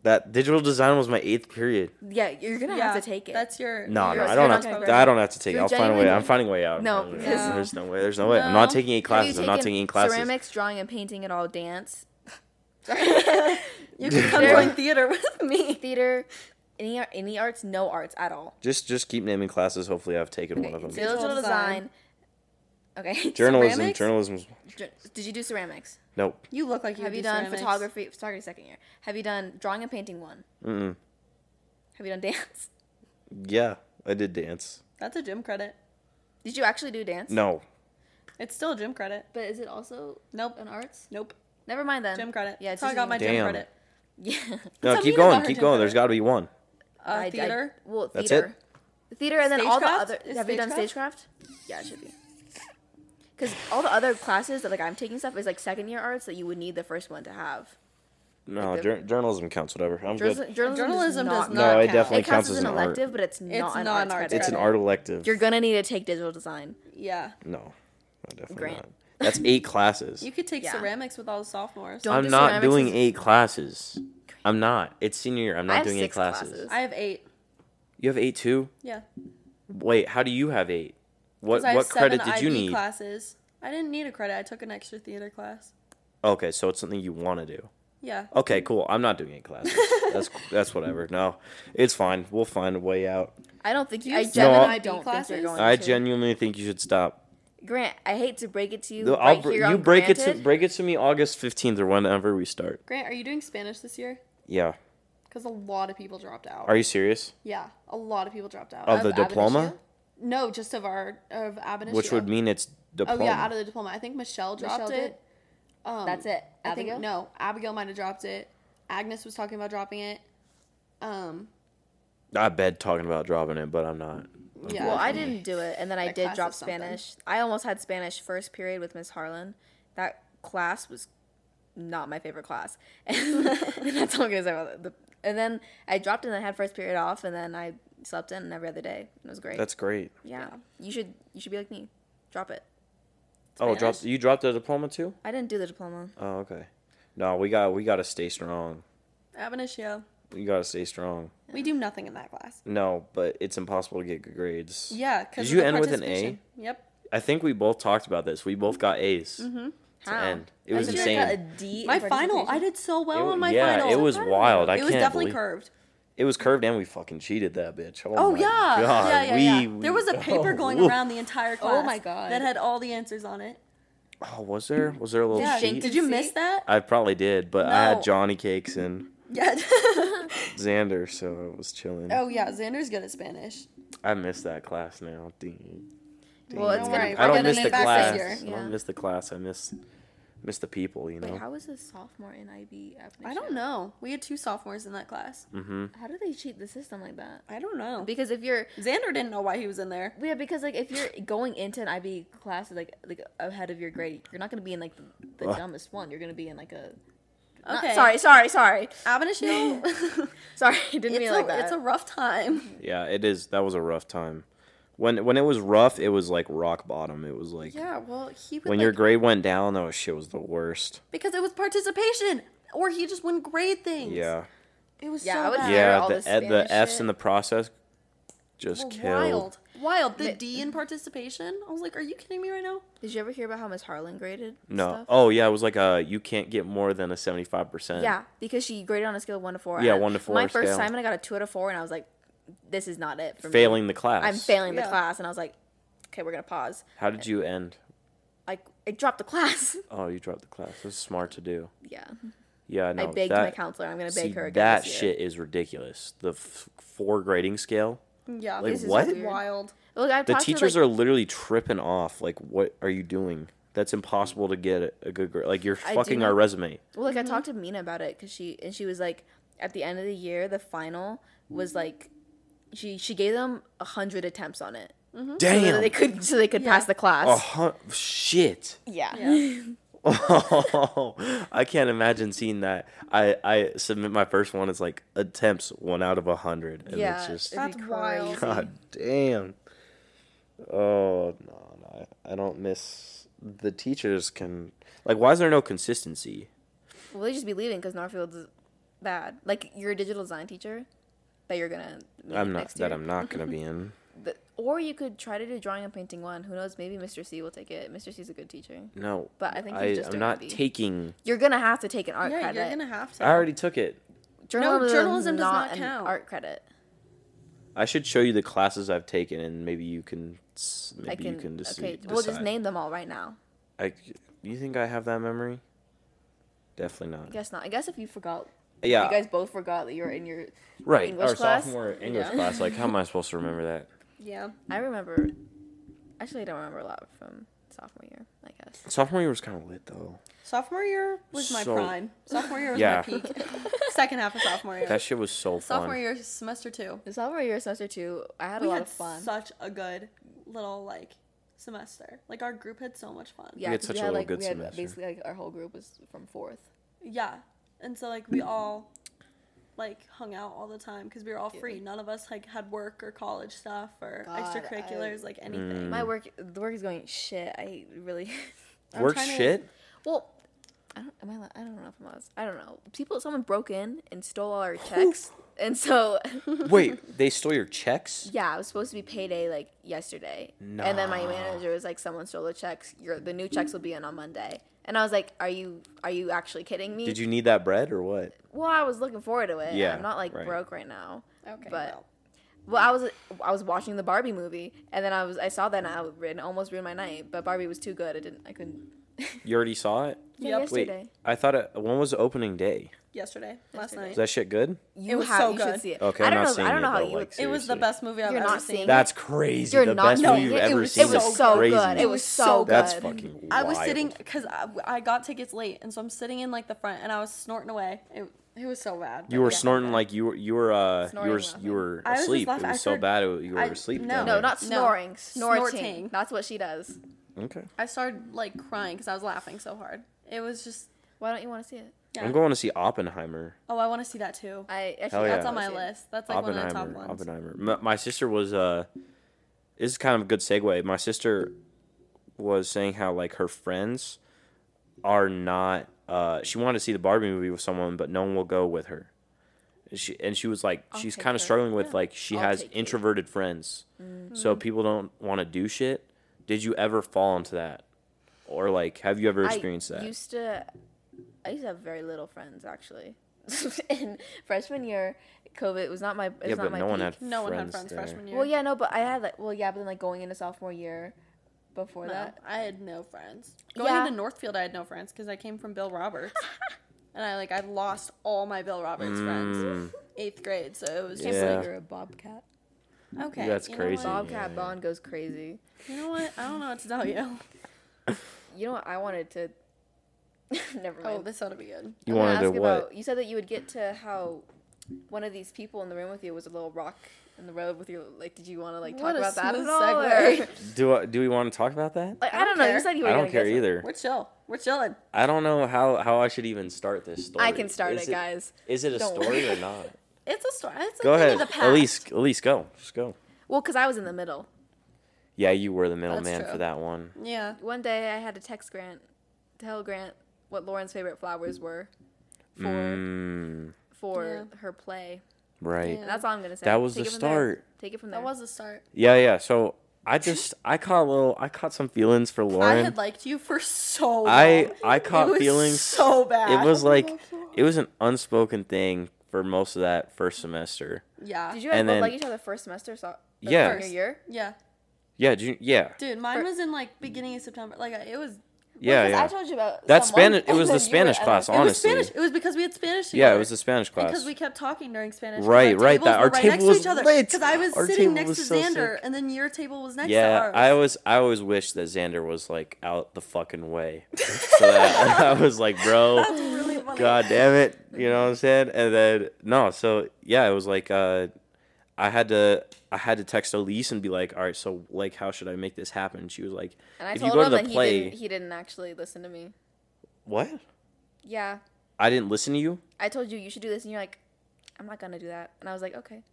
Speaker 1: That digital design was my eighth period.
Speaker 2: Yeah, you're gonna have to take it.
Speaker 3: That's your.
Speaker 1: No, no,
Speaker 3: your-
Speaker 1: I
Speaker 2: you're
Speaker 1: don't
Speaker 2: not
Speaker 1: have
Speaker 2: gonna
Speaker 1: to.
Speaker 2: get
Speaker 1: I don't have to take. it.
Speaker 2: You're
Speaker 1: I'll find a way.
Speaker 2: genuinely-
Speaker 1: I'm finding a way out.
Speaker 2: No,
Speaker 1: I'm finding a way
Speaker 2: because-
Speaker 1: out. there's no way. There's no way. I'm not
Speaker 3: No.
Speaker 1: taking any
Speaker 2: Have you
Speaker 1: classes. I'm not
Speaker 2: taken
Speaker 1: taking any classes.
Speaker 2: Ceramics, drawing, and painting at all. Dance,
Speaker 3: You can come
Speaker 2: There-
Speaker 3: join theater with me.
Speaker 2: theater, any ar- any arts, no arts at all.
Speaker 1: Just just keep naming classes. Hopefully, I've taken one of them.
Speaker 2: Digital,
Speaker 3: Digital
Speaker 2: design. Okay.
Speaker 1: Journalism.
Speaker 3: ceramics?
Speaker 1: Journalism's.
Speaker 2: Ger- Did you do ceramics?
Speaker 1: Nope.
Speaker 3: You look like you
Speaker 2: Have
Speaker 3: would
Speaker 2: you
Speaker 3: do
Speaker 2: done
Speaker 3: ceramics.
Speaker 2: photography? Photography second year. Have you done drawing and painting one?
Speaker 1: Mm-mm.
Speaker 2: Have you done dance?
Speaker 1: Yeah, I did dance.
Speaker 3: That's a gym credit.
Speaker 2: Did you actually do dance?
Speaker 1: No.
Speaker 3: It's still a gym credit.
Speaker 2: But is it also
Speaker 3: Nope.
Speaker 2: an arts?
Speaker 3: Nope.
Speaker 2: Never mind then.
Speaker 3: Gym credit.
Speaker 2: Yeah,
Speaker 3: Yeah,
Speaker 2: it's
Speaker 3: so I got my
Speaker 2: just-
Speaker 3: gym
Speaker 1: Damn.
Speaker 3: credit.
Speaker 2: Yeah.
Speaker 1: No,
Speaker 3: What's that
Speaker 1: keep
Speaker 3: mean about
Speaker 1: going.
Speaker 3: her
Speaker 1: Keep
Speaker 3: gym
Speaker 1: going.
Speaker 3: credit?
Speaker 1: There's got to be one.
Speaker 2: I-
Speaker 3: Uh,
Speaker 2: I-
Speaker 3: theater.
Speaker 2: well,
Speaker 1: That's
Speaker 2: theater. Theater and then all the
Speaker 3: Stagecraft?
Speaker 2: other.
Speaker 3: Is
Speaker 2: have you done stagecraft? Yeah, it should be. Because all the other classes that like I'm taking stuff is like second year arts that you would need the first one to have.
Speaker 1: No,
Speaker 2: the-
Speaker 1: jour- journalism counts. Whatever. I'm good.
Speaker 2: Journalism, journalism,
Speaker 3: Journalism
Speaker 2: does
Speaker 3: does
Speaker 2: not.
Speaker 1: No,
Speaker 3: not
Speaker 1: it
Speaker 3: count.
Speaker 1: definitely
Speaker 2: it counts as an
Speaker 1: art.
Speaker 2: elective, but it's not
Speaker 3: It's
Speaker 2: an
Speaker 3: not
Speaker 2: art
Speaker 3: an arts
Speaker 2: credit.
Speaker 1: It's an
Speaker 3: credit.
Speaker 1: art elective.
Speaker 2: You're gonna need to take digital design.
Speaker 3: Yeah.
Speaker 1: No, definitely
Speaker 2: Grant.
Speaker 1: not. That's eight classes.
Speaker 3: You could take
Speaker 2: Yeah.
Speaker 3: ceramics with all the sophomores.
Speaker 2: Don't-
Speaker 1: I'm
Speaker 2: do
Speaker 1: not
Speaker 2: ceramics
Speaker 1: doing
Speaker 2: is-
Speaker 1: eight classes. I'm not. It's senior year. I'm not
Speaker 2: have
Speaker 1: doing eight
Speaker 2: six
Speaker 1: classes.
Speaker 2: classes.
Speaker 3: I have eight.
Speaker 1: You have eight too.
Speaker 3: Yeah.
Speaker 1: Wait, how do you have eight? What
Speaker 3: 'Cause I have
Speaker 1: what
Speaker 3: seven
Speaker 1: credit did you
Speaker 3: IB
Speaker 1: need?
Speaker 3: Classes. I didn't need a credit. I took an extra theater class.
Speaker 1: Okay, so it's something you want to do.
Speaker 3: Yeah.
Speaker 1: Okay, cool. I'm not doing eight classes. that's that's whatever. No, it's fine. We'll find a way out.
Speaker 2: I don't think you.
Speaker 3: you
Speaker 2: I
Speaker 3: have
Speaker 1: seven
Speaker 2: genuinely
Speaker 3: IB
Speaker 2: don't think you're
Speaker 3: classes?
Speaker 2: going
Speaker 1: I
Speaker 2: to.
Speaker 1: genuinely think you should stop.
Speaker 2: Grant, I hate to break it to you.
Speaker 1: I'll
Speaker 2: right
Speaker 1: br-
Speaker 2: here
Speaker 1: you
Speaker 2: on
Speaker 1: break it to
Speaker 2: Granted.
Speaker 1: break it to me August 15th or whenever we start.
Speaker 3: Grant, are you doing Spanish this year?
Speaker 1: Yeah.
Speaker 3: Because a lot of people dropped out.
Speaker 1: Are you serious?
Speaker 3: yeah, a lot of people dropped out.
Speaker 1: Of
Speaker 2: Of
Speaker 1: the
Speaker 2: ab initio?
Speaker 1: diploma,
Speaker 3: no, just of our of ab initio.
Speaker 1: which would mean it's
Speaker 3: Oh
Speaker 1: diploma.
Speaker 3: yeah, out of the diploma. I think Michelle dropped
Speaker 2: Michelle did?
Speaker 3: it. Um,
Speaker 2: That's it.
Speaker 3: I think
Speaker 2: Abigail?
Speaker 3: no, Abigail might have dropped it. Agnes was talking about dropping it. Um,
Speaker 1: I bet talking about dropping it, but I'm not.
Speaker 3: yeah.
Speaker 2: Well, I didn't do it, and then I
Speaker 3: That
Speaker 2: did
Speaker 3: class
Speaker 2: drop
Speaker 3: is something.
Speaker 2: Spanish. I almost had Spanish first period with Miss Harlan. That class was not my favorite class, and that's all I'm gonna say about it. The, and then I dropped, and I had first period off, and then I slept in every other day. It was great.
Speaker 1: That's great.
Speaker 2: yeah. You should you should be like me. Drop it.
Speaker 1: Oh, drop you dropped the diploma too?
Speaker 2: I didn't do the diploma.
Speaker 1: Oh, okay. No, we got we got to stay strong.
Speaker 3: ab initio.
Speaker 1: You got to stay strong.
Speaker 3: We do nothing in that class.
Speaker 1: No, but it's impossible to get good grades.
Speaker 3: Yeah, because
Speaker 1: Did you end with an A?
Speaker 3: Yep.
Speaker 1: I think we both talked about this. We both got A's to
Speaker 3: Mm-hmm.
Speaker 2: How?
Speaker 1: end. It was
Speaker 2: I
Speaker 1: insane.
Speaker 2: should've got a D in
Speaker 3: My final, I
Speaker 2: participation.
Speaker 3: did so well
Speaker 1: It-
Speaker 3: on my
Speaker 1: yeah,
Speaker 3: final.
Speaker 1: it was wild. I
Speaker 3: it was
Speaker 1: can't
Speaker 3: definitely
Speaker 1: believe-
Speaker 3: curved.
Speaker 1: It was curved and we fucking cheated that bitch. Oh,
Speaker 3: Oh,
Speaker 1: my
Speaker 3: yeah.
Speaker 1: God.
Speaker 3: yeah, yeah,
Speaker 1: we,
Speaker 3: yeah.
Speaker 1: we-
Speaker 3: There was a paper
Speaker 1: oh,
Speaker 3: going
Speaker 1: woo.
Speaker 3: around the entire class.
Speaker 2: Oh, my God.
Speaker 3: That had all the answers on it.
Speaker 1: Oh, was there? Was there a little
Speaker 3: Yeah.
Speaker 1: sheet?
Speaker 2: Jenkins-
Speaker 3: Did you miss
Speaker 2: See?
Speaker 3: that?
Speaker 1: I probably did, but I had
Speaker 3: No.
Speaker 1: Johnny cakes and
Speaker 3: Yeah.
Speaker 1: Xander, so it was chilling.
Speaker 3: oh yeah, Xander's good at Spanish.
Speaker 1: I miss that class now. Dang.
Speaker 2: Well, it's
Speaker 3: Don't
Speaker 2: gonna.
Speaker 3: worry,
Speaker 1: I
Speaker 3: we're
Speaker 1: don't
Speaker 3: gonna
Speaker 1: miss
Speaker 3: make
Speaker 1: the
Speaker 3: it back
Speaker 1: class.
Speaker 3: this
Speaker 1: I
Speaker 2: year. Yeah.
Speaker 1: don't miss the class. I miss miss the people. You know.
Speaker 2: Wait, how is a sophomore in IB? ab
Speaker 3: I
Speaker 2: initio?
Speaker 3: don't know. We had two sophomores in that class.
Speaker 1: Mm.
Speaker 2: How do they cheat the system like that?
Speaker 3: I don't know.
Speaker 2: Because if you're
Speaker 3: Xander didn't know why he was in there.
Speaker 2: Yeah, because like if you're going into an IB class like like ahead of your grade, you're not gonna be in like the, the
Speaker 1: Ugh.
Speaker 2: dumbest one. You're gonna be in like a Not-
Speaker 3: Okay.
Speaker 2: sorry, sorry, sorry,
Speaker 3: Abinishil,
Speaker 2: sorry. Didn't
Speaker 3: it's,
Speaker 2: mean it
Speaker 3: a,
Speaker 2: like that.
Speaker 3: it's a rough time.
Speaker 1: Yeah, it is. That was a rough time. When when it was rough, it was like rock bottom. It was like
Speaker 3: Yeah, well, he would
Speaker 1: when
Speaker 3: like,
Speaker 1: your grade went down, that was, shit was the worst.
Speaker 3: because it was participation, or he just wouldn't grade things.
Speaker 1: Yeah,
Speaker 3: it was
Speaker 2: Yeah,
Speaker 3: so
Speaker 2: I would
Speaker 3: bad.
Speaker 2: hear
Speaker 1: yeah.
Speaker 2: all
Speaker 1: The
Speaker 2: the
Speaker 1: ed- the
Speaker 2: Spanish
Speaker 1: F's in
Speaker 2: shit.
Speaker 1: the process just killed.
Speaker 3: wild, wild. The
Speaker 2: They-
Speaker 3: D in participation. I was like, are you kidding me right now?
Speaker 2: Did you ever hear about how Miss Harlan graded?
Speaker 1: No.
Speaker 2: stuff?
Speaker 1: Oh yeah, it was like a you can't get more than a seventy five percent.
Speaker 2: Yeah, because she graded on a scale of one to four.
Speaker 1: Yeah,
Speaker 2: and
Speaker 1: one to four
Speaker 2: My first
Speaker 1: scale.
Speaker 2: assignment, I got a two out of four, and I was like, "This is not it for me."
Speaker 1: Failing the class.
Speaker 2: I'm failing the
Speaker 3: Yeah.
Speaker 2: class, and I was like, "Okay, we're gonna pause."
Speaker 1: How did you end?
Speaker 2: Like, I dropped the class.
Speaker 1: Oh, you dropped the class. That's smart to do.
Speaker 2: Yeah,
Speaker 1: Yeah, no,
Speaker 2: I begged
Speaker 1: Oh, that,
Speaker 2: my counselor. I'm gonna beg
Speaker 1: see,
Speaker 2: her again.
Speaker 1: that
Speaker 2: this year.
Speaker 1: shit is ridiculous. The f- four grading scale.
Speaker 3: Yeah,
Speaker 1: Like,
Speaker 3: this is
Speaker 1: what?
Speaker 3: wild.
Speaker 2: Look, I've
Speaker 1: The
Speaker 2: talked
Speaker 1: teachers
Speaker 2: to,
Speaker 1: are
Speaker 2: like,
Speaker 1: literally tripping off. Like, what are you doing? That's impossible to get a- a good grade. Like, you're
Speaker 2: do
Speaker 1: fucking our
Speaker 2: not-
Speaker 1: resume.
Speaker 2: Well, like I talked
Speaker 3: Mm-hmm.
Speaker 2: to Mina about it because she and she was like, at the end of the year, the final
Speaker 3: Mm-hmm.
Speaker 2: was like, she she gave them a hundred attempts on it Mm-hmm. so that
Speaker 1: Damn. Oh.
Speaker 2: they could so they could pass the class.
Speaker 1: A hun- shit. Oh,
Speaker 2: Yeah.
Speaker 1: I can't imagine seeing that. I, I submit my first one. It's like attempts one out of a hundred, and
Speaker 2: Yeah,
Speaker 1: it's just
Speaker 2: it'd be
Speaker 3: That's wild.
Speaker 2: crazy.
Speaker 1: God damn. Oh no, no, I, I don't miss the teachers. Can like, why is there no consistency?
Speaker 2: Well, they just be leaving because Norfield's bad. Like you're a digital design teacher that you're gonna. meet
Speaker 1: I'm not
Speaker 2: next
Speaker 1: that
Speaker 2: year.
Speaker 1: I'm not gonna be in.
Speaker 2: But- or you could try to do drawing and painting one. Who knows? Maybe Mr. C will take it. Mr. C's a good teacher.
Speaker 1: No,
Speaker 2: But I think he's
Speaker 1: I,
Speaker 2: just
Speaker 1: I'm
Speaker 2: doing
Speaker 1: not
Speaker 2: B.
Speaker 1: taking.
Speaker 2: You're gonna have to take an art
Speaker 3: Yeah,
Speaker 2: credit.
Speaker 3: you're gonna have to.
Speaker 1: I already took it.
Speaker 2: Journalism,
Speaker 3: journalism does
Speaker 2: not
Speaker 3: not
Speaker 2: an
Speaker 3: count.
Speaker 2: art credit.
Speaker 1: I should show you the classes I've taken, and maybe you can. s- Maybe
Speaker 2: I can.
Speaker 1: you can just
Speaker 2: okay,
Speaker 1: decide.
Speaker 2: we'll just name them all right now.
Speaker 1: I, you think I have that memory? Definitely
Speaker 2: I
Speaker 1: not.
Speaker 2: guess not. I guess if you forgot,
Speaker 1: Yeah,
Speaker 2: you guys both forgot that you were in your.
Speaker 1: right.
Speaker 2: English
Speaker 1: Our
Speaker 2: class?
Speaker 1: sophomore English
Speaker 2: Yeah.
Speaker 1: class. Like, how am I supposed to remember that?
Speaker 3: yeah,
Speaker 2: I remember. Actually, I don't remember a lot from sophomore year. I guess.
Speaker 1: Sophomore year was kind of lit though.
Speaker 3: sophomore year was my
Speaker 1: So-
Speaker 3: prime. Sophomore year was
Speaker 1: Yeah.
Speaker 3: my peak. Second half of sophomore year.
Speaker 1: That shit was so
Speaker 3: sophomore
Speaker 1: fun.
Speaker 3: year, semester two.
Speaker 2: The sophomore year semester two, I had
Speaker 3: we
Speaker 2: a lot
Speaker 3: had
Speaker 2: of fun.
Speaker 3: such a good little like semester. Like our group had so much fun.
Speaker 2: yeah,
Speaker 1: had
Speaker 2: 'cause
Speaker 1: such a little good
Speaker 2: we had
Speaker 1: semester.
Speaker 2: basically like our whole group was from fourth.
Speaker 3: Yeah. And so like we all like hung out all the time because we were all free. None of us like had work or college stuff or
Speaker 2: God,
Speaker 3: extracurriculars, like
Speaker 1: Mm.
Speaker 3: anything.
Speaker 2: My work, the work is going shit. I really.
Speaker 3: I'm
Speaker 1: Work
Speaker 3: trying to-
Speaker 1: shit.
Speaker 2: well, I don't. Am I? allo- I don't know if I'm allowed. I don't know. People, someone broke in and stole all our checks, and so
Speaker 1: Wait, they stole your checks?
Speaker 2: yeah, it was supposed to be payday like yesterday, and then my
Speaker 1: Nah.
Speaker 2: manager was like, "Someone stole the checks. Your the new checks will be in on Monday." And I was like, "Are you are you actually kidding me?"
Speaker 1: Did you need that bread or what?
Speaker 2: Well, I was looking forward to it.
Speaker 1: Yeah,
Speaker 2: I'm not like
Speaker 1: right.
Speaker 2: broke right now.
Speaker 3: Okay.
Speaker 2: But-
Speaker 3: well.
Speaker 2: Well, I was I was watching the Barbie movie, and then I was I saw that and I ruined, almost ruined my night. But Barbie was too good. I didn't. I couldn't.
Speaker 1: You already saw it?
Speaker 2: Yeah,
Speaker 3: Yep.
Speaker 1: Wait,
Speaker 2: yesterday.
Speaker 1: I thought it. When was opening day?
Speaker 3: yesterday, last
Speaker 2: Yesterday.
Speaker 3: night.
Speaker 1: Is that shit good?
Speaker 2: You
Speaker 3: was
Speaker 2: have
Speaker 3: so
Speaker 2: you
Speaker 3: good.
Speaker 2: should see it.
Speaker 1: Okay,
Speaker 2: I
Speaker 1: I'm
Speaker 2: don't
Speaker 1: not
Speaker 2: know.
Speaker 1: seeing
Speaker 2: I don't know
Speaker 1: it,
Speaker 2: how
Speaker 1: though,
Speaker 2: you.
Speaker 1: like,
Speaker 3: it was the
Speaker 1: Seriously.
Speaker 3: best movie I've
Speaker 2: You're
Speaker 3: ever
Speaker 2: not
Speaker 3: seen.
Speaker 2: seeing
Speaker 1: That's crazy.
Speaker 2: You're
Speaker 1: the
Speaker 2: not-
Speaker 1: best
Speaker 2: no,
Speaker 1: movie you've
Speaker 3: it
Speaker 1: ever
Speaker 3: was-
Speaker 1: seen.
Speaker 2: it
Speaker 1: is
Speaker 2: was so
Speaker 1: crazy.
Speaker 2: good. It
Speaker 3: It
Speaker 2: was
Speaker 3: was
Speaker 2: so
Speaker 3: so
Speaker 2: good.
Speaker 1: That's fucking. Wild.
Speaker 3: I was sitting because I, I got tickets late, and so I'm sitting in like the front, and I was snorting away. It, it was so bad.
Speaker 1: You
Speaker 3: but
Speaker 1: were
Speaker 3: yeah.
Speaker 1: snorting like you were you were uh
Speaker 2: Snorting
Speaker 1: you were
Speaker 2: laughing.
Speaker 1: you were
Speaker 3: I was just
Speaker 1: asleep.
Speaker 3: laughing.
Speaker 1: It
Speaker 3: I
Speaker 1: was so
Speaker 3: heard-
Speaker 1: bad it, you were
Speaker 3: I-
Speaker 1: asleep.
Speaker 3: no.
Speaker 1: down
Speaker 2: No,
Speaker 1: there.
Speaker 2: not
Speaker 3: No.
Speaker 2: snoring. Snorting.
Speaker 3: Snorting.
Speaker 2: That's what she does.
Speaker 1: Okay.
Speaker 3: I started like crying because I was laughing so hard. It was just.
Speaker 2: Why don't you want to see it?
Speaker 3: Yeah.
Speaker 1: I'm going to see Oppenheimer.
Speaker 3: oh, I want to see that too.
Speaker 2: I actually
Speaker 1: Hell yeah.
Speaker 3: That's on my
Speaker 2: wanna see it.
Speaker 3: list. That's like one of the top
Speaker 1: Oppenheimer.
Speaker 3: ones.
Speaker 1: Oppenheimer. My, my sister was uh, this is kind of a good segue. My sister was saying how like her friends are not. Uh, she wanted to see the Barbie movie with someone, but no one will go with her. And She and she was like, she's
Speaker 2: take
Speaker 1: kind
Speaker 2: her.
Speaker 1: of struggling with like she
Speaker 2: I'll
Speaker 1: has
Speaker 2: take you.
Speaker 1: introverted friends,
Speaker 3: Mm-hmm.
Speaker 1: so people don't want to do shit. Did you ever fall into that, or like have you ever experienced
Speaker 2: I
Speaker 1: that?
Speaker 2: used to. I used to have very little friends actually. In freshman year, COVID was not my. It was
Speaker 1: yeah,
Speaker 2: not
Speaker 1: but
Speaker 2: my
Speaker 1: no one
Speaker 2: peak.
Speaker 1: had friends
Speaker 3: No one had friends
Speaker 1: there.
Speaker 3: freshman year.
Speaker 2: Well, yeah, no, but I had like, well, yeah, but then like going into sophomore year, before
Speaker 3: No,
Speaker 2: that,
Speaker 3: I had no friends. Going
Speaker 2: Yeah.
Speaker 3: into Northfield, I had no friends because I came from Bill Roberts, and I like I lost all my Bill Roberts
Speaker 1: Mm.
Speaker 3: friends eighth grade. So it was just
Speaker 1: Yeah.
Speaker 3: like
Speaker 2: you're a bobcat.
Speaker 3: okay,
Speaker 1: That's
Speaker 3: you
Speaker 1: crazy.
Speaker 3: Know what?
Speaker 2: Bobcat Bond goes crazy.
Speaker 3: You know what? I don't know what to tell you.
Speaker 2: You know what? I wanted to. Never mind.
Speaker 3: Oh, this ought to be good.
Speaker 1: You
Speaker 2: I'm gonna
Speaker 1: wanted to
Speaker 2: ask
Speaker 1: what?
Speaker 2: about- you said that you would get to how one of these people in the room with you was a little rock in the road with your like did you want to like talk
Speaker 3: What a
Speaker 2: about that at
Speaker 3: smooth
Speaker 2: all?
Speaker 3: segue.
Speaker 2: or-
Speaker 1: Do I, do we want to talk about that?
Speaker 2: Like I,
Speaker 3: I
Speaker 2: don't
Speaker 3: don't
Speaker 2: know. You
Speaker 3: care.
Speaker 2: said you were
Speaker 1: I
Speaker 2: gonna
Speaker 1: don't
Speaker 2: get
Speaker 1: care
Speaker 2: some-
Speaker 1: either.
Speaker 3: We're chill. We're chilling.
Speaker 1: I don't know how, how I should even start this story.
Speaker 2: I can start
Speaker 1: Is
Speaker 2: it, guys.
Speaker 1: Is it a
Speaker 2: Don't
Speaker 1: story
Speaker 2: worry.
Speaker 1: or not?
Speaker 3: It's a story. It's a
Speaker 1: Go
Speaker 3: thing
Speaker 1: ahead.
Speaker 3: of the past.
Speaker 1: Elise, Elise, go. Just go.
Speaker 2: Well, because I was in the middle.
Speaker 1: Yeah, you were the middleman
Speaker 3: true.
Speaker 1: for that one.
Speaker 3: Yeah.
Speaker 2: One day I had to text Grant, tell Grant what Lauren's favorite flowers were for
Speaker 1: Mm,
Speaker 2: for
Speaker 3: Yeah.
Speaker 2: her play.
Speaker 1: right.
Speaker 3: Yeah.
Speaker 2: And that's all I'm gonna say.
Speaker 1: That was
Speaker 2: Take
Speaker 1: the
Speaker 2: it from there.
Speaker 1: start.
Speaker 2: Take it from there.
Speaker 3: That was a start.
Speaker 1: Yeah, yeah. So I just I caught a little I caught some feelings for
Speaker 3: I
Speaker 1: Lauren.
Speaker 3: had liked you for so long.
Speaker 1: I I
Speaker 3: it
Speaker 1: caught
Speaker 3: was
Speaker 1: feelings.
Speaker 3: so bad.
Speaker 1: it was like it was an unspoken thing for most of that first semester.
Speaker 3: yeah.
Speaker 2: Did you guys
Speaker 1: and
Speaker 2: both
Speaker 1: then-
Speaker 2: like each other first semester? So, like,
Speaker 1: Yeah.
Speaker 2: Junior year.
Speaker 3: Yeah.
Speaker 1: Yeah, ju- yeah,
Speaker 3: Dude, mine
Speaker 2: For-
Speaker 3: was in like beginning of September. Like it was
Speaker 1: yeah,
Speaker 2: Because
Speaker 1: yeah.
Speaker 2: I told you about
Speaker 1: That
Speaker 2: someone,
Speaker 1: Spanish- it was
Speaker 2: and
Speaker 1: the
Speaker 2: then you were
Speaker 1: Spanish
Speaker 2: at
Speaker 1: class,
Speaker 2: a-
Speaker 3: it was
Speaker 1: Honestly.
Speaker 3: Spanish. It was because we had Spanish.
Speaker 1: yeah,
Speaker 3: together.
Speaker 1: it was the Spanish class.
Speaker 3: Because we kept talking during Spanish. 'cause
Speaker 1: Right,
Speaker 3: our
Speaker 1: right,
Speaker 3: tables
Speaker 1: that-
Speaker 3: were
Speaker 1: our
Speaker 3: right
Speaker 1: table
Speaker 3: next to
Speaker 1: was
Speaker 3: each other.
Speaker 1: lit.
Speaker 3: Because I was
Speaker 1: Our
Speaker 3: sitting
Speaker 1: table
Speaker 3: next
Speaker 1: was
Speaker 3: to
Speaker 1: so
Speaker 3: Xander,
Speaker 1: sick.
Speaker 3: and then your table was next to
Speaker 1: yeah,
Speaker 3: ours.
Speaker 1: I always I always wish that Xander was like out the fucking way. so that I was like, bro,
Speaker 3: That's really funny.
Speaker 1: God damn it. You know what I'm saying? And then no, so yeah, it was like uh I had to I had to text Elise and be like, all right, so like how should I make this happen? And she was like,
Speaker 2: And I
Speaker 1: if you
Speaker 2: told
Speaker 1: go to
Speaker 2: him
Speaker 1: the
Speaker 2: that he
Speaker 1: play
Speaker 2: didn't, he didn't actually listen to me.
Speaker 1: What?
Speaker 2: Yeah,
Speaker 1: I didn't listen to you?
Speaker 2: I told you you should do this, and you're like, I'm not gonna do that. And I was like, okay.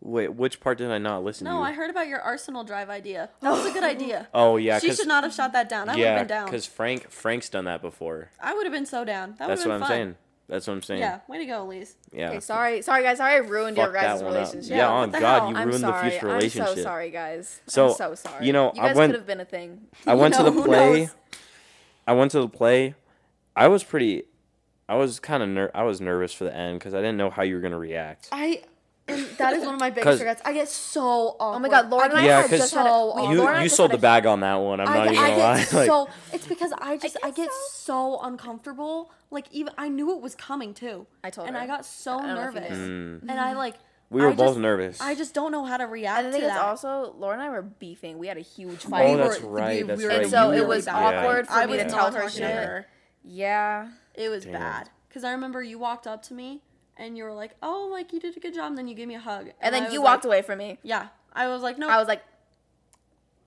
Speaker 1: Wait, which part did I not listen to?
Speaker 3: No, I heard about your Arsenal drive idea. That was a good idea.
Speaker 1: Oh yeah,
Speaker 3: she
Speaker 1: 'cause-
Speaker 3: should not have shot that down. I would have
Speaker 1: yeah,
Speaker 3: been down.
Speaker 1: because Frank Frank's done that before.
Speaker 3: I would have been so down. That would
Speaker 1: That's
Speaker 3: have
Speaker 1: what
Speaker 3: been
Speaker 1: I'm
Speaker 3: fun.
Speaker 1: saying. That's what I'm saying.
Speaker 3: Yeah, way to go, Elise.
Speaker 1: Yeah.
Speaker 2: Okay, sorry, sorry guys, sorry I ruined your
Speaker 1: Fuck that
Speaker 2: guys'
Speaker 1: one up.
Speaker 2: relationship.
Speaker 1: Yeah,
Speaker 3: Yeah,
Speaker 1: on
Speaker 3: what the
Speaker 1: God,
Speaker 3: hell?
Speaker 1: you
Speaker 2: I'm
Speaker 1: ruined
Speaker 2: sorry.
Speaker 1: the future
Speaker 2: I'm
Speaker 1: relationship.
Speaker 2: so sorry, guys.
Speaker 1: So,
Speaker 2: I'm so sorry.
Speaker 1: you know,
Speaker 2: you
Speaker 1: I
Speaker 2: guys
Speaker 1: went-
Speaker 2: could have been a thing.
Speaker 1: I went to
Speaker 3: know,
Speaker 1: the
Speaker 3: who
Speaker 1: play.
Speaker 3: knows?
Speaker 1: I went to the play. I was pretty. I was kind of ner- I was nervous for the end because I didn't know how you were gonna react.
Speaker 3: I. And that is one of my
Speaker 1: 'Cause-
Speaker 3: biggest regrets. I get so awkward.
Speaker 2: Oh my God, Lauren and I
Speaker 1: Yeah,
Speaker 2: had
Speaker 1: 'cause
Speaker 2: just had a,
Speaker 3: so
Speaker 2: we-
Speaker 3: awkward.
Speaker 2: Lauren
Speaker 1: you
Speaker 2: and I
Speaker 1: you
Speaker 2: just
Speaker 1: sold the
Speaker 2: had a-
Speaker 1: bag on that one. I'm not
Speaker 3: I,
Speaker 1: even gonna
Speaker 3: I
Speaker 1: lie.
Speaker 3: get
Speaker 1: Like,
Speaker 3: so it's because I just I,
Speaker 2: get
Speaker 3: get
Speaker 2: so-
Speaker 3: so uncomfortable. Like even I knew it was coming too.
Speaker 2: I told
Speaker 3: and
Speaker 2: her.
Speaker 3: I got so
Speaker 2: I don't know if you
Speaker 3: nervous,
Speaker 2: knew.
Speaker 3: and I like
Speaker 1: Mm. we were
Speaker 3: I
Speaker 1: both
Speaker 3: just-
Speaker 1: nervous.
Speaker 3: I just don't know how to react
Speaker 2: And the thing
Speaker 3: to
Speaker 2: is,
Speaker 3: that.
Speaker 2: also, Laura and I were beefing. We had a huge fight.
Speaker 1: oh,
Speaker 3: we
Speaker 1: that's
Speaker 3: were-
Speaker 1: right.
Speaker 3: we
Speaker 1: that's
Speaker 3: were-
Speaker 1: right.
Speaker 3: And
Speaker 2: so
Speaker 1: you
Speaker 2: it
Speaker 1: were-
Speaker 2: was
Speaker 1: yeah.
Speaker 2: awkward for
Speaker 3: I
Speaker 2: me
Speaker 3: was
Speaker 2: to
Speaker 3: not
Speaker 2: tell her
Speaker 3: talking
Speaker 2: shit.
Speaker 3: to her.
Speaker 2: Yeah.
Speaker 3: It was
Speaker 1: Damn.
Speaker 3: bad because I remember you walked up to me and you were like, "Oh, like you did a good job." And then you gave me a hug,
Speaker 2: And
Speaker 3: I
Speaker 2: then
Speaker 3: was
Speaker 2: you
Speaker 3: like-
Speaker 2: walked away from me.
Speaker 3: Yeah, I was like, "No,"
Speaker 2: I was like,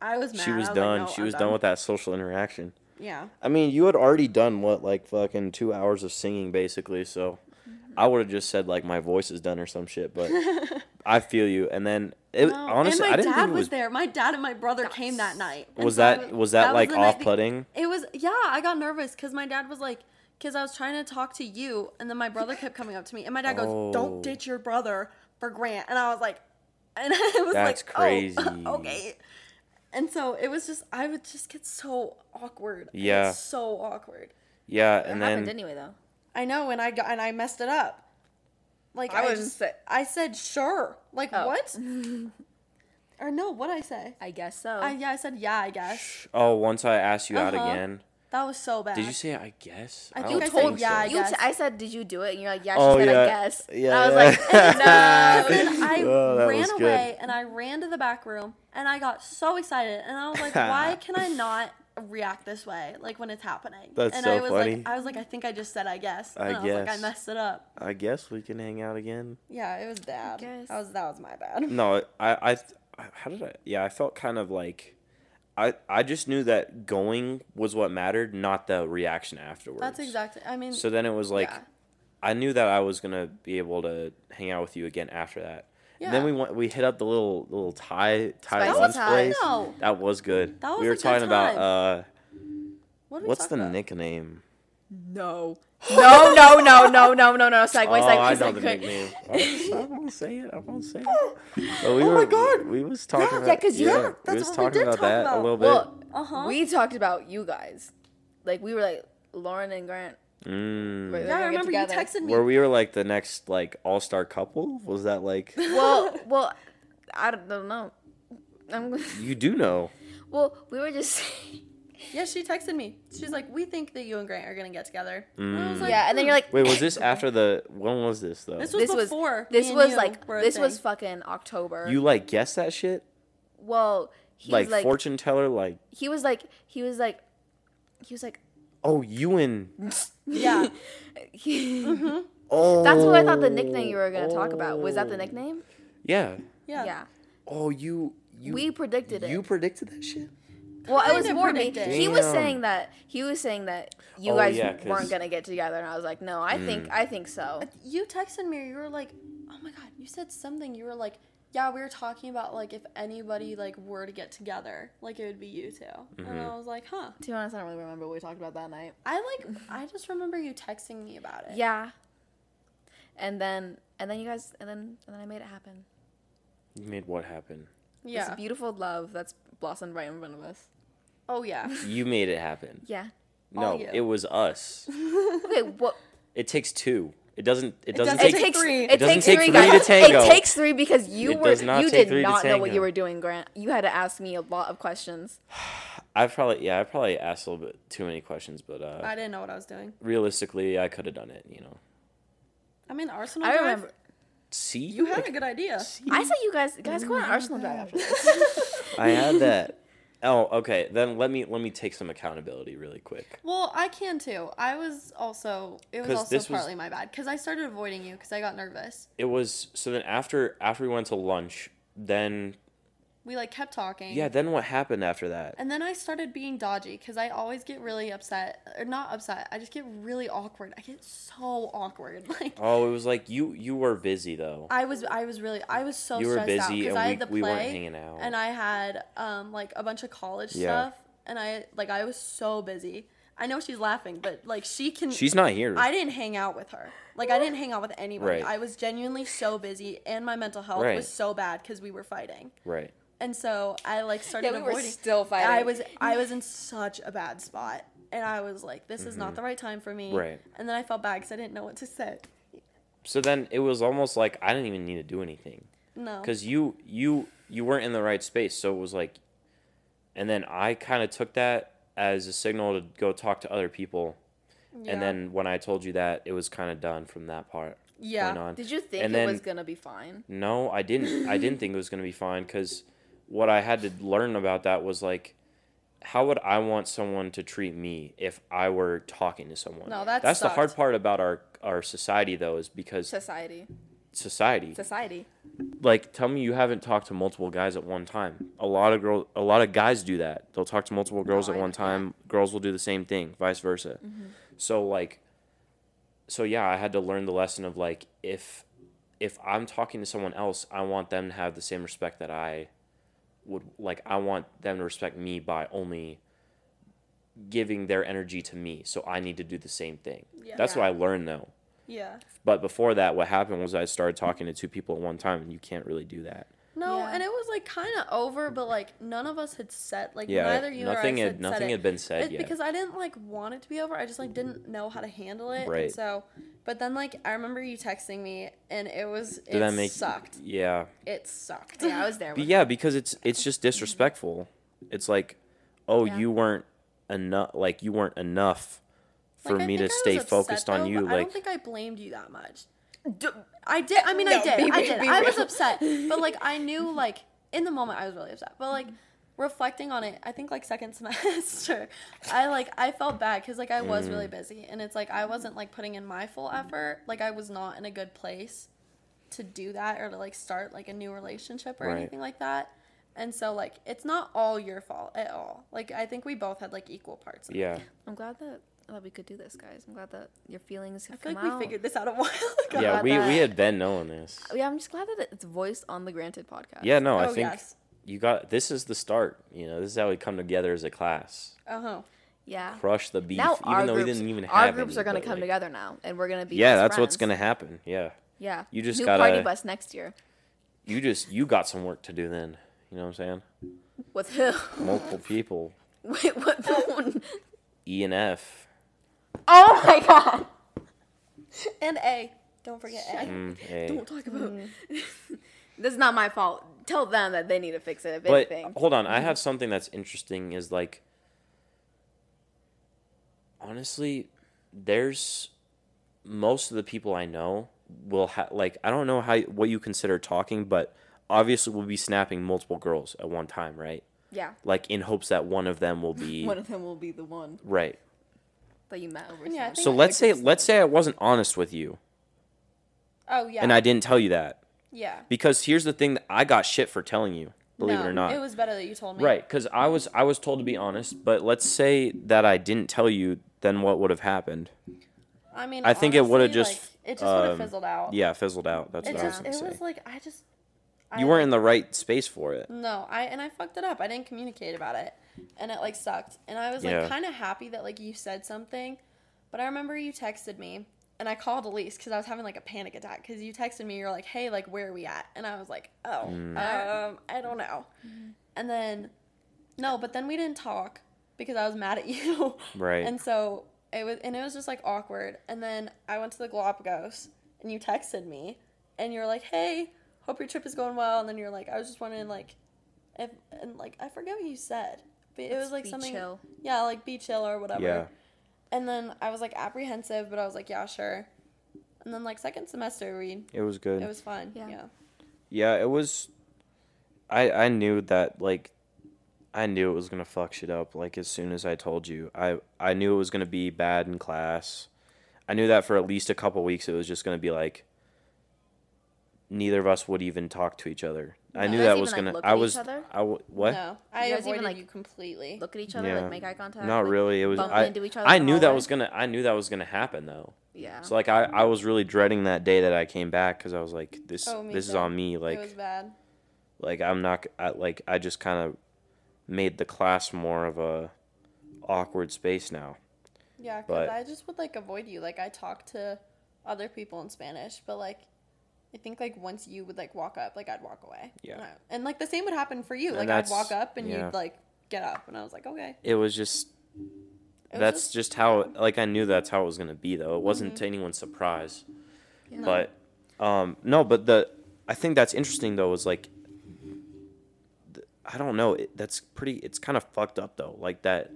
Speaker 3: I was mad.
Speaker 1: She was
Speaker 3: I
Speaker 1: done.
Speaker 3: like, no,
Speaker 1: she
Speaker 3: I'm
Speaker 1: was done. with that social interaction.
Speaker 3: Yeah,
Speaker 1: I mean, you had already done what like fucking two hours of singing basically. So
Speaker 3: Mm-hmm.
Speaker 1: I would have just said like my voice is done or some shit. But I feel you. And then it,
Speaker 3: No,
Speaker 1: honestly,
Speaker 3: and my
Speaker 1: I didn't
Speaker 3: dad
Speaker 1: think it was
Speaker 3: was there. My dad and my brother came that night. And
Speaker 1: was
Speaker 3: so I
Speaker 1: that was that,
Speaker 3: was
Speaker 1: like
Speaker 3: the night
Speaker 1: off
Speaker 3: be-
Speaker 1: putting?
Speaker 3: It was yeah. I got nervous because my dad was like, because I was trying to talk to you, and then my brother kept coming up to me, and my dad goes,
Speaker 1: Oh.
Speaker 3: "Don't ditch your brother for Grant," and I was like, and I was
Speaker 1: That's
Speaker 3: like,
Speaker 1: crazy.
Speaker 3: Oh, okay. And so it was just I would just get so awkward. I get
Speaker 1: Yeah.
Speaker 3: so awkward.
Speaker 1: Yeah,
Speaker 2: it
Speaker 1: and
Speaker 2: happened
Speaker 1: then
Speaker 2: anyway, though.
Speaker 3: I know, and I got and I messed it up. Like
Speaker 2: I
Speaker 3: I,
Speaker 2: was
Speaker 3: just
Speaker 2: sa-
Speaker 3: I said sure. Like
Speaker 2: Oh.
Speaker 3: what? or no, what I say?
Speaker 2: I guess so.
Speaker 3: I, yeah, I said yeah. I guess
Speaker 1: oh, once I asked you out
Speaker 3: Uh-huh.
Speaker 1: again,
Speaker 3: that was so bad.
Speaker 1: did you say I guess?
Speaker 3: I
Speaker 1: don't
Speaker 3: think I said yeah, I
Speaker 2: you
Speaker 3: guess.
Speaker 2: t- I said, did you do it? And you're like, yeah, she
Speaker 1: Oh,
Speaker 2: said,
Speaker 1: yeah.
Speaker 2: I guess. And
Speaker 1: Yeah,
Speaker 2: I was
Speaker 1: yeah.
Speaker 2: like,
Speaker 3: And
Speaker 2: no.
Speaker 3: then I
Speaker 1: Oh, that was
Speaker 3: ran
Speaker 1: good.
Speaker 3: away and I ran to the back room and I got so excited and I was like, why can I not react this way? Like when it's happening.
Speaker 1: That's
Speaker 3: and
Speaker 1: so
Speaker 3: I was
Speaker 1: funny.
Speaker 3: like, I was like, I think I just said I guess.
Speaker 1: I
Speaker 3: And I, was like, I
Speaker 1: guess.
Speaker 3: messed it up.
Speaker 1: I guess we can hang out again.
Speaker 3: Yeah, it was bad.
Speaker 2: guess.
Speaker 3: That was that was my bad.
Speaker 1: No, I, I, how did I? Yeah, I felt kind of like, I, I just knew that going was what mattered, not the reaction afterwards.
Speaker 3: That's exactly. I mean,
Speaker 1: So then it was like,
Speaker 3: Yeah.
Speaker 1: I knew that I was gonna be able to hang out with you again after that. And then
Speaker 3: Yeah.
Speaker 1: we went. We hit up the little little Thai Thai
Speaker 2: Spicy
Speaker 1: lunch
Speaker 2: Thai.
Speaker 1: place.
Speaker 3: No.
Speaker 1: That was good.
Speaker 3: That was
Speaker 1: we
Speaker 3: a
Speaker 1: were
Speaker 3: good
Speaker 1: talking about
Speaker 3: time.
Speaker 1: uh,
Speaker 3: what did we
Speaker 1: what's
Speaker 3: talk
Speaker 1: the
Speaker 3: about?
Speaker 1: nickname?
Speaker 2: No. No, no, no, no, no, no, no. Segway,
Speaker 1: oh, I
Speaker 2: segway,
Speaker 1: know the
Speaker 2: segway.
Speaker 1: nickname. I won't- I won't say it. I won't say it. But we
Speaker 3: Oh my
Speaker 1: were,
Speaker 3: God.
Speaker 1: We, we was talking.
Speaker 3: Yeah,
Speaker 1: about,
Speaker 2: yeah, 'cause you-
Speaker 3: Yeah,
Speaker 1: we
Speaker 3: that's
Speaker 1: was
Speaker 3: what we
Speaker 1: talking
Speaker 3: did
Speaker 1: about
Speaker 3: talk
Speaker 1: that a
Speaker 3: about.
Speaker 1: little bit.
Speaker 2: Well,
Speaker 3: Uh-huh.
Speaker 2: we talked about you guys. Like, we were like, Lauren and Grant.
Speaker 1: Mm.
Speaker 2: Wait,
Speaker 3: Yeah, I remember you
Speaker 2: together.
Speaker 3: texted me.
Speaker 1: Where we were like the next like all star couple. Was that like
Speaker 2: Well, well, I don't, don't know. I'm,
Speaker 1: you do know?
Speaker 2: well, we were just.
Speaker 3: Yeah, she texted me. She's like, we think that you and Grant are gonna get together. And I was
Speaker 1: Mm.
Speaker 3: like,
Speaker 2: yeah, and then you're like,
Speaker 1: Wait, was this after the? When was this though?
Speaker 3: This was
Speaker 2: this was
Speaker 3: before
Speaker 2: this
Speaker 3: me and
Speaker 2: was
Speaker 3: you
Speaker 2: like
Speaker 3: were a
Speaker 2: this was
Speaker 3: thing.
Speaker 2: fucking October.
Speaker 1: you like guessed that shit?
Speaker 2: well, he
Speaker 1: Like,
Speaker 2: was like
Speaker 1: fortune teller? Like
Speaker 2: he was like he was like he was like
Speaker 1: oh you and
Speaker 3: yeah.
Speaker 2: he-
Speaker 1: oh.
Speaker 3: Oh.
Speaker 2: that's what I thought the nickname you were gonna talk about was that the nickname?
Speaker 1: Yeah.
Speaker 3: Yeah.
Speaker 2: yeah.
Speaker 1: Oh, you you
Speaker 2: We predicted it.
Speaker 1: You predicted that shit.
Speaker 2: Well, it was
Speaker 3: Kinda
Speaker 2: more me.
Speaker 3: predicted.
Speaker 2: He was
Speaker 1: Damn.
Speaker 2: saying that he was saying that you
Speaker 1: Oh,
Speaker 2: guys
Speaker 1: yeah, 'cause- Mm.
Speaker 2: weren't gonna get together, and I was like, no, I think I think so.
Speaker 3: You texted me. You were like, "Oh my god!" You said something. You were like, "Yeah, we were talking about like if anybody like were to get together, like it would be you 2
Speaker 1: Mm-hmm.
Speaker 3: And I was like, "Huh."
Speaker 2: To be honest, I don't really remember what we talked about that night.
Speaker 3: I like. I just remember you texting me about it.
Speaker 2: Yeah. And then and then you guys and then and then I made it happen.
Speaker 1: You made what happen?
Speaker 2: Yeah.
Speaker 3: Yeah.
Speaker 2: This beautiful love that's blossomed right in front of us.
Speaker 3: oh yeah.
Speaker 1: You made it happen.
Speaker 2: Yeah.
Speaker 1: No,
Speaker 3: All you.
Speaker 1: it was us.
Speaker 2: Okay. What?
Speaker 1: It takes two. It doesn't. It doesn't
Speaker 3: doesn't
Speaker 1: take.
Speaker 2: It takes
Speaker 3: three.
Speaker 2: three.
Speaker 3: It
Speaker 2: It
Speaker 1: doesn't
Speaker 2: takes
Speaker 1: take
Speaker 2: three,
Speaker 1: three to
Speaker 2: guys.
Speaker 1: tango.
Speaker 2: It takes three because you
Speaker 1: It
Speaker 2: were
Speaker 1: does not
Speaker 2: you
Speaker 1: take
Speaker 2: did
Speaker 1: three to
Speaker 2: not know what
Speaker 1: tango.
Speaker 2: you were doing, Grant. You had to ask me a lot of questions.
Speaker 1: I've probably yeah. I probably asked a little bit too many questions, but uh,
Speaker 3: I didn't know what I was doing.
Speaker 1: realistically, I could have done it. You know.
Speaker 3: I mean, Arsenal.
Speaker 2: I
Speaker 3: Drive,
Speaker 2: remember.
Speaker 1: See,
Speaker 3: You had a good idea.
Speaker 2: I said you guys guys go on Arsenal drive after this.
Speaker 1: I had that. Oh, okay. Then let me let me take some accountability really quick.
Speaker 3: Well, I can too. I was also. It was
Speaker 1: 'Cause
Speaker 3: also
Speaker 1: this was-
Speaker 3: partly my bad because I started avoiding you because I got nervous.
Speaker 1: It was so then after after we went to lunch, then
Speaker 3: We like kept talking.
Speaker 1: yeah, then what happened after that?
Speaker 3: And then I started being dodgy because I always get really upset, or not upset. I just get really awkward. I get so awkward. Like
Speaker 1: Oh, it was like you you were busy though.
Speaker 3: I was, I was really, I was so
Speaker 1: You were
Speaker 3: stressed out
Speaker 1: busy
Speaker 3: because
Speaker 1: and
Speaker 3: I
Speaker 1: we-
Speaker 3: had the play
Speaker 1: we weren't hanging out.
Speaker 3: and I had um like a bunch of college
Speaker 1: Yeah.
Speaker 3: stuff, and I like I was so busy. I know she's laughing, but like she can.
Speaker 1: She's not here.
Speaker 3: I didn't hang out with her. Like I didn't hang out with anybody.
Speaker 1: Right.
Speaker 3: I was genuinely so busy, and my mental health
Speaker 1: Right.
Speaker 3: was so bad because we were fighting.
Speaker 1: right.
Speaker 3: and so I like started
Speaker 2: Yeah, we were
Speaker 3: avoiding.
Speaker 2: still fighting.
Speaker 3: I was I was in such a bad spot, and I was like, "This is not the right time for me."
Speaker 1: Mm-hmm. Right.
Speaker 3: And then I felt bad because I didn't know what to say.
Speaker 1: So then it was almost like I didn't even need to do anything
Speaker 3: No.
Speaker 1: because you you you weren't in the right space. So it was like, and then I kind of took that as a signal to go talk to other people.
Speaker 3: Yeah.
Speaker 1: And then when I told you that, it was kind of done from that part.
Speaker 3: Yeah.
Speaker 1: point on.
Speaker 2: Did you think
Speaker 1: And
Speaker 2: it
Speaker 1: then-
Speaker 2: was gonna be fine?
Speaker 1: No, I didn't. I didn't think it was going to be fine because what I had to learn about that was like, how would I want someone to treat me if I were talking to someone?
Speaker 3: No, that
Speaker 1: that's the hard
Speaker 3: sucked.
Speaker 1: part about our our society though is because
Speaker 2: Society.
Speaker 1: society.
Speaker 2: Society.
Speaker 1: Like, tell me you haven't talked to multiple guys at one time. A lot of girl, a lot of guys do that. They'll talk to multiple girls at
Speaker 2: I
Speaker 1: one
Speaker 2: know. Mm-hmm.
Speaker 1: time. Girls will do the same thing, vice versa. So like, so yeah, I had to learn the lesson of like if if I'm talking to someone else, I want them to have the same respect that I would like I want them to respect me by only giving their energy to me. So I need to do the same thing.
Speaker 3: Yeah.
Speaker 1: That's what I learned though.
Speaker 3: yeah.
Speaker 1: But before that what happened was I started talking to two people at one time and you can't really do that.
Speaker 3: No,
Speaker 2: Yeah.
Speaker 3: and it was like kind of over, but like none of us had said like
Speaker 1: Yeah.
Speaker 3: neither you
Speaker 1: nothing
Speaker 3: or I
Speaker 1: had
Speaker 3: said,
Speaker 1: nothing
Speaker 3: said it.
Speaker 1: had been said
Speaker 3: It-
Speaker 1: yet.
Speaker 3: because I didn't like want it to be over. I just like didn't know how to handle it. and
Speaker 1: Right.
Speaker 3: so, but then like I remember you texting me, and it was it
Speaker 1: Did that make
Speaker 3: sucked.
Speaker 1: Yeah.
Speaker 3: It sucked.
Speaker 2: Yeah, I was there.
Speaker 1: But
Speaker 2: With
Speaker 1: yeah, because it's it's just disrespectful. It's like, oh,
Speaker 2: Yeah.
Speaker 1: you weren't enough. Like you weren't enough for
Speaker 3: Like, I
Speaker 1: me to
Speaker 3: think I was
Speaker 1: stay
Speaker 3: upset,
Speaker 1: focused on
Speaker 3: though,
Speaker 1: you.
Speaker 3: but I
Speaker 1: Like
Speaker 3: don't think I blamed you that much. I did. I mean, I
Speaker 2: No,
Speaker 3: did.
Speaker 2: be
Speaker 3: I
Speaker 2: real,
Speaker 3: did.
Speaker 2: be
Speaker 3: I was
Speaker 2: real.
Speaker 3: upset, but like I knew, like in the moment, I was really upset. But like reflecting on it, I think like second semester, I like I felt bad because like I was
Speaker 1: Mm.
Speaker 3: really busy, and it's like I wasn't like putting in my full effort. Like I was not in a good place to do that or to like start like a new relationship or
Speaker 1: Right.
Speaker 3: anything like that. And so like it's not all your fault at all. Like I think we both had like equal parts. in it.
Speaker 1: yeah,
Speaker 2: I'm glad that that we could do this, guys. I'm glad that your feelings have
Speaker 3: I feel
Speaker 2: come
Speaker 3: like
Speaker 2: out.
Speaker 3: we figured this out a while ago.
Speaker 1: yeah.
Speaker 2: about
Speaker 1: We
Speaker 2: that.
Speaker 1: we had been knowing this.
Speaker 2: yeah, I'm just glad that it's voiced on the Granted podcast.
Speaker 1: Yeah, no, I
Speaker 3: Oh,
Speaker 1: think
Speaker 3: yes.
Speaker 1: you got this is the start. You know, this is how we come together as a class.
Speaker 3: Uh huh.
Speaker 2: Yeah.
Speaker 1: Crush the beef,
Speaker 2: Now our
Speaker 1: even though
Speaker 2: groups,
Speaker 1: we didn't even have
Speaker 2: our groups
Speaker 1: any,
Speaker 2: are gonna
Speaker 1: but,
Speaker 2: come
Speaker 1: like,
Speaker 2: together now, and we're gonna be
Speaker 1: Yeah,
Speaker 2: best
Speaker 1: that's what's
Speaker 2: friends.
Speaker 1: gonna happen. Yeah,
Speaker 2: Yeah.
Speaker 1: You just
Speaker 2: New
Speaker 1: gotta-
Speaker 2: party bus next year
Speaker 1: you just you got some work to do then. You know what I'm saying?
Speaker 2: with who?
Speaker 1: Multiple people,
Speaker 2: Wait, what?
Speaker 1: E and F.
Speaker 2: oh my god!
Speaker 3: And A. Don't forget A.
Speaker 1: Mm, A.
Speaker 2: Don't talk about. this is not my fault. Tell them that they need to fix it if
Speaker 1: but
Speaker 2: anything.
Speaker 1: hold on i have something that's interesting is like honestly there's most of the people i know will ha- like i don't know how what you consider talking but obviously we'll be snapping multiple girls at one time right
Speaker 2: Yeah.
Speaker 1: like in hopes that one of them will be
Speaker 2: One of them will be the one
Speaker 1: right
Speaker 2: that you met over.
Speaker 3: Yeah, I
Speaker 2: Snapchat.
Speaker 3: think
Speaker 1: so
Speaker 3: I
Speaker 1: let's say
Speaker 3: like
Speaker 1: let's say i wasn't honest with you
Speaker 3: Oh yeah.
Speaker 1: and i didn't tell you that
Speaker 3: Yeah.
Speaker 1: Because here's the thing that I got shit for telling you, believe it
Speaker 3: No,
Speaker 1: or not.
Speaker 3: It was better that you told me.
Speaker 1: Right, because I was I was told to be honest, but let's say that I didn't tell you, then what would have happened?
Speaker 3: I mean,
Speaker 1: I think it would've
Speaker 3: honestly,
Speaker 1: just,
Speaker 3: like, it just would
Speaker 1: um,
Speaker 3: have fizzled out.
Speaker 1: Yeah, fizzled out. That's
Speaker 3: It
Speaker 1: what I was
Speaker 3: just
Speaker 1: gonna
Speaker 3: it
Speaker 1: say.
Speaker 3: was like I just I,
Speaker 1: you weren't in the right space for it.
Speaker 3: No, I and I fucked it up. I didn't communicate about it, and it like sucked. And I was like
Speaker 1: Yeah.
Speaker 3: kind of happy that like you said something, but I remember you texted me, and I called Elise because I was having like a panic attack because you texted me. You're like, "Hey, like where are we at?" And I was like, "Oh,
Speaker 1: Mm.
Speaker 3: um, I don't Mm-hmm. know." And then, no, but then we didn't talk because I was mad at you.
Speaker 1: Right.
Speaker 3: And so it was, and it was just like awkward. And then I went to the Galapagos, and you texted me, and you were like, "Hey, hope your trip is going well." And then you're like, "I was just wondering, like, if and like I forget what you said, but it was like
Speaker 2: be
Speaker 3: something,
Speaker 2: chill.
Speaker 3: yeah, like be chill or whatever."
Speaker 1: Yeah.
Speaker 3: And then I was like apprehensive, but I was like, "Yeah, sure." And then like second semester, we
Speaker 1: It was good.
Speaker 3: it was fun.
Speaker 2: Yeah.
Speaker 3: Yeah.
Speaker 1: yeah, it was I I knew that like I knew it was gonna fuck shit up like as soon as I told you. I I knew it was gonna be bad in class. I knew that for at least a couple weeks it was just gonna be like neither of us would even talk to each other. I
Speaker 2: No.
Speaker 1: knew
Speaker 2: You guys
Speaker 1: that was
Speaker 2: even, like,
Speaker 1: gonna
Speaker 2: look
Speaker 1: I
Speaker 2: at each
Speaker 1: was
Speaker 2: other?
Speaker 1: I w- what?
Speaker 3: No, I
Speaker 2: You guys
Speaker 3: avoided
Speaker 2: even, like,
Speaker 3: you completely.
Speaker 2: Look at each other,
Speaker 1: Yeah.
Speaker 2: like make eye contact.
Speaker 1: Not
Speaker 2: like,
Speaker 1: really. It was
Speaker 2: bump
Speaker 1: I,
Speaker 2: into each other.
Speaker 1: I
Speaker 2: in the
Speaker 1: knew that
Speaker 2: hallway.
Speaker 1: was gonna I knew that was gonna happen though.
Speaker 2: Yeah.
Speaker 1: So like I, I was really dreading that day that I came back because I was like this
Speaker 3: Oh, me
Speaker 1: this is
Speaker 3: too.
Speaker 1: on me
Speaker 3: it was
Speaker 1: like
Speaker 3: bad.
Speaker 1: like I'm not g- I, like I just kind of made the class more of a awkward space now.
Speaker 3: Yeah,
Speaker 1: but-
Speaker 3: because I just would like avoid you. Like I talk to other people in Spanish, but like I think like once you would like walk up, like I'd walk away.
Speaker 1: Yeah.
Speaker 3: And, I- and, like the same would happen for you.
Speaker 1: And
Speaker 3: Like I'd
Speaker 1: that's-
Speaker 3: walk up and
Speaker 1: yeah.
Speaker 3: you'd like get up, and I was like, okay.
Speaker 1: It was just
Speaker 3: It was
Speaker 1: that's
Speaker 3: just- Mm-hmm.
Speaker 1: just, how like I knew that's how it was gonna be though. It wasn't to anyone's surprise. But um no, but the I think that's interesting though is like th- I don't know. It, that's pretty. It's kind of fucked up though. Like that,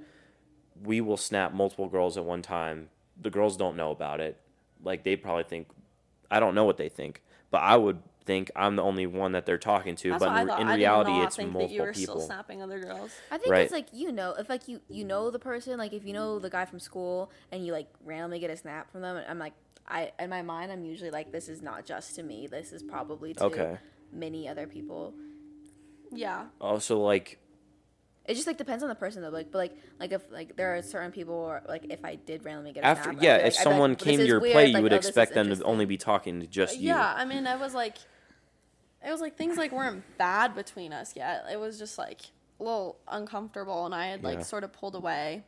Speaker 1: we will snap multiple girls at one time. The girls don't know about it. Like they probably think, I don't know what they think, but I would think I'm the only one that they're talking to.
Speaker 3: That's
Speaker 1: but
Speaker 3: what I
Speaker 1: in,
Speaker 3: thought.
Speaker 1: in
Speaker 3: I did
Speaker 1: reality,
Speaker 3: not
Speaker 1: it's
Speaker 3: think
Speaker 1: multiple
Speaker 3: that you were
Speaker 1: people.
Speaker 3: still snapping other girls.
Speaker 2: I think
Speaker 1: Right.
Speaker 2: it's like you know, if like you you know the person, like if you know the guy from school and you like randomly get a snap from them, I'm like I in my mind I'm usually like this is not just to me, this is probably to
Speaker 1: Okay.
Speaker 2: many other people.
Speaker 3: Yeah.
Speaker 1: also, like
Speaker 2: It just like depends on the person though, like but like like if like there are certain people or like if I did randomly get a
Speaker 1: after,
Speaker 2: snap, I'd
Speaker 1: yeah,
Speaker 2: be
Speaker 1: if
Speaker 2: like- I'd be like,
Speaker 1: someone
Speaker 2: "Well, this
Speaker 1: came to
Speaker 2: is
Speaker 1: your
Speaker 2: weird,"
Speaker 1: play,
Speaker 2: like,
Speaker 1: you would
Speaker 2: "Oh, this is
Speaker 1: expect them to
Speaker 2: interesting."
Speaker 1: only be talking to just you.
Speaker 3: Yeah. I mean, I was like, it was like things like weren't bad between us yet. It was just like a little uncomfortable, and I had like
Speaker 1: Yeah.
Speaker 3: sort of pulled away.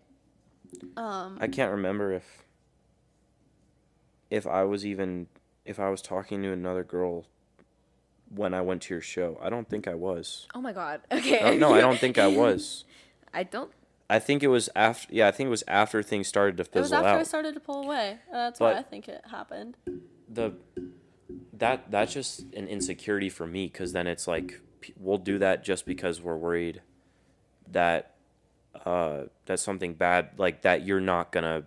Speaker 3: Um.
Speaker 1: I can't remember if if I was even if I was talking to another girl when I went to your show. I don't think I was. Uh,
Speaker 2: Oh my god. Okay.
Speaker 1: No, no I don't think I was.
Speaker 2: I don't.
Speaker 1: I think it was after. Yeah, I think it was after things started to
Speaker 3: It was
Speaker 1: fizzle
Speaker 3: after
Speaker 1: out.
Speaker 3: I started to pull away. and That's
Speaker 1: But-
Speaker 3: why I think it happened.
Speaker 1: the that that's just an insecurity for me because then it's like p- we'll do that just because we're worried that uh that something bad like that you're not gonna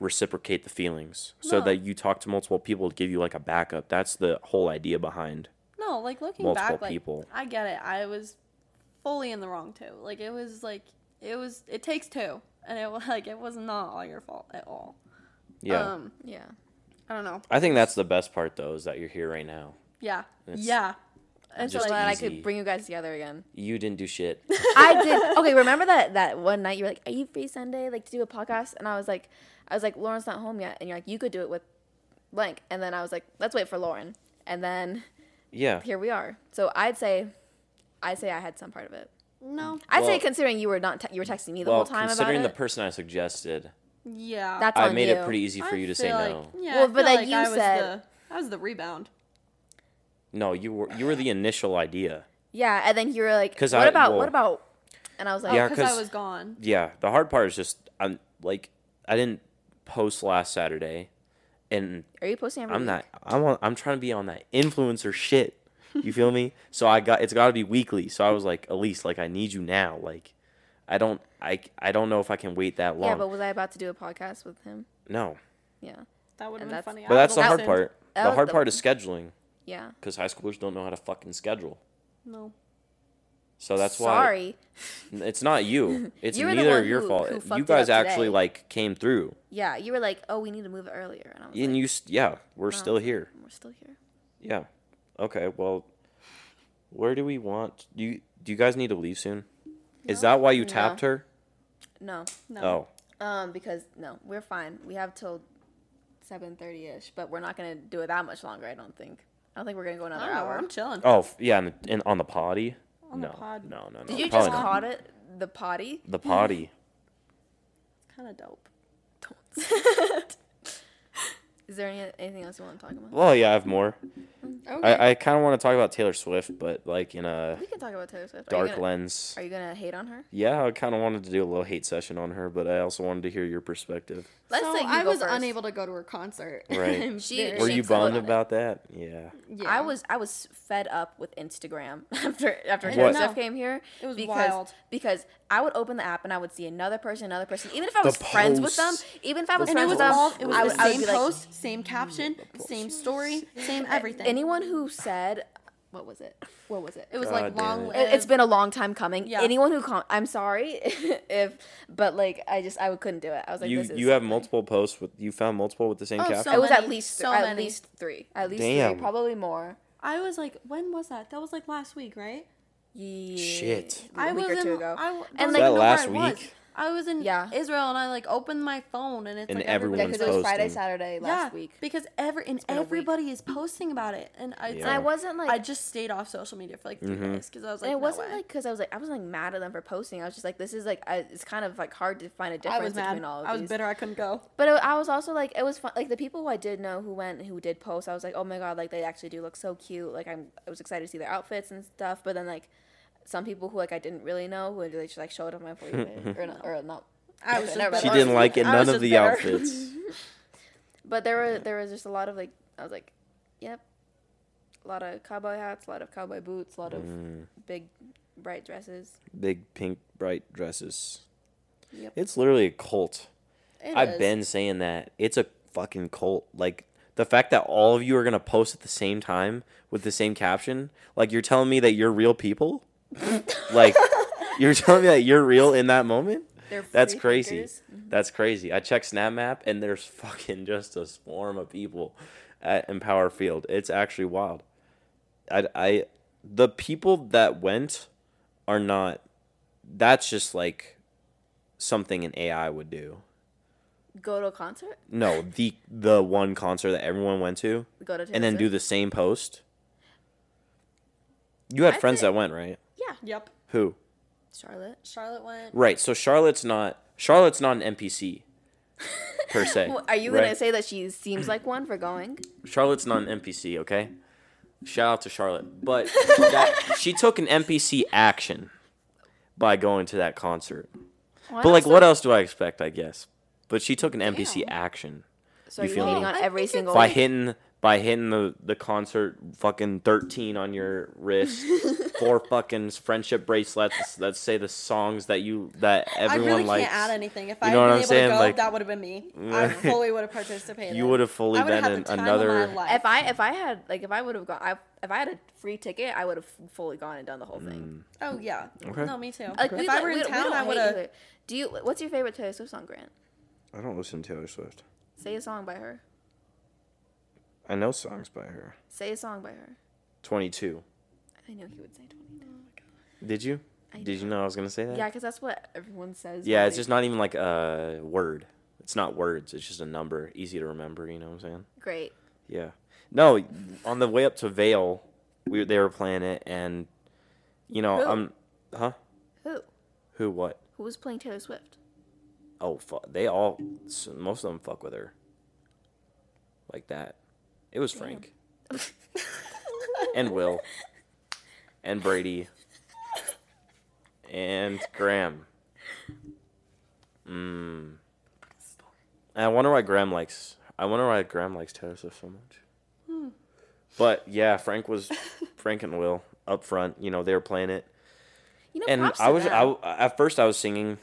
Speaker 1: reciprocate the feelings so
Speaker 3: No.
Speaker 1: that you talk to multiple people to give you like a backup that's the whole idea behind
Speaker 3: No, like looking
Speaker 1: multiple
Speaker 3: back, like
Speaker 1: people.
Speaker 3: I get it. I was fully in the wrong too. Like it was like it was. It takes two, and it was like it was not all your fault at all.
Speaker 1: yeah
Speaker 3: Um,
Speaker 2: Yeah.
Speaker 3: I don't know.
Speaker 1: i think that's the best part though is that you're here right now
Speaker 3: Yeah.
Speaker 1: It's-
Speaker 3: yeah. And so
Speaker 1: just
Speaker 3: like,
Speaker 2: Glad I
Speaker 1: easy.
Speaker 2: could bring you guys together again.
Speaker 1: you didn't do shit
Speaker 2: I did. Okay, remember that that one night you were like, "Are you free Sunday? Like to do a podcast?" And I was like, "I was like, Lauren's not home yet," and you're like, "You could do it with blank." And then I was like, "Let's wait for Lauren." And then
Speaker 1: yeah
Speaker 2: here we are. So I'd say, I say I had some part of it.
Speaker 3: no.
Speaker 2: I'd say
Speaker 1: Well-
Speaker 2: considering you were not te- you were texting me the
Speaker 1: well
Speaker 2: whole time about
Speaker 1: considering
Speaker 2: it.
Speaker 1: the person i suggested
Speaker 3: Yeah.
Speaker 2: that's
Speaker 1: i
Speaker 2: on
Speaker 1: made
Speaker 2: you.
Speaker 1: it pretty easy for
Speaker 3: I
Speaker 1: you to say
Speaker 3: feel like-
Speaker 1: no
Speaker 3: Yeah.
Speaker 2: Well,
Speaker 3: I
Speaker 2: but
Speaker 3: feel
Speaker 2: like
Speaker 3: like
Speaker 2: you
Speaker 3: I was
Speaker 2: said-
Speaker 3: the, I was the rebound.
Speaker 1: no you were you were the initial idea
Speaker 2: yeah, and then you were like,
Speaker 1: 'Cause
Speaker 2: "What
Speaker 1: I-
Speaker 2: about
Speaker 1: well-
Speaker 2: what about?" And I was like,
Speaker 1: Yeah,
Speaker 3: because I
Speaker 1: 'cause-
Speaker 3: was gone.
Speaker 1: yeah the hard part is just i'm like i didn't post last saturday and
Speaker 2: "Are you posting every
Speaker 1: i'm
Speaker 2: week?"
Speaker 1: not i'm on, i'm trying to be on that influencer shit you feel me so i got it's got to be weekly so i was like elise like i need you now like i don't i i don't know if i can wait that long
Speaker 2: Yeah, but was I about to do a podcast with him?
Speaker 1: no
Speaker 2: Yeah,
Speaker 3: That would
Speaker 2: And
Speaker 3: have been
Speaker 2: that's-
Speaker 3: funny. I
Speaker 1: but that's the
Speaker 3: would've
Speaker 1: hard
Speaker 3: listened.
Speaker 1: part
Speaker 2: that
Speaker 1: the
Speaker 2: was
Speaker 1: hard
Speaker 2: the-
Speaker 1: part is scheduling
Speaker 2: yeah.
Speaker 1: because high schoolers don't know how to fucking schedule
Speaker 3: No.
Speaker 1: so that's why
Speaker 2: Sorry.
Speaker 1: it's not you it's
Speaker 2: You were the
Speaker 1: neither of
Speaker 2: one
Speaker 1: your
Speaker 2: who-
Speaker 1: fault
Speaker 2: who fucked
Speaker 1: you
Speaker 2: it
Speaker 1: guys
Speaker 2: up
Speaker 1: actually
Speaker 2: today.
Speaker 1: like came through
Speaker 2: Yeah, you were like, "Oh, we need to move it earlier," and I was like,
Speaker 1: and you s- yeah we're
Speaker 2: "Oh,
Speaker 1: still here
Speaker 2: We're still here.
Speaker 1: Yeah. Okay, well, where do we want do you? Do you guys need to leave soon? Is that why you
Speaker 2: No.
Speaker 1: tapped her?
Speaker 2: No.
Speaker 3: No.
Speaker 1: Oh,
Speaker 2: Um, because no, we're fine. We have till seven thirty ish, but we're not gonna do it that much longer. I don't think. I don't think we're gonna go
Speaker 3: I
Speaker 2: another
Speaker 3: don't know.
Speaker 2: hour.
Speaker 3: I'm chilling.
Speaker 1: oh, f- yeah, and, and on the potty.
Speaker 3: On
Speaker 1: no,
Speaker 3: the pod.
Speaker 1: no, no, no.
Speaker 2: Did you
Speaker 1: probably
Speaker 2: just
Speaker 1: not.
Speaker 2: call it the potty?
Speaker 1: the potty?
Speaker 3: It's kind of dope.
Speaker 2: Is there any, anything else you want to talk about?
Speaker 1: Well, yeah, I have more.
Speaker 3: Okay.
Speaker 1: I, I kind of want to talk about Taylor Swift, but like in a
Speaker 2: We can talk about Taylor Swift. are
Speaker 1: dark
Speaker 2: you gonna,
Speaker 1: lens.
Speaker 2: Are you gonna hate on her?
Speaker 1: Yeah, I kind of wanted to do a little hate session on her, but I also wanted to hear your perspective.
Speaker 2: Let's
Speaker 3: so
Speaker 2: say you
Speaker 3: I
Speaker 2: go
Speaker 3: was
Speaker 2: first.
Speaker 3: unable to go to her concert.
Speaker 1: Right.
Speaker 3: I'm
Speaker 2: She-
Speaker 3: very-
Speaker 1: Were
Speaker 2: she
Speaker 1: you
Speaker 2: exploded
Speaker 1: bummed
Speaker 2: on it.
Speaker 1: about that? Yeah.
Speaker 3: yeah.
Speaker 2: I was I was fed up with Instagram after after
Speaker 3: I
Speaker 2: Taylor
Speaker 1: know.
Speaker 2: Swift came here.
Speaker 3: It was
Speaker 2: because,
Speaker 3: wild.
Speaker 2: because I would open the app and I would see another person, another person. Even if I
Speaker 1: The
Speaker 2: was friends with them,
Speaker 1: posts.
Speaker 2: even if I was
Speaker 3: And it
Speaker 2: friends with
Speaker 3: was
Speaker 2: them,
Speaker 3: all. It was
Speaker 2: I, would,
Speaker 3: the
Speaker 2: I
Speaker 3: same
Speaker 2: would be like,
Speaker 3: post, same caption, same story, same everything.
Speaker 2: anyone who said what was it? What was it?
Speaker 3: it was
Speaker 1: God
Speaker 3: like
Speaker 1: damn
Speaker 3: long.
Speaker 1: it.
Speaker 2: It- It's been a long time coming.
Speaker 3: Yeah.
Speaker 2: Anyone who con- I'm sorry if, but like I just I couldn't do it. I was like,
Speaker 1: you
Speaker 2: this is
Speaker 1: you have multiple posts with you found multiple with the same
Speaker 3: Oh,
Speaker 1: caption.
Speaker 2: It was at
Speaker 3: many,
Speaker 2: least
Speaker 3: so
Speaker 2: at
Speaker 3: many.
Speaker 2: least three, at least
Speaker 1: Damn.
Speaker 2: three, probably more.
Speaker 3: I was like, when was that? That was like last week, right?
Speaker 2: Yeah,
Speaker 1: Shit.
Speaker 2: a
Speaker 3: I
Speaker 2: week
Speaker 3: was
Speaker 2: or two
Speaker 3: in-
Speaker 2: ago.
Speaker 3: I w-
Speaker 2: and
Speaker 3: don't
Speaker 2: like
Speaker 1: That
Speaker 3: even know where
Speaker 1: last
Speaker 3: I was.
Speaker 1: week?
Speaker 3: I was in
Speaker 2: Yeah.
Speaker 3: Israel and I like opened my phone and it's
Speaker 1: And
Speaker 3: like everybody-
Speaker 1: everyone's
Speaker 2: because it was Friday,
Speaker 1: posting.
Speaker 2: Saturday last week.
Speaker 3: Because every and
Speaker 2: been a week.
Speaker 3: everybody is posting about it, and I, it's
Speaker 1: Yeah. Mm-hmm.
Speaker 2: And I
Speaker 3: like,
Speaker 2: wasn't like
Speaker 3: I just stayed off social media for like 3 days because I was like,
Speaker 2: and it
Speaker 3: no
Speaker 2: wasn't
Speaker 3: way.
Speaker 2: like because I was like I was like mad at them for posting. I was just like this is like I, it's kind of like hard to find a
Speaker 3: I
Speaker 2: difference
Speaker 3: was
Speaker 2: between
Speaker 3: mad.
Speaker 2: all of
Speaker 3: I was
Speaker 2: these.
Speaker 3: bitter. I couldn't go.
Speaker 2: But it, I was also like it was fun. Like the people who I did know who went who did post, I was like oh my god, like they actually do look so cute. Like I'm I was excited to see their outfits and stuff. But then like some people who like I didn't really know who they just like showed up on my for you page or not or not.
Speaker 3: I was
Speaker 2: Okay,
Speaker 3: just
Speaker 2: never mind.
Speaker 1: she
Speaker 2: I was
Speaker 3: bitter.
Speaker 1: didn't
Speaker 2: just-
Speaker 1: like it.
Speaker 3: I
Speaker 1: None
Speaker 3: was
Speaker 1: of
Speaker 3: just
Speaker 1: the
Speaker 3: bitter.
Speaker 1: outfits.
Speaker 2: But there were there was just a lot of like I was like, yep, a lot of cowboy hats, a lot of cowboy boots, a lot of
Speaker 3: Mm.
Speaker 2: big bright dresses.
Speaker 1: Big pink bright dresses.
Speaker 2: Yep.
Speaker 1: It's literally a cult.
Speaker 3: It
Speaker 1: I've
Speaker 3: is.
Speaker 1: been saying that. It's a fucking cult. Like the fact that all of you are gonna post at the same time with the same caption, like you're telling me that you're real people? like you're telling me that you're real in that moment?
Speaker 2: They're
Speaker 1: That's
Speaker 2: free
Speaker 1: crazy.
Speaker 2: thinkers. Mm-hmm.
Speaker 1: That's crazy. I check SnapMap and there's fucking just a swarm of people at Empower Field. It's actually wild. I, I the people that went are not that's just like something an AI would do.
Speaker 2: Go to a concert.
Speaker 1: No, the the one concert that everyone went to
Speaker 2: Go to Taylor
Speaker 1: and then do
Speaker 2: Swift?
Speaker 1: the same post. You had
Speaker 2: I
Speaker 1: friends
Speaker 2: think-
Speaker 1: that went, right?
Speaker 2: yeah
Speaker 3: Yep.
Speaker 1: Who?
Speaker 2: Charlotte.
Speaker 3: Charlotte went.
Speaker 1: Right. So Charlotte's not Charlotte's not an NPC per se.
Speaker 2: Well, are you gonna
Speaker 1: right?
Speaker 2: say that she seems like one for going?
Speaker 1: Charlotte's not an NPC, okay? Shout out to Charlotte. But that, she took an NPC action by going to that concert. But like what else do I expect, I guess? But she took an NPC action
Speaker 2: So
Speaker 1: you
Speaker 2: are you
Speaker 1: feel
Speaker 2: hating
Speaker 1: me?
Speaker 2: on
Speaker 3: I
Speaker 2: every
Speaker 3: think it's
Speaker 2: single
Speaker 1: by
Speaker 3: like-
Speaker 1: hitting by hitting the, the concert fucking 13 on your wrist, four fucking friendship bracelets Let's say the songs that you that
Speaker 3: I
Speaker 1: everyone
Speaker 3: really
Speaker 1: likes.
Speaker 3: can't add anything. If
Speaker 1: You
Speaker 3: I
Speaker 1: know
Speaker 3: had
Speaker 1: what I'm
Speaker 3: been able
Speaker 1: saying?
Speaker 3: to go,
Speaker 1: Like-
Speaker 3: that would have been me. I fully would have participated.
Speaker 1: You would've fully
Speaker 3: I would've
Speaker 1: been
Speaker 3: had the
Speaker 1: in
Speaker 3: time of
Speaker 1: another-
Speaker 3: my life.
Speaker 2: if I if I had like if I would have gone I, if I had a free ticket I would have fully gone and done the whole
Speaker 1: Mm.
Speaker 2: thing.
Speaker 3: Oh yeah.
Speaker 1: Okay.
Speaker 3: No, me too.
Speaker 2: Like
Speaker 3: If I were in town, I would have.
Speaker 2: Do you? What's your favorite Taylor Swift song, Grant?
Speaker 1: I don't listen to Taylor Swift.
Speaker 2: Say a song by her.
Speaker 1: I know songs by her.
Speaker 2: Say a song by her.
Speaker 1: 22.
Speaker 2: I know he would say
Speaker 1: Oh
Speaker 2: twenty.
Speaker 1: Did you?
Speaker 2: I
Speaker 1: Did you know I was going to say that?
Speaker 2: Yeah, because that's what everyone says.
Speaker 1: Yeah,
Speaker 2: when
Speaker 1: it's
Speaker 2: they-
Speaker 1: just not even like a word. It's not words. It's just a number, easy to remember. You know what I'm saying?
Speaker 2: great.
Speaker 1: Yeah. No, on the way up to Vale, we they were playing it, and you know,
Speaker 2: Who?
Speaker 1: um, huh?
Speaker 2: Who?
Speaker 1: Who? What?
Speaker 2: Who was playing Taylor Swift?
Speaker 1: Oh, fuck. They all, s- most of them fuck with her. Like that. It was Frank and Will and Brady and Graham. Mm. And I wonder why Graham likes. I wonder why Graham likes Taylor Swift so much. But yeah, Frank was Frank and Will up front. You know they were playing it,
Speaker 2: You know,
Speaker 1: and
Speaker 2: props
Speaker 1: I
Speaker 2: to
Speaker 1: was.
Speaker 2: them.
Speaker 1: I, w- at first I was singing,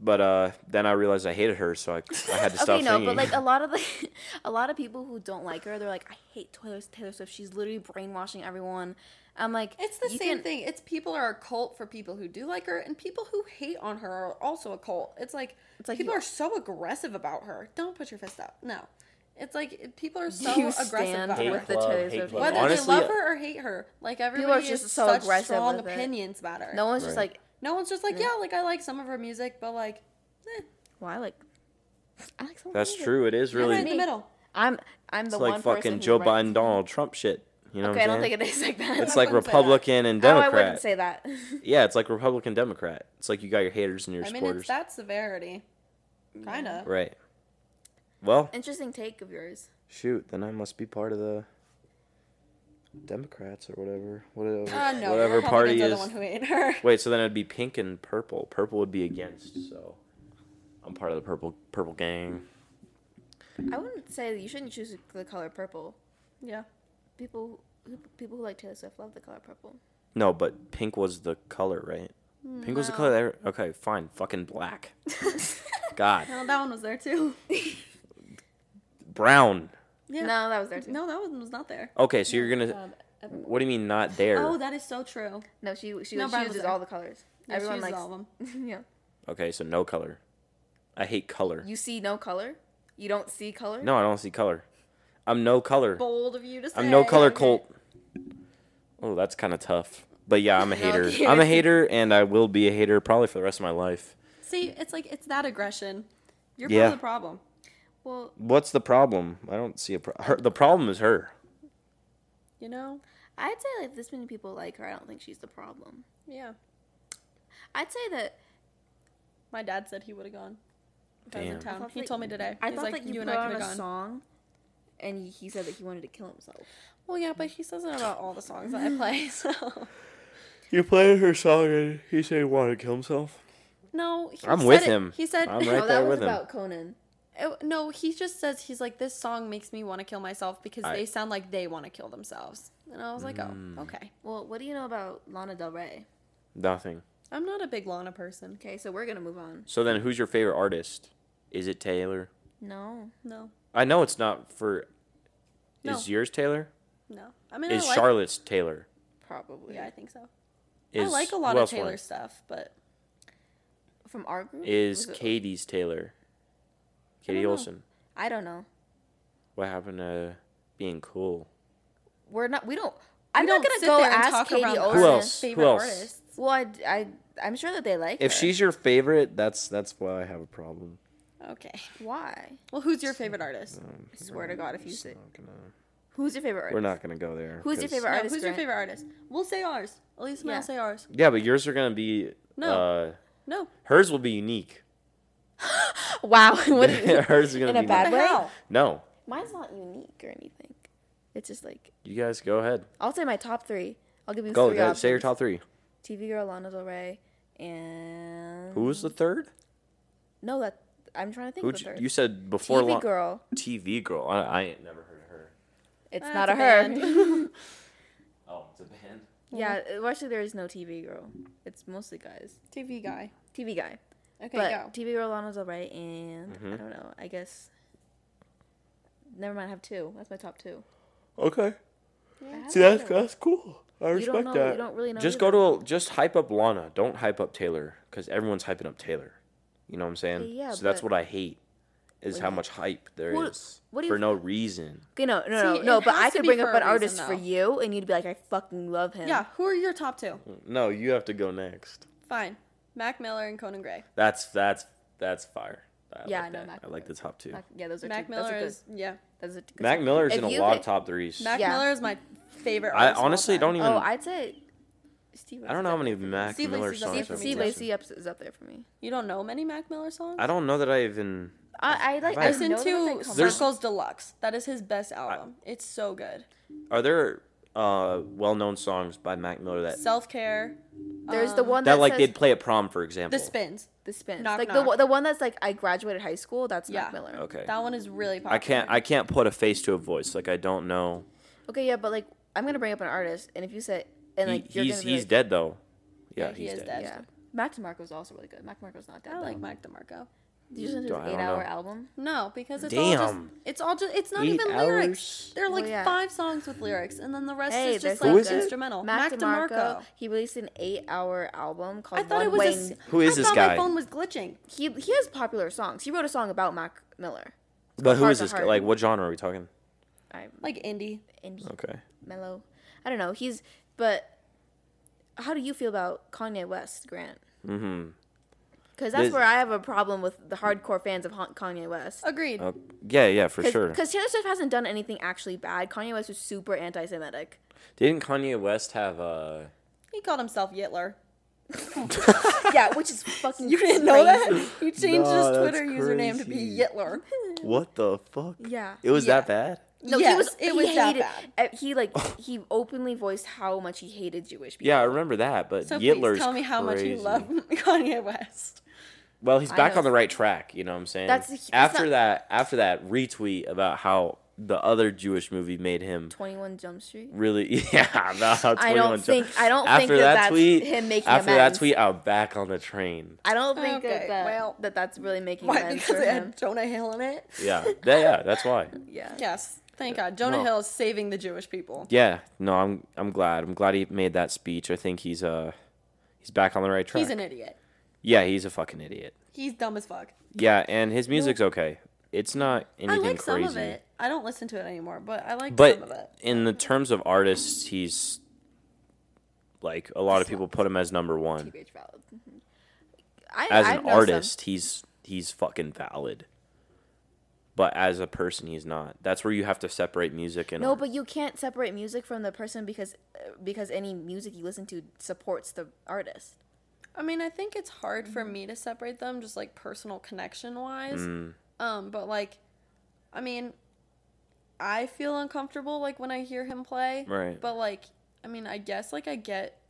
Speaker 1: but uh, then I realized I hated her, so I, I had to stop
Speaker 2: okay, no,
Speaker 1: singing.
Speaker 2: but like a lot of the, a lot of people who don't like her, they're like, I hate Taylor, Taylor Swift. She's literally brainwashing everyone. I'm like,
Speaker 3: It's the
Speaker 2: you
Speaker 3: same
Speaker 2: can-
Speaker 3: thing. It's people are a cult for people who do like her, and people who hate on her are also a cult. It's like,
Speaker 2: It's like
Speaker 3: people
Speaker 2: you-
Speaker 3: are so aggressive about her. Don't put your fist up. No, It's like people are so
Speaker 2: You
Speaker 3: aggressive
Speaker 2: stand
Speaker 3: about
Speaker 1: Hate
Speaker 3: her.
Speaker 2: with the
Speaker 1: club,
Speaker 2: toes
Speaker 1: hate
Speaker 2: of
Speaker 1: club.
Speaker 2: your
Speaker 3: Whether
Speaker 1: Honestly, uh,
Speaker 3: they love her or hate her, like everybody
Speaker 2: just
Speaker 3: has
Speaker 2: so
Speaker 3: such
Speaker 2: aggressive
Speaker 3: strong
Speaker 2: with it.
Speaker 3: opinions about her.
Speaker 2: No
Speaker 3: No,
Speaker 2: one's just
Speaker 1: Right.
Speaker 2: like,
Speaker 3: one's just like, yeah, like I like some of her music, but like, eh,
Speaker 2: well, I like, I like someone.
Speaker 1: That's true. It is
Speaker 3: I'm
Speaker 1: really.
Speaker 3: right in the
Speaker 2: Me.
Speaker 3: middle.
Speaker 2: I'm I'm the
Speaker 1: It's
Speaker 2: one
Speaker 1: like
Speaker 2: person
Speaker 1: fucking
Speaker 2: who's
Speaker 1: Joe
Speaker 2: right.
Speaker 1: Biden, Donald Trump shit. You know
Speaker 2: Okay, I
Speaker 1: what I'm
Speaker 2: don't
Speaker 1: saying?
Speaker 2: think it is like that.
Speaker 1: it's like
Speaker 3: wouldn't say that.
Speaker 1: Republican and
Speaker 2: oh, I
Speaker 1: Democrat.
Speaker 2: wouldn't say that.
Speaker 1: Yeah, it's like Republican Democrat. It's like you got your haters and your
Speaker 3: I mean,
Speaker 1: supporters.
Speaker 3: it's that severity, kind of.
Speaker 1: Right. Well,
Speaker 2: Interesting take of yours.
Speaker 1: shoot. Then I must be part of the Democrats or whatever. Whatever,
Speaker 3: Uh, no,
Speaker 1: whatever
Speaker 3: Republicans
Speaker 1: party
Speaker 3: are
Speaker 1: is.
Speaker 3: the one who ate her.
Speaker 1: Wait, so then it'd be pink and purple. Purple would be against. So I'm part of the purple purple gang.
Speaker 2: I wouldn't say that you shouldn't choose the color purple.
Speaker 3: Yeah.
Speaker 2: People who, people who like Taylor Swift love the color purple.
Speaker 1: No, but pink was the color, right? Pink was the color. There. Okay, fine. Fucking black. God,
Speaker 3: Well, that one was there too.
Speaker 1: brown.
Speaker 3: Yeah.
Speaker 2: No, that was their too.
Speaker 3: No, that one was not there.
Speaker 1: Okay, so you're gonna.
Speaker 2: Um,
Speaker 1: What do you mean not there?
Speaker 3: Oh, that is so true.
Speaker 2: No, she she,
Speaker 3: No, Brian was
Speaker 2: chooses
Speaker 3: there.
Speaker 2: all the colors.
Speaker 3: Yeah,
Speaker 2: Everyone
Speaker 3: she was
Speaker 2: likes
Speaker 3: all of them.
Speaker 2: yeah.
Speaker 1: Okay, so no color. I hate color.
Speaker 2: You see no color. You don't see color.
Speaker 1: No, I don't see color. I'm no color.
Speaker 3: Bold of you to say.
Speaker 1: I'm no color
Speaker 3: Okay.
Speaker 1: cult. Oh, that's kind of tough. But yeah, I'm a hater.
Speaker 2: Okay.
Speaker 1: I'm a hater, and I will be a hater probably for the rest of my life.
Speaker 3: See, it's like it's that aggression. You're
Speaker 1: Yeah.
Speaker 3: part of the problem.
Speaker 2: Well,
Speaker 1: What's the problem? I don't see a pro- her, The problem is her.
Speaker 3: You know?
Speaker 2: I'd say like this many people like her. I don't think she's the problem.
Speaker 3: Yeah.
Speaker 2: I'd say that
Speaker 3: My dad said he would have gone. If I was in
Speaker 1: Damn.
Speaker 3: town.
Speaker 2: thought
Speaker 3: He
Speaker 2: that-
Speaker 3: told me today.
Speaker 2: I
Speaker 3: He's
Speaker 2: thought
Speaker 3: like,
Speaker 2: that you,
Speaker 3: and
Speaker 2: put
Speaker 3: I
Speaker 2: on a
Speaker 3: coulda gone."
Speaker 2: song, and he said that he wanted to kill himself.
Speaker 3: Well, yeah, but he says it about all the songs that I play. So
Speaker 1: You played her song, and he said he wanted to kill himself.
Speaker 3: no, he
Speaker 1: I'm
Speaker 3: said
Speaker 1: with
Speaker 3: it-
Speaker 1: him.
Speaker 3: He said
Speaker 1: I'm
Speaker 2: No,
Speaker 1: right
Speaker 2: that
Speaker 1: there
Speaker 2: was
Speaker 1: with him.
Speaker 2: about Conan.
Speaker 3: Oh, no. He just says he's like this song makes me want to kill myself because
Speaker 1: I- Mm.
Speaker 3: they sound like they want to kill themselves. And I was like, oh, okay.
Speaker 2: Well, what do you know about Lana Del Rey?
Speaker 1: Nothing.
Speaker 3: I'm not a big Lana person.
Speaker 2: Okay, so we're gonna move on.
Speaker 1: So then, who's your favorite artist? Is it Taylor?
Speaker 2: No,
Speaker 3: No,
Speaker 1: I know it's not for. Is
Speaker 3: No.
Speaker 1: yours Taylor?
Speaker 3: no. I mean,
Speaker 1: Is
Speaker 3: I like,
Speaker 1: Charlotte's Taylor?
Speaker 2: probably.
Speaker 3: Yeah, I think so. I
Speaker 1: Is
Speaker 3: like a lot
Speaker 1: who
Speaker 3: of
Speaker 1: else won?
Speaker 3: Taylor stuff, but
Speaker 2: From our group
Speaker 1: Is
Speaker 2: Was it-
Speaker 1: Katie's Taylor? Katie
Speaker 3: don't know.
Speaker 1: Olsen.
Speaker 2: I don't know.
Speaker 1: What happened to being cool?
Speaker 2: We're not. We don't. I'm
Speaker 3: don't
Speaker 2: not gonna
Speaker 3: sit
Speaker 2: go
Speaker 3: there and
Speaker 2: ask
Speaker 3: talk
Speaker 2: Katie
Speaker 3: around the
Speaker 2: Olsen.
Speaker 1: Who else?
Speaker 3: favorite
Speaker 1: Who else?
Speaker 3: artist.
Speaker 2: Well, I, I, I'm sure that they like.
Speaker 1: If
Speaker 2: her.
Speaker 1: she's your favorite, that's that's why I have a problem.
Speaker 3: okay.
Speaker 2: why?
Speaker 3: Well, who's your favorite artist?
Speaker 1: Mm.
Speaker 2: I swear to God, if you say,
Speaker 1: Not gonna-
Speaker 2: who's your favorite artist?
Speaker 1: we're not gonna go there.
Speaker 2: Who's your
Speaker 1: 'cause-
Speaker 2: favorite
Speaker 3: No,
Speaker 2: artist?
Speaker 3: who's your
Speaker 2: Grant?
Speaker 3: favorite artist? We'll say ours. At least
Speaker 2: Yeah.
Speaker 3: I'll say ours.
Speaker 1: Yeah, but yours are gonna be.
Speaker 3: No.
Speaker 1: Uh,
Speaker 3: No.
Speaker 1: hers will be unique.
Speaker 2: Wow. what do you-
Speaker 1: hers is gonna
Speaker 2: in a
Speaker 1: be
Speaker 2: bad
Speaker 1: unique.
Speaker 3: The
Speaker 2: way?
Speaker 3: hell?
Speaker 1: No,
Speaker 2: Mine's not unique or anything. It's just like
Speaker 1: you guys go ahead.
Speaker 2: I'll say my top three. I'll give you
Speaker 1: Go,
Speaker 2: three
Speaker 1: go ahead. Say your
Speaker 2: options.
Speaker 1: top three.
Speaker 2: TV girl Lana Del Rey and
Speaker 1: Who was the third?
Speaker 2: No, that I'm trying to think.
Speaker 1: Who
Speaker 2: of the third.
Speaker 1: you said before?
Speaker 2: TV
Speaker 1: lo-
Speaker 2: girl.
Speaker 1: TV girl. I, I ain't never heard of her.
Speaker 2: It's
Speaker 3: That's
Speaker 2: not
Speaker 3: a
Speaker 2: a her.
Speaker 3: band.
Speaker 1: Oh, it's a band.
Speaker 2: yeah, well, actually there is no TV girl. It's mostly guys.
Speaker 3: TV guy.
Speaker 2: TV guy.
Speaker 3: Okay,
Speaker 2: But
Speaker 3: go.
Speaker 2: TV girl Lana's alright, and
Speaker 1: Mm-hmm.
Speaker 2: I don't know. I guess. Never mind. I have two. That's my top two.
Speaker 1: Okay.
Speaker 2: I have
Speaker 1: See, that's
Speaker 2: two.
Speaker 1: that's cool. I
Speaker 2: You don't
Speaker 1: respect
Speaker 2: know-
Speaker 1: that.
Speaker 2: you don't really know
Speaker 1: Just
Speaker 2: either.
Speaker 1: go to just hype up Lana. Don't hype up Taylor because everyone's hyping up Taylor. You know what I'm saying?
Speaker 2: Yeah,
Speaker 1: So that's
Speaker 2: but-
Speaker 1: what I hate is
Speaker 2: What
Speaker 1: how
Speaker 2: do you-
Speaker 1: much hype there is
Speaker 2: What- what do you-
Speaker 1: for no reason.
Speaker 2: Okay, no, no,
Speaker 3: See,
Speaker 2: no, no.
Speaker 3: it
Speaker 2: But I
Speaker 3: has to
Speaker 2: could
Speaker 3: be
Speaker 2: bring
Speaker 3: for
Speaker 2: up
Speaker 3: a
Speaker 2: an artist
Speaker 3: reason,
Speaker 2: for
Speaker 3: though.
Speaker 2: you, and you'd be like, "I fucking love him."
Speaker 3: Yeah, who are your top two?
Speaker 1: No, you have to go next.
Speaker 3: Fine. Mac Miller and Conan Gray.
Speaker 1: That's that's that's fire. I
Speaker 2: Yeah,
Speaker 1: like
Speaker 2: I know
Speaker 1: that.
Speaker 2: Mac
Speaker 1: I like the top two.
Speaker 2: Like, yeah, those are
Speaker 3: Mac
Speaker 2: two,
Speaker 3: Miller
Speaker 2: That's
Speaker 3: is
Speaker 2: a
Speaker 3: yeah.
Speaker 2: good, that's a good
Speaker 1: Mac Miller's
Speaker 2: If
Speaker 1: in a
Speaker 2: you
Speaker 1: lot
Speaker 2: could-
Speaker 1: of top threes.
Speaker 3: Mac
Speaker 2: Yeah.
Speaker 3: Miller is my favorite
Speaker 1: I
Speaker 3: artist. of all
Speaker 1: honestly
Speaker 3: time.
Speaker 1: don't even.
Speaker 2: Oh, I'd say Steve.
Speaker 1: I don't know how many Mac
Speaker 3: Steve
Speaker 1: Miller
Speaker 3: Lacy's up
Speaker 1: songs.
Speaker 3: there
Speaker 1: I've
Speaker 3: for me,
Speaker 2: Steve
Speaker 3: too.
Speaker 1: listened.
Speaker 2: Lacy ups is up there for me.
Speaker 3: You don't know many Mac Miller songs?
Speaker 1: e- I don't know that I even.
Speaker 2: I, I like.
Speaker 1: I
Speaker 2: I
Speaker 3: Listen
Speaker 2: know that
Speaker 3: to
Speaker 2: it's like
Speaker 1: There's-
Speaker 3: Circles Deluxe. That is his best album. it's so good.
Speaker 1: Are there uh, well-known songs by Mac Miller that
Speaker 3: Self care.
Speaker 2: There's the one that,
Speaker 1: that like
Speaker 2: says
Speaker 1: they'd play at prom, for example?
Speaker 3: The Spins.
Speaker 2: the spins.
Speaker 3: Knock,
Speaker 2: like the
Speaker 3: knock.
Speaker 2: one- the one that's like I graduated high school. That's Mac
Speaker 3: Yeah.
Speaker 2: Miller. Okay.
Speaker 1: Okay.
Speaker 3: That one is really popular.
Speaker 1: I can't I can't put a face to a voice. Like I don't know.
Speaker 2: yeah, but like I'm gonna bring up an artist, and if you say and
Speaker 1: He,
Speaker 2: like you're
Speaker 1: he's
Speaker 2: gonna be
Speaker 1: he's
Speaker 2: like,
Speaker 1: dead though. Yeah,
Speaker 3: Yeah, he
Speaker 1: he's
Speaker 3: is
Speaker 1: dead.
Speaker 3: dead.
Speaker 2: Yeah, Mac DeMarco's also really good. Mac DeMarco's not dead.
Speaker 3: I
Speaker 2: though.
Speaker 3: like Mac DeMarco.
Speaker 2: Did you listen to
Speaker 1: I
Speaker 2: his
Speaker 1: don't
Speaker 2: eight-hour
Speaker 1: know.
Speaker 2: album?
Speaker 3: No, because it's all just
Speaker 1: Damn.
Speaker 3: it's all just it's not
Speaker 1: Eight
Speaker 3: even
Speaker 1: hours?
Speaker 3: lyrics. There are
Speaker 2: Well,
Speaker 3: like
Speaker 2: yeah.
Speaker 3: five songs with lyrics, and then the rest
Speaker 2: Hey,
Speaker 3: is just
Speaker 2: there's
Speaker 3: like
Speaker 1: Who is it?
Speaker 3: instrumental.
Speaker 2: Mac,
Speaker 3: Mac,
Speaker 2: DeMarco,
Speaker 3: DeMarco.
Speaker 2: He released an eight-hour album called
Speaker 3: I thought
Speaker 2: One
Speaker 3: it was.
Speaker 2: Way.
Speaker 3: A, s-
Speaker 1: Who is
Speaker 3: I
Speaker 1: this
Speaker 3: thought
Speaker 1: guy?
Speaker 3: My phone was glitching.
Speaker 2: he he has popular songs. He wrote a song about Mac Miller.
Speaker 1: But who
Speaker 2: Hard
Speaker 1: is
Speaker 2: to
Speaker 1: this guy?
Speaker 2: hard.
Speaker 1: Like, what genre are we talking?
Speaker 2: I'm
Speaker 3: Like indie.
Speaker 2: indie
Speaker 1: Okay.
Speaker 2: mellow. I don't know. He's but how do you feel about Kanye West, Grant? Mm-hmm. Because that's
Speaker 1: This-
Speaker 2: where I have a problem with the hardcore fans of Hon- Kanye West.
Speaker 3: Agreed.
Speaker 1: Oh, yeah, yeah, for
Speaker 2: Because
Speaker 1: sure.
Speaker 2: Taylor Swift hasn't done anything actually bad. Kanye West was super anti-Semitic.
Speaker 1: Didn't Kanye West have uh
Speaker 3: He called himself Yitler.
Speaker 2: yeah, which is fucking.
Speaker 3: You didn't know that?
Speaker 2: crazy.
Speaker 3: You changed
Speaker 1: No,
Speaker 3: his
Speaker 1: that's
Speaker 3: Twitter username to be
Speaker 1: crazy.
Speaker 3: Yitler.
Speaker 1: What the fuck?
Speaker 2: Yeah.
Speaker 1: It was
Speaker 3: Yeah.
Speaker 1: that bad?
Speaker 2: No,
Speaker 3: Yes,
Speaker 2: he was. he
Speaker 3: it was that
Speaker 2: hated,
Speaker 3: bad.
Speaker 2: uh, He like he openly voiced how much he hated Jewish people.
Speaker 1: Yeah, I remember that, but
Speaker 3: So
Speaker 1: Yitler's
Speaker 3: please tell me how much
Speaker 1: crazy.
Speaker 3: you love Kanye West.
Speaker 1: Well, he's
Speaker 2: I
Speaker 1: back
Speaker 2: know.
Speaker 1: on the right track, you know what I'm saying?
Speaker 2: That's- it's
Speaker 1: after
Speaker 2: not-
Speaker 1: that after that retweet about how the other Jewish movie made him
Speaker 2: Twenty One Jump Street.
Speaker 1: really yeah, about how 21
Speaker 2: I don't
Speaker 1: Jump-
Speaker 2: think- I don't
Speaker 1: after
Speaker 2: think that that's
Speaker 1: tweet,
Speaker 2: him making
Speaker 1: After that
Speaker 2: amends.
Speaker 1: tweet, I'm back on the train.
Speaker 2: I don't think
Speaker 3: Okay,
Speaker 2: that that,
Speaker 3: well-
Speaker 2: that that's really making
Speaker 3: Why?
Speaker 2: sense
Speaker 3: Because
Speaker 2: for
Speaker 3: it
Speaker 2: him.
Speaker 3: had Jonah Hill in it.
Speaker 1: Yeah. yeah, yeah, that's why.
Speaker 2: Yeah.
Speaker 3: Yes. Thank God. Jonah
Speaker 1: No.
Speaker 3: Hill is saving the Jewish people.
Speaker 1: Yeah, no, I'm I'm glad. I'm glad he made that speech. I think he's uh he's back on the right track.
Speaker 3: He's an idiot.
Speaker 1: yeah, he's a fucking idiot.
Speaker 3: He's dumb as fuck.
Speaker 1: Yeah, and his music's okay. It's not
Speaker 3: I
Speaker 1: anything
Speaker 3: like some
Speaker 1: crazy.
Speaker 3: of it. I don't listen to it anymore, but I like some of it.
Speaker 1: But in the terms of artists, he's like a lot of people put him as number one.
Speaker 2: TBH valid. Mhm. I,
Speaker 1: As
Speaker 2: I
Speaker 1: an
Speaker 2: know some-
Speaker 1: artist, he's he's fucking valid. But as a person, he's not. That's where you have to separate music and
Speaker 2: No,
Speaker 1: art.
Speaker 2: but you can't separate music from the person because uh, because any music you listen to supports the artist.
Speaker 3: I mean, I think it's hard for me to separate them, just like personal connection wise.
Speaker 1: Mm.
Speaker 3: Um, but like, I mean, I feel uncomfortable like when I hear him play.
Speaker 1: Right.
Speaker 3: But like, I mean, I guess like I get,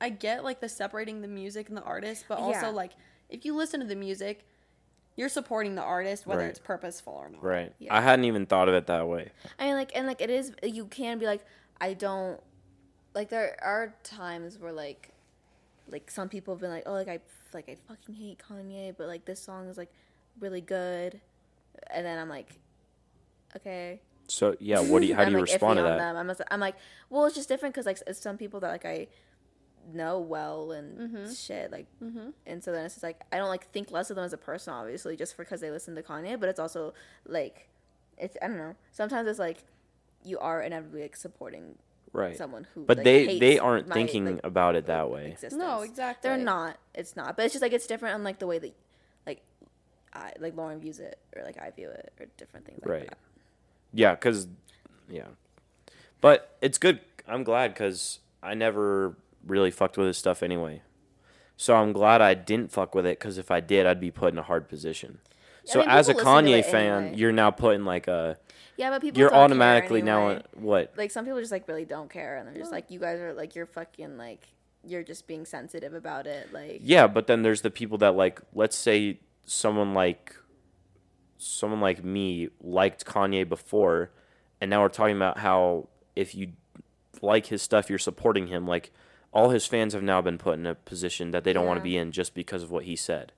Speaker 3: I get like the separating the music and the artist, but also
Speaker 2: Yeah.
Speaker 3: like if you listen to the music, you're supporting the artist whether
Speaker 1: Right.
Speaker 3: it's purposeful or not.
Speaker 1: right.
Speaker 2: Yeah.
Speaker 1: I hadn't even thought of it that way.
Speaker 2: I mean, like, and like, it is. You can be like, I don't. Like, there are times where like, like some people have been like, oh, like I like I fucking hate Kanye, but like this song is like really good, and then I'm like, okay.
Speaker 1: So yeah, Uh, what do you? How do
Speaker 2: I'm,
Speaker 1: you
Speaker 2: like, iffy
Speaker 1: respond to that?
Speaker 2: on Them. I'm, just- I'm like, well, it's just different because like s- some people that like I know well and
Speaker 3: Mm-hmm.
Speaker 2: shit like and so then it's just like i don't like think less of them as a person obviously just because they listen to kanye but it's also like it's i don't know sometimes it's like you are inevitably like supporting
Speaker 1: Right.
Speaker 2: someone who
Speaker 1: but
Speaker 2: like,
Speaker 1: they
Speaker 2: hates
Speaker 1: they aren't
Speaker 2: my,
Speaker 1: thinking
Speaker 2: like,
Speaker 1: about it that way.
Speaker 2: existence.
Speaker 3: No, exactly.
Speaker 2: they're not it's not but it's just like it's different on like the way that like i like lauren views it or like i view it or different things like
Speaker 1: right.
Speaker 2: that
Speaker 1: Yeah, because, yeah. But it's good. I'm glad because I never really fucked with his stuff anyway. So I'm glad I didn't fuck with it because if I did, I'd be put in a hard position. So
Speaker 2: mean,
Speaker 1: as a
Speaker 2: people listen to
Speaker 1: Kanye
Speaker 2: it
Speaker 1: fan,
Speaker 2: anyway.
Speaker 1: you're now put in like a.
Speaker 2: yeah but people
Speaker 1: You're
Speaker 2: don't care
Speaker 1: automatically now
Speaker 2: anyway.
Speaker 1: in- what?
Speaker 2: like some people just like really don't care and they're just like you guys are like you're fucking like you're just being sensitive about it like
Speaker 1: Yeah, but then there's the people that like. Let's say someone like, someone like me liked Kanye before, and now we're talking about how if you like his stuff, you're supporting him. Like all his fans have now been put in a position that they don't want to
Speaker 2: Yeah.
Speaker 1: be in just because of what he said.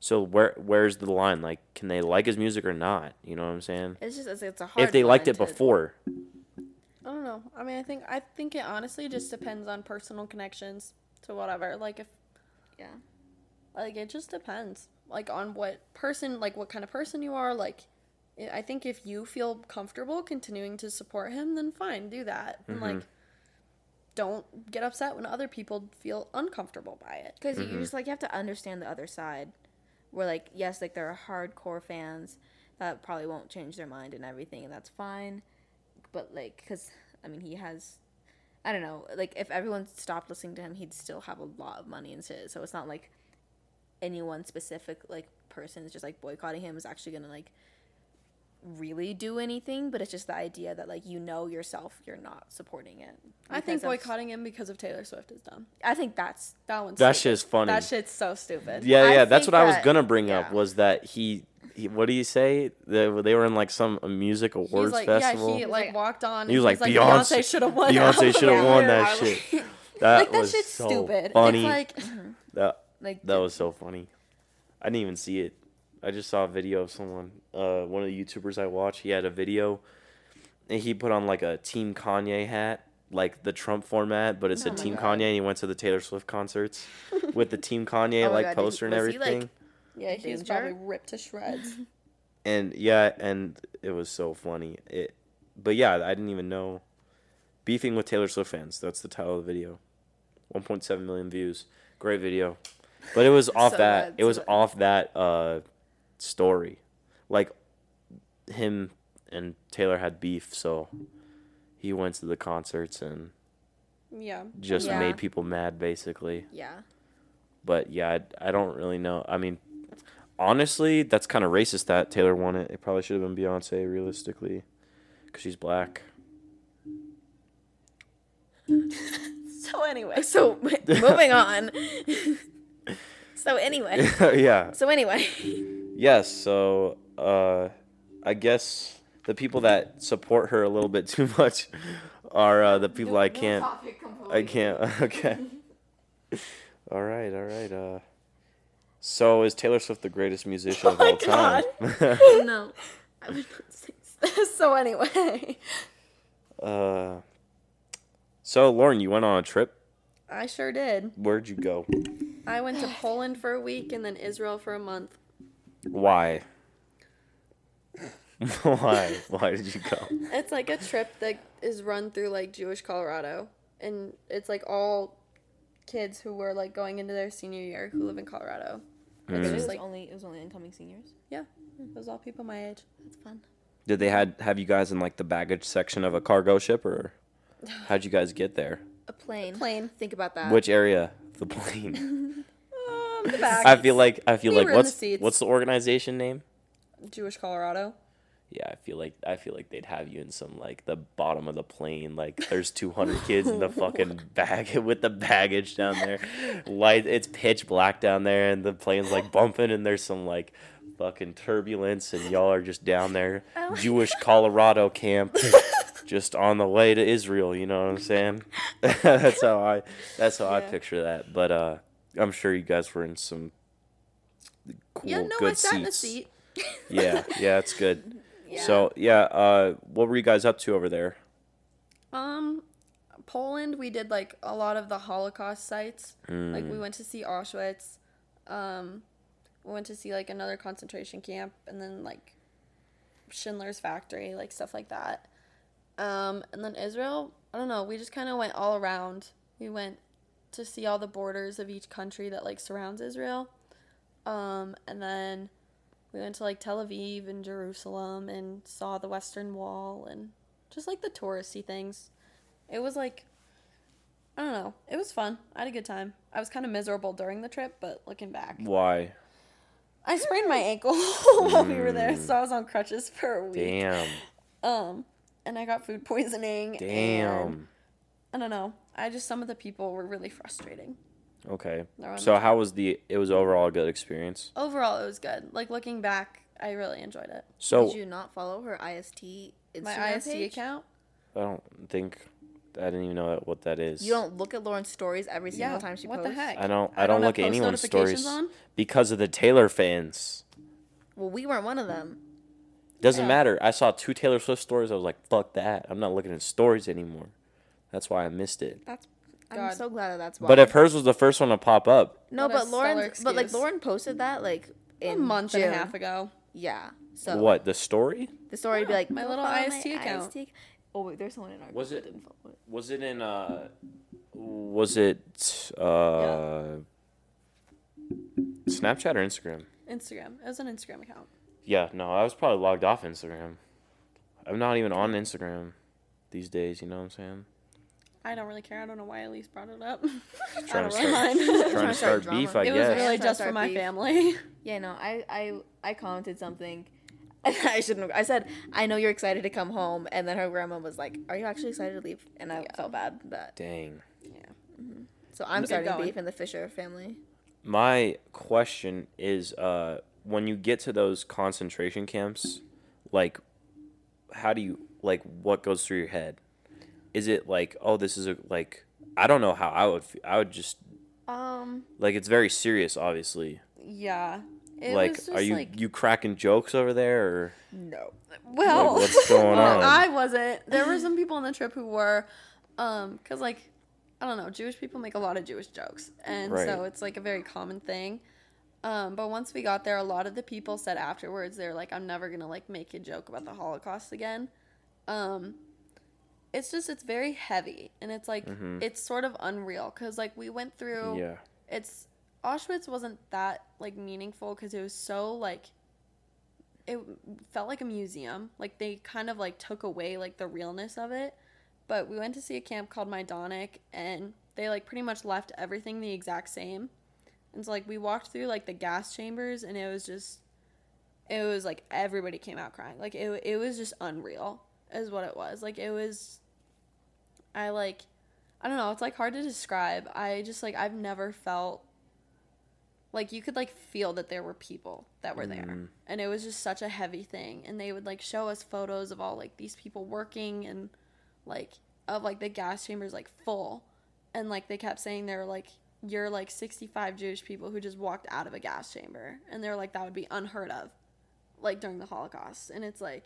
Speaker 1: So where where's the line? Like, can they like his music or not? You know what I'm saying?
Speaker 2: it's just it's, it's a hard
Speaker 1: If they liked it
Speaker 2: line to-
Speaker 1: before,
Speaker 3: I don't know. I mean, I think I think it honestly just depends on personal connections to whatever. Like if
Speaker 2: yeah
Speaker 3: like it just depends like on what person like what kind of person you are like i- i think if you feel comfortable continuing to support him then fine do that
Speaker 1: Mm-hmm.
Speaker 3: and like don't get upset when other people feel uncomfortable by it
Speaker 2: because
Speaker 1: Mm-hmm.
Speaker 2: you just like you have to understand the other side where like yes like there are hardcore fans that probably won't change their mind and everything and that's fine but like because i mean he has i don't know like if everyone stopped listening to him he'd still have a lot of money and shit so it's not like any one specific like person is just like boycotting him is actually gonna like really do anything but it's just the idea that like you know yourself you're not supporting it
Speaker 3: i think
Speaker 2: Because of-
Speaker 3: boycotting him because of taylor swift is dumb
Speaker 2: i think that's
Speaker 3: that one's
Speaker 1: that
Speaker 3: stupid.
Speaker 1: shit's funny.
Speaker 3: that shit's so stupid
Speaker 1: Yeah,
Speaker 2: I
Speaker 1: yeah, that's what
Speaker 2: think
Speaker 1: I was
Speaker 2: that-
Speaker 1: gonna bring up
Speaker 2: yeah.
Speaker 1: was that he, he what do you say? They, they were in like some music
Speaker 3: He's
Speaker 1: awards
Speaker 3: like,
Speaker 1: festival.
Speaker 3: yeah, he like walked on. and
Speaker 1: he was like,
Speaker 3: Beyonce,
Speaker 1: Beyonce,
Speaker 3: should have won.
Speaker 1: Beyonce should have
Speaker 2: Yeah.
Speaker 1: won that
Speaker 3: Yeah.
Speaker 1: shit. That
Speaker 3: like that
Speaker 1: was
Speaker 3: shit's
Speaker 1: so
Speaker 3: stupid.
Speaker 1: funny.
Speaker 3: It's like
Speaker 1: that
Speaker 2: like
Speaker 1: that was so funny. I didn't even see it. I just saw a video of someone, uh, one of the YouTubers I watch. He had a video, and he put on like a Team Kanye hat, like the Trump format, but it said
Speaker 2: my
Speaker 1: Team
Speaker 2: God.
Speaker 1: Kanye, and he went to the Taylor Swift concerts with the Team Kanye
Speaker 2: Oh my
Speaker 1: like
Speaker 2: God, did he-
Speaker 1: poster and
Speaker 2: was he, like,
Speaker 1: everything.
Speaker 3: yeah, he's
Speaker 2: Danger.
Speaker 3: probably ripped to shreds.
Speaker 1: and yeah, and it was so funny. It, but yeah, I didn't even know. Beefing with Taylor Swift fans. That's the title of the video. 1.7 million views. Great video. But it was off
Speaker 2: So
Speaker 1: that.
Speaker 2: bad,
Speaker 1: It
Speaker 2: so
Speaker 1: was
Speaker 2: bad.
Speaker 1: off that uh, story. Like him and Taylor had beef, so he went to the concerts and
Speaker 3: Yeah.
Speaker 1: just
Speaker 2: Yeah.
Speaker 1: made people mad, basically.
Speaker 2: Yeah.
Speaker 1: But yeah, I, I don't really know. I mean, honestly, that's kind of racist that Taylor won it. It probably should have been Beyonce, realistically, because she's black.
Speaker 2: So anyway, so moving on. so anyway,
Speaker 1: yeah.
Speaker 2: so anyway,
Speaker 1: Yes. So uh, I guess the people that support her a little bit too much are uh, the people I can't. I can't. Okay. all right. All right. Uh, so is Taylor Swift the greatest musician of
Speaker 2: my
Speaker 1: all time?
Speaker 3: no.
Speaker 2: I would not say so. so anyway.
Speaker 1: uh, so Lauren, you went on a trip.
Speaker 3: I sure did.
Speaker 1: Where'd you go?
Speaker 3: I went to Poland for a week and then Israel for a month.
Speaker 1: Why? Why? Why did you go?
Speaker 3: It's like a trip that is run through like Jewish Colorado, and it's like all kids who were like going into their senior year who live in Colorado. It's
Speaker 2: It was
Speaker 3: just
Speaker 1: Mm.
Speaker 3: like
Speaker 2: only it was only incoming seniors.
Speaker 3: yeah, it was all people my age.
Speaker 2: That's fun.
Speaker 1: Did they had have you guys in like the baggage section of a cargo ship, or how'd you guys get there?
Speaker 2: A plane.
Speaker 3: plane.
Speaker 2: Think about that.
Speaker 1: Which area? The plane.
Speaker 3: Um, the back.
Speaker 1: I feel like I feel
Speaker 3: We
Speaker 1: like
Speaker 3: were in the
Speaker 1: what's
Speaker 3: seats.
Speaker 1: what's the organization name?
Speaker 3: Jewish Colorado.
Speaker 1: Yeah, I feel like I feel like they'd have you in some like the bottom of the plane. Like there's 200 kids in the fucking bag with the baggage down there. Light, it's pitch black down there, and the plane's like bumping, and there's some like fucking turbulence, and y'all are just down there,
Speaker 2: Oh my
Speaker 1: Jewish Colorado camp, just on the way to Israel. You know what I'm saying? that's how I that's how I
Speaker 3: Yeah.
Speaker 1: picture that. But uh, I'm sure you guys were in some cool,
Speaker 3: yeah, no,
Speaker 1: good
Speaker 3: I sat
Speaker 1: seats.
Speaker 3: in a seat.
Speaker 1: Yeah, yeah, it's good. So yeah, uh, what were you guys up to over there?
Speaker 3: Um, Poland, we did like a lot of the Holocaust sites. Like we went to see Auschwitz. Um, we went to see like another concentration camp, and then like Schindler's Factory, like stuff like that. Um, and then Israel, I don't know. We just kind of went all around. We went to see all the borders of each country that like surrounds Israel. Um, and then we went to like Tel Aviv and Jerusalem and saw the Western Wall and just like the touristy things. It was like I don't know. It was fun. I had a good time. I was kind of miserable during the trip, but looking back,
Speaker 1: Why?
Speaker 3: I sprained my ankle while we were there, so I was on crutches for a week.
Speaker 1: Mm. Damn,
Speaker 3: Um, and I got food poisoning. and
Speaker 1: damn.
Speaker 3: I don't know. I just some of the people were really frustrating.
Speaker 1: Okay.
Speaker 3: They're on
Speaker 1: So
Speaker 3: the-
Speaker 1: how was the? It was overall a good experience.
Speaker 3: overall, it was good. Like looking back, I really enjoyed it.
Speaker 1: So
Speaker 2: Did you not follow her IST Instagram
Speaker 3: My IST
Speaker 2: page?
Speaker 3: account.
Speaker 1: I don't think I didn't even know what that is.
Speaker 2: You don't look at Lauren's stories every single time she
Speaker 3: what
Speaker 2: posts.
Speaker 3: the heck?
Speaker 1: I don't. I,
Speaker 3: I
Speaker 1: don't,
Speaker 3: don't have
Speaker 1: look at
Speaker 3: post
Speaker 1: anyone's
Speaker 3: notifications
Speaker 1: stories
Speaker 3: on?
Speaker 1: because of the Taylor fans.
Speaker 2: Well, we weren't one of them.
Speaker 1: Doesn't
Speaker 3: Yeah.
Speaker 1: matter. I saw two Taylor Swift stories. I was like, "Fuck that! I'm not looking at stories anymore." That's why I missed it.
Speaker 3: That's
Speaker 2: I'm so glad that that's why.
Speaker 1: But if hers was the first one to pop up,
Speaker 2: no,
Speaker 3: What a
Speaker 2: but Lauren,
Speaker 3: stellar
Speaker 2: but like
Speaker 3: excuse.
Speaker 2: Lauren posted that like in
Speaker 3: a month
Speaker 2: June.
Speaker 3: and a half ago.
Speaker 2: Yeah. So
Speaker 1: what the story?
Speaker 2: the story would be like
Speaker 3: my
Speaker 2: "Go
Speaker 3: little
Speaker 2: follow
Speaker 3: IST account."
Speaker 2: IST Oh wait, there's someone in our
Speaker 1: Was
Speaker 2: group
Speaker 1: it-
Speaker 2: that didn't follow it.
Speaker 1: Was it in uh was it uh Snapchat or Instagram?
Speaker 3: Instagram. It was an Instagram account.
Speaker 1: Yeah, no, I was probably logged off Instagram. I'm not even on Instagram these days, you know what I'm saying?
Speaker 3: I don't really care. I don't know why Elise brought it up. I
Speaker 1: Trying
Speaker 3: don't
Speaker 1: to
Speaker 3: really
Speaker 1: start,
Speaker 3: mind.
Speaker 1: trying to start
Speaker 2: to start
Speaker 1: beef,
Speaker 2: drama.
Speaker 1: I
Speaker 3: it
Speaker 1: guess.
Speaker 3: was really
Speaker 2: Trying to
Speaker 3: just
Speaker 2: start
Speaker 3: for my
Speaker 2: beef.
Speaker 3: family.
Speaker 2: Yeah, no, I I I commented something. I shouldn't. have- I said I know you're excited to come home, and then her grandma was like, "Are you actually excited to leave?" And I felt bad that.
Speaker 1: Dang.
Speaker 2: So I'm starting
Speaker 3: going.
Speaker 2: beef in the Fisher family.
Speaker 1: My question is uh when you get to those concentration camps, like how do you like what goes through your head? Is it like, oh, this is a like I don't know how I would fe- I would just
Speaker 3: Um.
Speaker 1: like it's very serious obviously
Speaker 3: Yeah. It
Speaker 1: like
Speaker 3: was just
Speaker 1: are you
Speaker 3: like
Speaker 1: you cracking jokes over there or
Speaker 2: No.
Speaker 3: well.
Speaker 1: like, what's going
Speaker 3: Well,
Speaker 1: on
Speaker 3: I wasn't. There were some people on the trip who were, um, because like, I don't know, Jewish people make a lot of Jewish jokes, and
Speaker 1: Right.
Speaker 3: so it's like a very common thing. Um, but once we got there, a lot of the people said afterwards they're like, "I'm never gonna like make a joke about the Holocaust again." Um, it's just it's very heavy, and it's like it's sort of unreal because like we went through
Speaker 1: Mm-hmm. Yeah.
Speaker 3: it's Auschwitz wasn't that like meaningful because it was so like it felt like a museum. Like they kind of like took away like the realness of it. But we went to see a camp called Maidanek and they like pretty much left everything the exact same. And so like we walked through like the gas chambers and it was just it was like everybody came out crying. Like it it was just unreal is what it was. Like it was I like I don't know, it's like hard to describe. I just like I've never felt like you could like feel that there were people that were there. And it was just such a heavy thing and they would like show us photos of all like these people working and like of like the gas chambers like full and like they kept saying they were like you're like 65 Jewish people who just walked out of a gas chamber and they were like that would be unheard of like during the Holocaust and it's like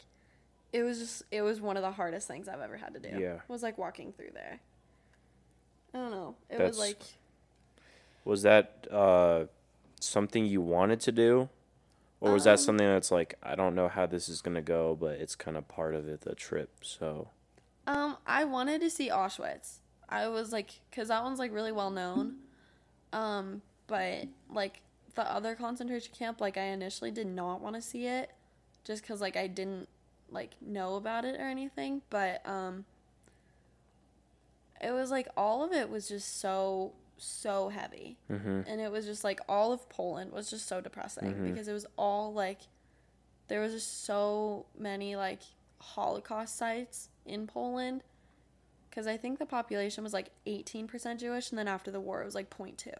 Speaker 3: it was just it was one of the hardest things I've ever had to do.
Speaker 1: Yeah.
Speaker 3: Was like walking through there. I don't know. It
Speaker 1: That's-
Speaker 3: was like
Speaker 1: Was that uh, something you wanted to do? Or was that
Speaker 3: Um,
Speaker 1: something that's like, I don't know how this is going to go, but it's kind of part of it, the trip. So,
Speaker 3: Um, I wanted to see Auschwitz. I was like, cause that one's like really well known. Um, but like the other concentration camp, like I initially did not want to see it, just cause like I didn't like know about it or anything. But um, it was like all of it was just so so heavy, and it was just like all of Poland was just so depressing because it was all like there was just so many like Holocaust sites in Poland because I think the population was like 18% Jewish, and then after the war it was like 0.2,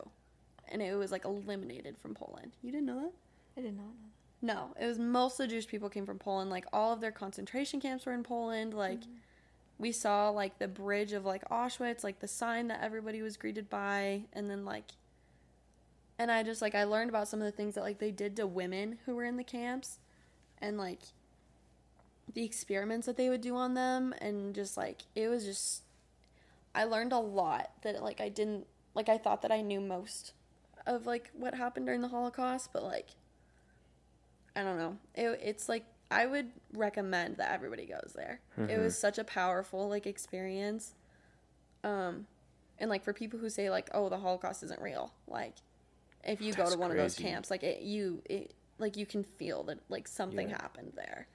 Speaker 3: and it was like eliminated from Poland. You didn't know that?
Speaker 2: I did not know.
Speaker 3: No, it was mostly Jewish people came from Poland. Like all of their concentration camps were in Poland. Like we saw like the bridge of like Auschwitz, like the sign that everybody was greeted by, and then like and I just like I learned about some of the things that like they did to women who were in the camps and like the experiments that they would do on them and just like it was just I learned a lot that like I didn't like I thought that I knew most of like what happened during the Holocaust, but like I don't know. It, it's like I would recommend that everybody goes there. It was
Speaker 1: Mm-hmm.
Speaker 3: such a powerful like experience. Um and like for people who say like oh the Holocaust isn't real, like if you go
Speaker 1: That's
Speaker 3: to one of those
Speaker 1: crazy.
Speaker 3: camps like it you it like you can feel that like something
Speaker 1: Yeah.
Speaker 3: happened there.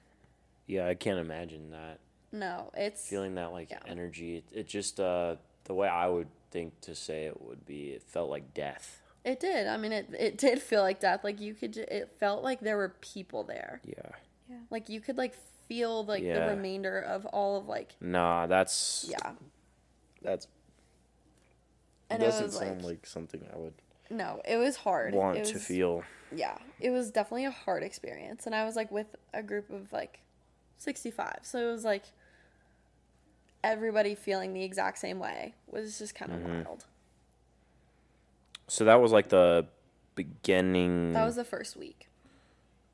Speaker 1: yeah, I can't imagine that.
Speaker 3: No, it's
Speaker 1: Feeling that like
Speaker 3: Yeah.
Speaker 1: energy. It, it just, uh, the way I would think to say it would be, it felt like death.
Speaker 3: it did. I mean it it did feel like death. Like you could ju- it felt like there were people there.
Speaker 1: Yeah.
Speaker 3: Like you could like feel like
Speaker 1: Yeah.
Speaker 3: the remainder of all of like
Speaker 1: Nah, that's,
Speaker 3: yeah.
Speaker 1: that's,
Speaker 3: And it
Speaker 1: doesn't
Speaker 3: was
Speaker 1: sound
Speaker 3: like,
Speaker 1: like something I would
Speaker 3: no, it was hard.
Speaker 1: want
Speaker 3: It
Speaker 1: to
Speaker 3: was-
Speaker 1: feel.
Speaker 3: Yeah, it was definitely a hard experience, and I was like with a group of like sixty five, so it was like everybody feeling the exact same way was just kind of
Speaker 1: Mm-hmm.
Speaker 3: wild.
Speaker 1: So that was like the beginning.
Speaker 3: That was the first week.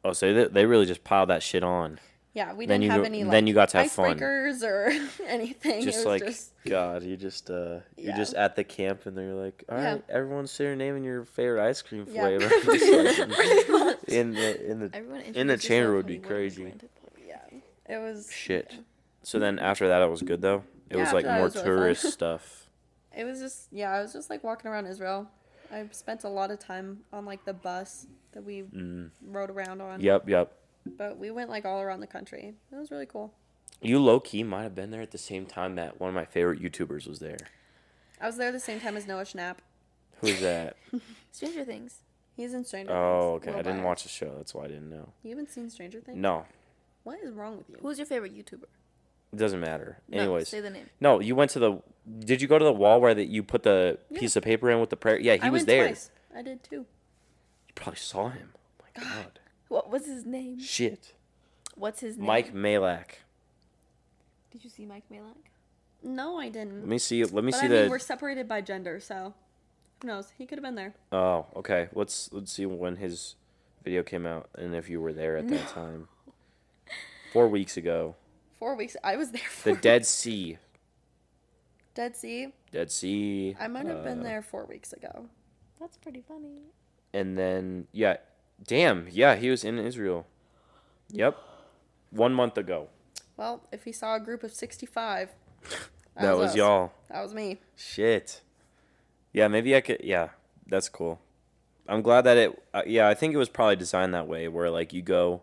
Speaker 1: oh, so they, they really just piled that shit on.
Speaker 3: Yeah, we
Speaker 1: Then
Speaker 3: didn't
Speaker 1: you
Speaker 3: have
Speaker 1: go-
Speaker 3: any.
Speaker 1: then
Speaker 3: Like,
Speaker 1: you got to have fun.
Speaker 3: icebreakers or anything. it
Speaker 1: Just
Speaker 3: was
Speaker 1: like
Speaker 3: just
Speaker 1: God, you just uh, you're
Speaker 3: Yeah.
Speaker 1: just at the camp and they're like, all
Speaker 3: Yeah.
Speaker 1: right, everyone say your name and your favorite ice cream
Speaker 3: Yeah.
Speaker 1: flavor. Just like in, in the in the
Speaker 2: Everyone
Speaker 1: in the
Speaker 2: introduce
Speaker 1: chamber
Speaker 2: yourself
Speaker 1: would
Speaker 2: when
Speaker 1: be
Speaker 2: you went into
Speaker 1: crazy.
Speaker 2: Grand Depot.
Speaker 3: yeah, it was
Speaker 1: Shit. So then after that, it was good though. It
Speaker 3: Yeah,
Speaker 1: was
Speaker 3: after
Speaker 1: like
Speaker 3: that, it
Speaker 1: more
Speaker 3: was really fun.
Speaker 1: tourist stuff.
Speaker 3: It was just yeah, I was just like walking around Israel. I spent a lot of time on like the bus that we
Speaker 1: Mm.
Speaker 3: rode around on.
Speaker 1: Yep, yep.
Speaker 3: But we went like all around the country. It was really cool.
Speaker 1: You low key might have been there at the same time that one of my favorite YouTubers was there.
Speaker 3: I was there the same time as Noah Schnapp.
Speaker 1: Who's that?
Speaker 2: Stranger Things.
Speaker 3: He's in Stranger Things.
Speaker 1: oh, okay.
Speaker 3: Lil
Speaker 1: I didn't
Speaker 3: Byron.
Speaker 1: watch the show. That's why I didn't know.
Speaker 3: You haven't seen Stranger Things?
Speaker 1: No,
Speaker 3: What is wrong with you?
Speaker 2: Who's your favorite YouTuber?
Speaker 1: it doesn't matter.
Speaker 2: No,
Speaker 1: Anyways,
Speaker 2: say the name.
Speaker 1: No, you went to the. Did you go to the wall where that you put the piece of paper in with the prayer? Yeah, he
Speaker 3: I
Speaker 1: was
Speaker 3: went
Speaker 1: there.
Speaker 3: twice. I did too.
Speaker 1: You probably saw him. Oh my god.
Speaker 2: What was his name?
Speaker 1: Shit.
Speaker 2: What's his name?
Speaker 1: Mike Malak.
Speaker 2: Did you see Mike Malak?
Speaker 3: No, I didn't.
Speaker 1: Let me see. Let me
Speaker 3: but
Speaker 1: see
Speaker 3: I mean,
Speaker 1: the.
Speaker 3: we're separated by gender, so who knows? He could have been there.
Speaker 1: Oh, okay. Let's let's see when his video came out and if you were there at that time. Four weeks ago,
Speaker 3: Four weeks. I was there for
Speaker 1: the Dead Sea.
Speaker 3: Dead Sea.
Speaker 1: Dead Sea.
Speaker 3: I might have been
Speaker 1: uh,
Speaker 3: there four weeks ago.
Speaker 2: That's pretty funny.
Speaker 1: and then yeah, damn, yeah, he was in Israel. Yep, one month ago.
Speaker 3: Well, if he saw a group of 65,
Speaker 1: That, was,
Speaker 3: us.
Speaker 1: y'all.
Speaker 3: That was me.
Speaker 1: Shit. Yeah, maybe I could. Yeah, that's cool. I'm glad that it. Uh, yeah, I think it was probably designed that way, where like you go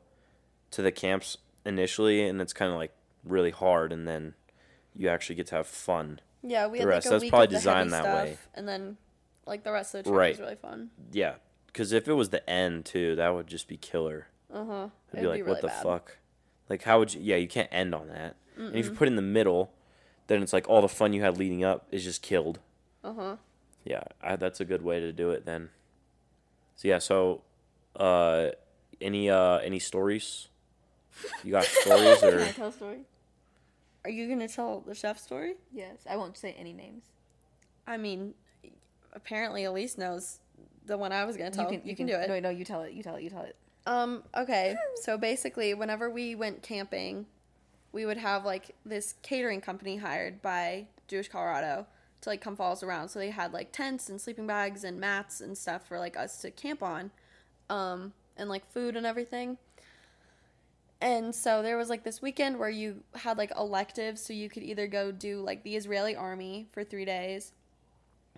Speaker 1: to the camps initially, and it's kind of like really hard, and then you actually get to have fun.
Speaker 3: Yeah, we
Speaker 1: The
Speaker 3: had
Speaker 1: rest,
Speaker 3: like a
Speaker 1: that's
Speaker 3: week
Speaker 1: probably
Speaker 3: of the
Speaker 1: designed
Speaker 3: heavy
Speaker 1: that
Speaker 3: stuff,
Speaker 1: way.
Speaker 3: and then like the rest of the trip
Speaker 1: Right.
Speaker 3: was really fun.
Speaker 1: Yeah, because if it was the end too, that would just be killer.
Speaker 3: Uh huh.
Speaker 1: I'd be like, what the fuck? Like, how would you? Yeah, you can't end on that. And if you put it in the middle, then it's like all the fun you had leading up is just killed.
Speaker 3: Uh huh.
Speaker 1: Yeah, I, that's a good way to do it then. So yeah, so uh, any uh, any stories? You got stories
Speaker 3: Can
Speaker 1: or
Speaker 3: I tell a story? Are you gonna tell the chef story?
Speaker 2: Yes, I won't say any names.
Speaker 3: I mean, apparently Elise knows the one I was gonna tell.
Speaker 2: you can, you, can, do it. No, no, you tell it. You tell it. You tell it.
Speaker 3: Um, okay. So basically, whenever we went camping, we would have like this catering company hired by Jewish Colorado to like come follow us around. So they had like tents and sleeping bags and mats and stuff for like us to camp on, um, and like food and everything. And so there was like this weekend where you had like electives, so you could either go do like the Israeli army for three days,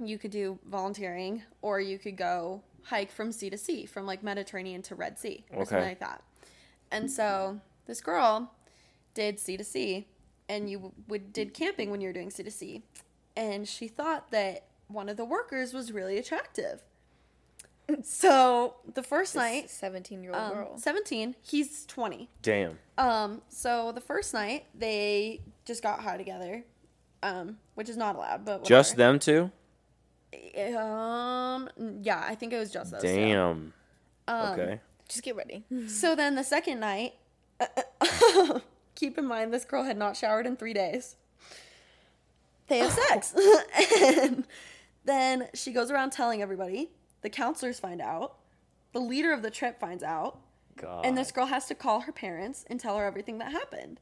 Speaker 3: you could do volunteering, or you could go hike from sea to sea, from like Mediterranean to Red Sea, or something
Speaker 1: Okay.
Speaker 3: like that. And so this girl did sea to sea, and you would did camping when you were doing sea to sea, and she thought that one of the workers was really attractive. So the first night,
Speaker 2: Seventeen-year-old
Speaker 3: um,
Speaker 2: girl.
Speaker 3: seventeen, he's twenty.
Speaker 1: damn?
Speaker 3: Um, so the first night they just got high together, um, which is not allowed, but
Speaker 1: Just
Speaker 3: whatever.
Speaker 1: them two?
Speaker 3: Um, yeah, I think it was just those. two.
Speaker 1: Damn.
Speaker 3: Um,
Speaker 1: okay.
Speaker 2: Just get ready.
Speaker 3: So then the second night, keep in mind this girl had not showered in three days. They have sex, and then she goes around telling everybody. The counselors find out. The leader of the trip finds out.
Speaker 1: God.
Speaker 3: And this girl has to call her parents and tell her everything that happened.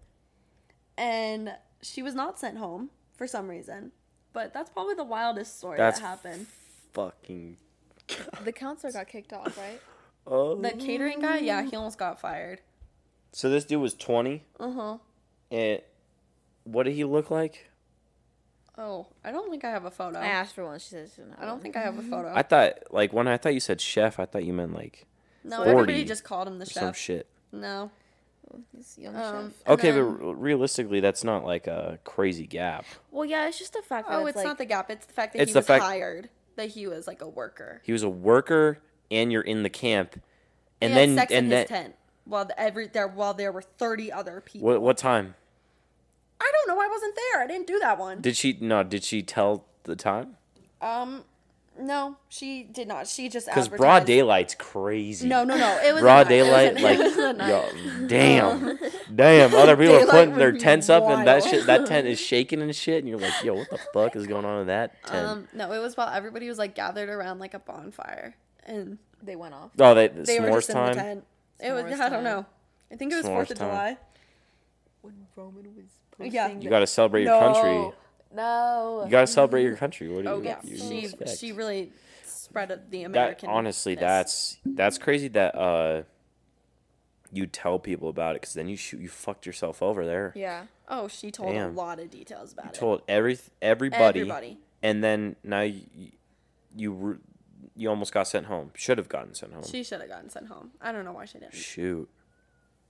Speaker 3: And she was not sent home for some reason. But that's probably the wildest story
Speaker 1: That's
Speaker 3: that happened.
Speaker 1: fucking.
Speaker 2: The counselor got kicked off, right?
Speaker 1: Oh.
Speaker 3: The catering guy, yeah, he almost got fired.
Speaker 1: so this dude was 20,
Speaker 3: Uh huh.
Speaker 1: and what did he look like?
Speaker 3: Oh, I don't think I have a photo.
Speaker 2: I asked for one. She said she didn't have
Speaker 3: I don't
Speaker 2: one.
Speaker 3: think I have a photo.
Speaker 1: I thought like when I thought you said chef, I thought you meant like
Speaker 3: no,
Speaker 1: 40
Speaker 3: everybody just called him the
Speaker 1: some
Speaker 3: chef.
Speaker 1: shit.
Speaker 3: no.
Speaker 2: He's young
Speaker 3: Um,
Speaker 2: chef.
Speaker 3: and
Speaker 1: okay,
Speaker 3: then-
Speaker 1: but realistically, that's not like a crazy gap.
Speaker 2: Well, yeah, it's just the fact that
Speaker 3: oh, it's
Speaker 2: like,
Speaker 3: not the gap. It's the fact that
Speaker 1: It's
Speaker 3: he
Speaker 1: the
Speaker 3: was
Speaker 1: fact-
Speaker 3: hired. That he was like a worker.
Speaker 1: He was a worker, and you're in the camp, and
Speaker 3: he
Speaker 1: then
Speaker 3: had sex
Speaker 1: and
Speaker 3: in
Speaker 1: then
Speaker 3: his tent while the, every there while there were thirty other people.
Speaker 1: what what time
Speaker 3: I don't know. I wasn't there. I didn't do that one.
Speaker 1: did she? No, did she tell the time?
Speaker 3: Um, no, she did not. She just
Speaker 1: Because
Speaker 3: advertised.
Speaker 1: broad daylight's crazy.
Speaker 3: No, no, no. It was
Speaker 1: broad
Speaker 3: a night. It was a-
Speaker 1: daylight, like
Speaker 3: it was a night.
Speaker 1: yo, damn, damn. Other people are
Speaker 3: Daylight
Speaker 1: putting their
Speaker 3: would be
Speaker 1: tents up, and that
Speaker 3: wild.
Speaker 1: shit, that tent is shaking and shit, and you're like, yo, what the fuck is going on in that tent?
Speaker 3: Um, no, it was while everybody was like gathered around like a bonfire, and
Speaker 2: they went off.
Speaker 1: oh, that
Speaker 3: they were
Speaker 1: s'mores
Speaker 3: just in the
Speaker 1: time.
Speaker 3: tent. It was.
Speaker 2: S'mores
Speaker 3: I don't
Speaker 2: time.
Speaker 3: know. I think it was
Speaker 1: S'mores
Speaker 3: Fourth of
Speaker 1: time.
Speaker 3: July.
Speaker 2: When Roman was
Speaker 3: Yeah. posting
Speaker 1: You gotta celebrate your country.
Speaker 2: No.
Speaker 1: You gotta celebrate your country. What do you?
Speaker 3: Oh yeah,
Speaker 1: you
Speaker 3: she
Speaker 1: expect?
Speaker 3: she really spread it- the
Speaker 1: that
Speaker 3: American.
Speaker 1: honestly that's that's crazy that uh you tell people about it because then you shoot you fucked yourself over there
Speaker 2: yeah.
Speaker 3: Oh, she told a
Speaker 1: Damn.
Speaker 3: lot of details about it.
Speaker 1: told every everybody,
Speaker 3: Everybody.
Speaker 1: and then now you you, re- you almost got sent home should have gotten sent home
Speaker 3: She should have gotten sent home. I don't know why she didn't.
Speaker 1: shoot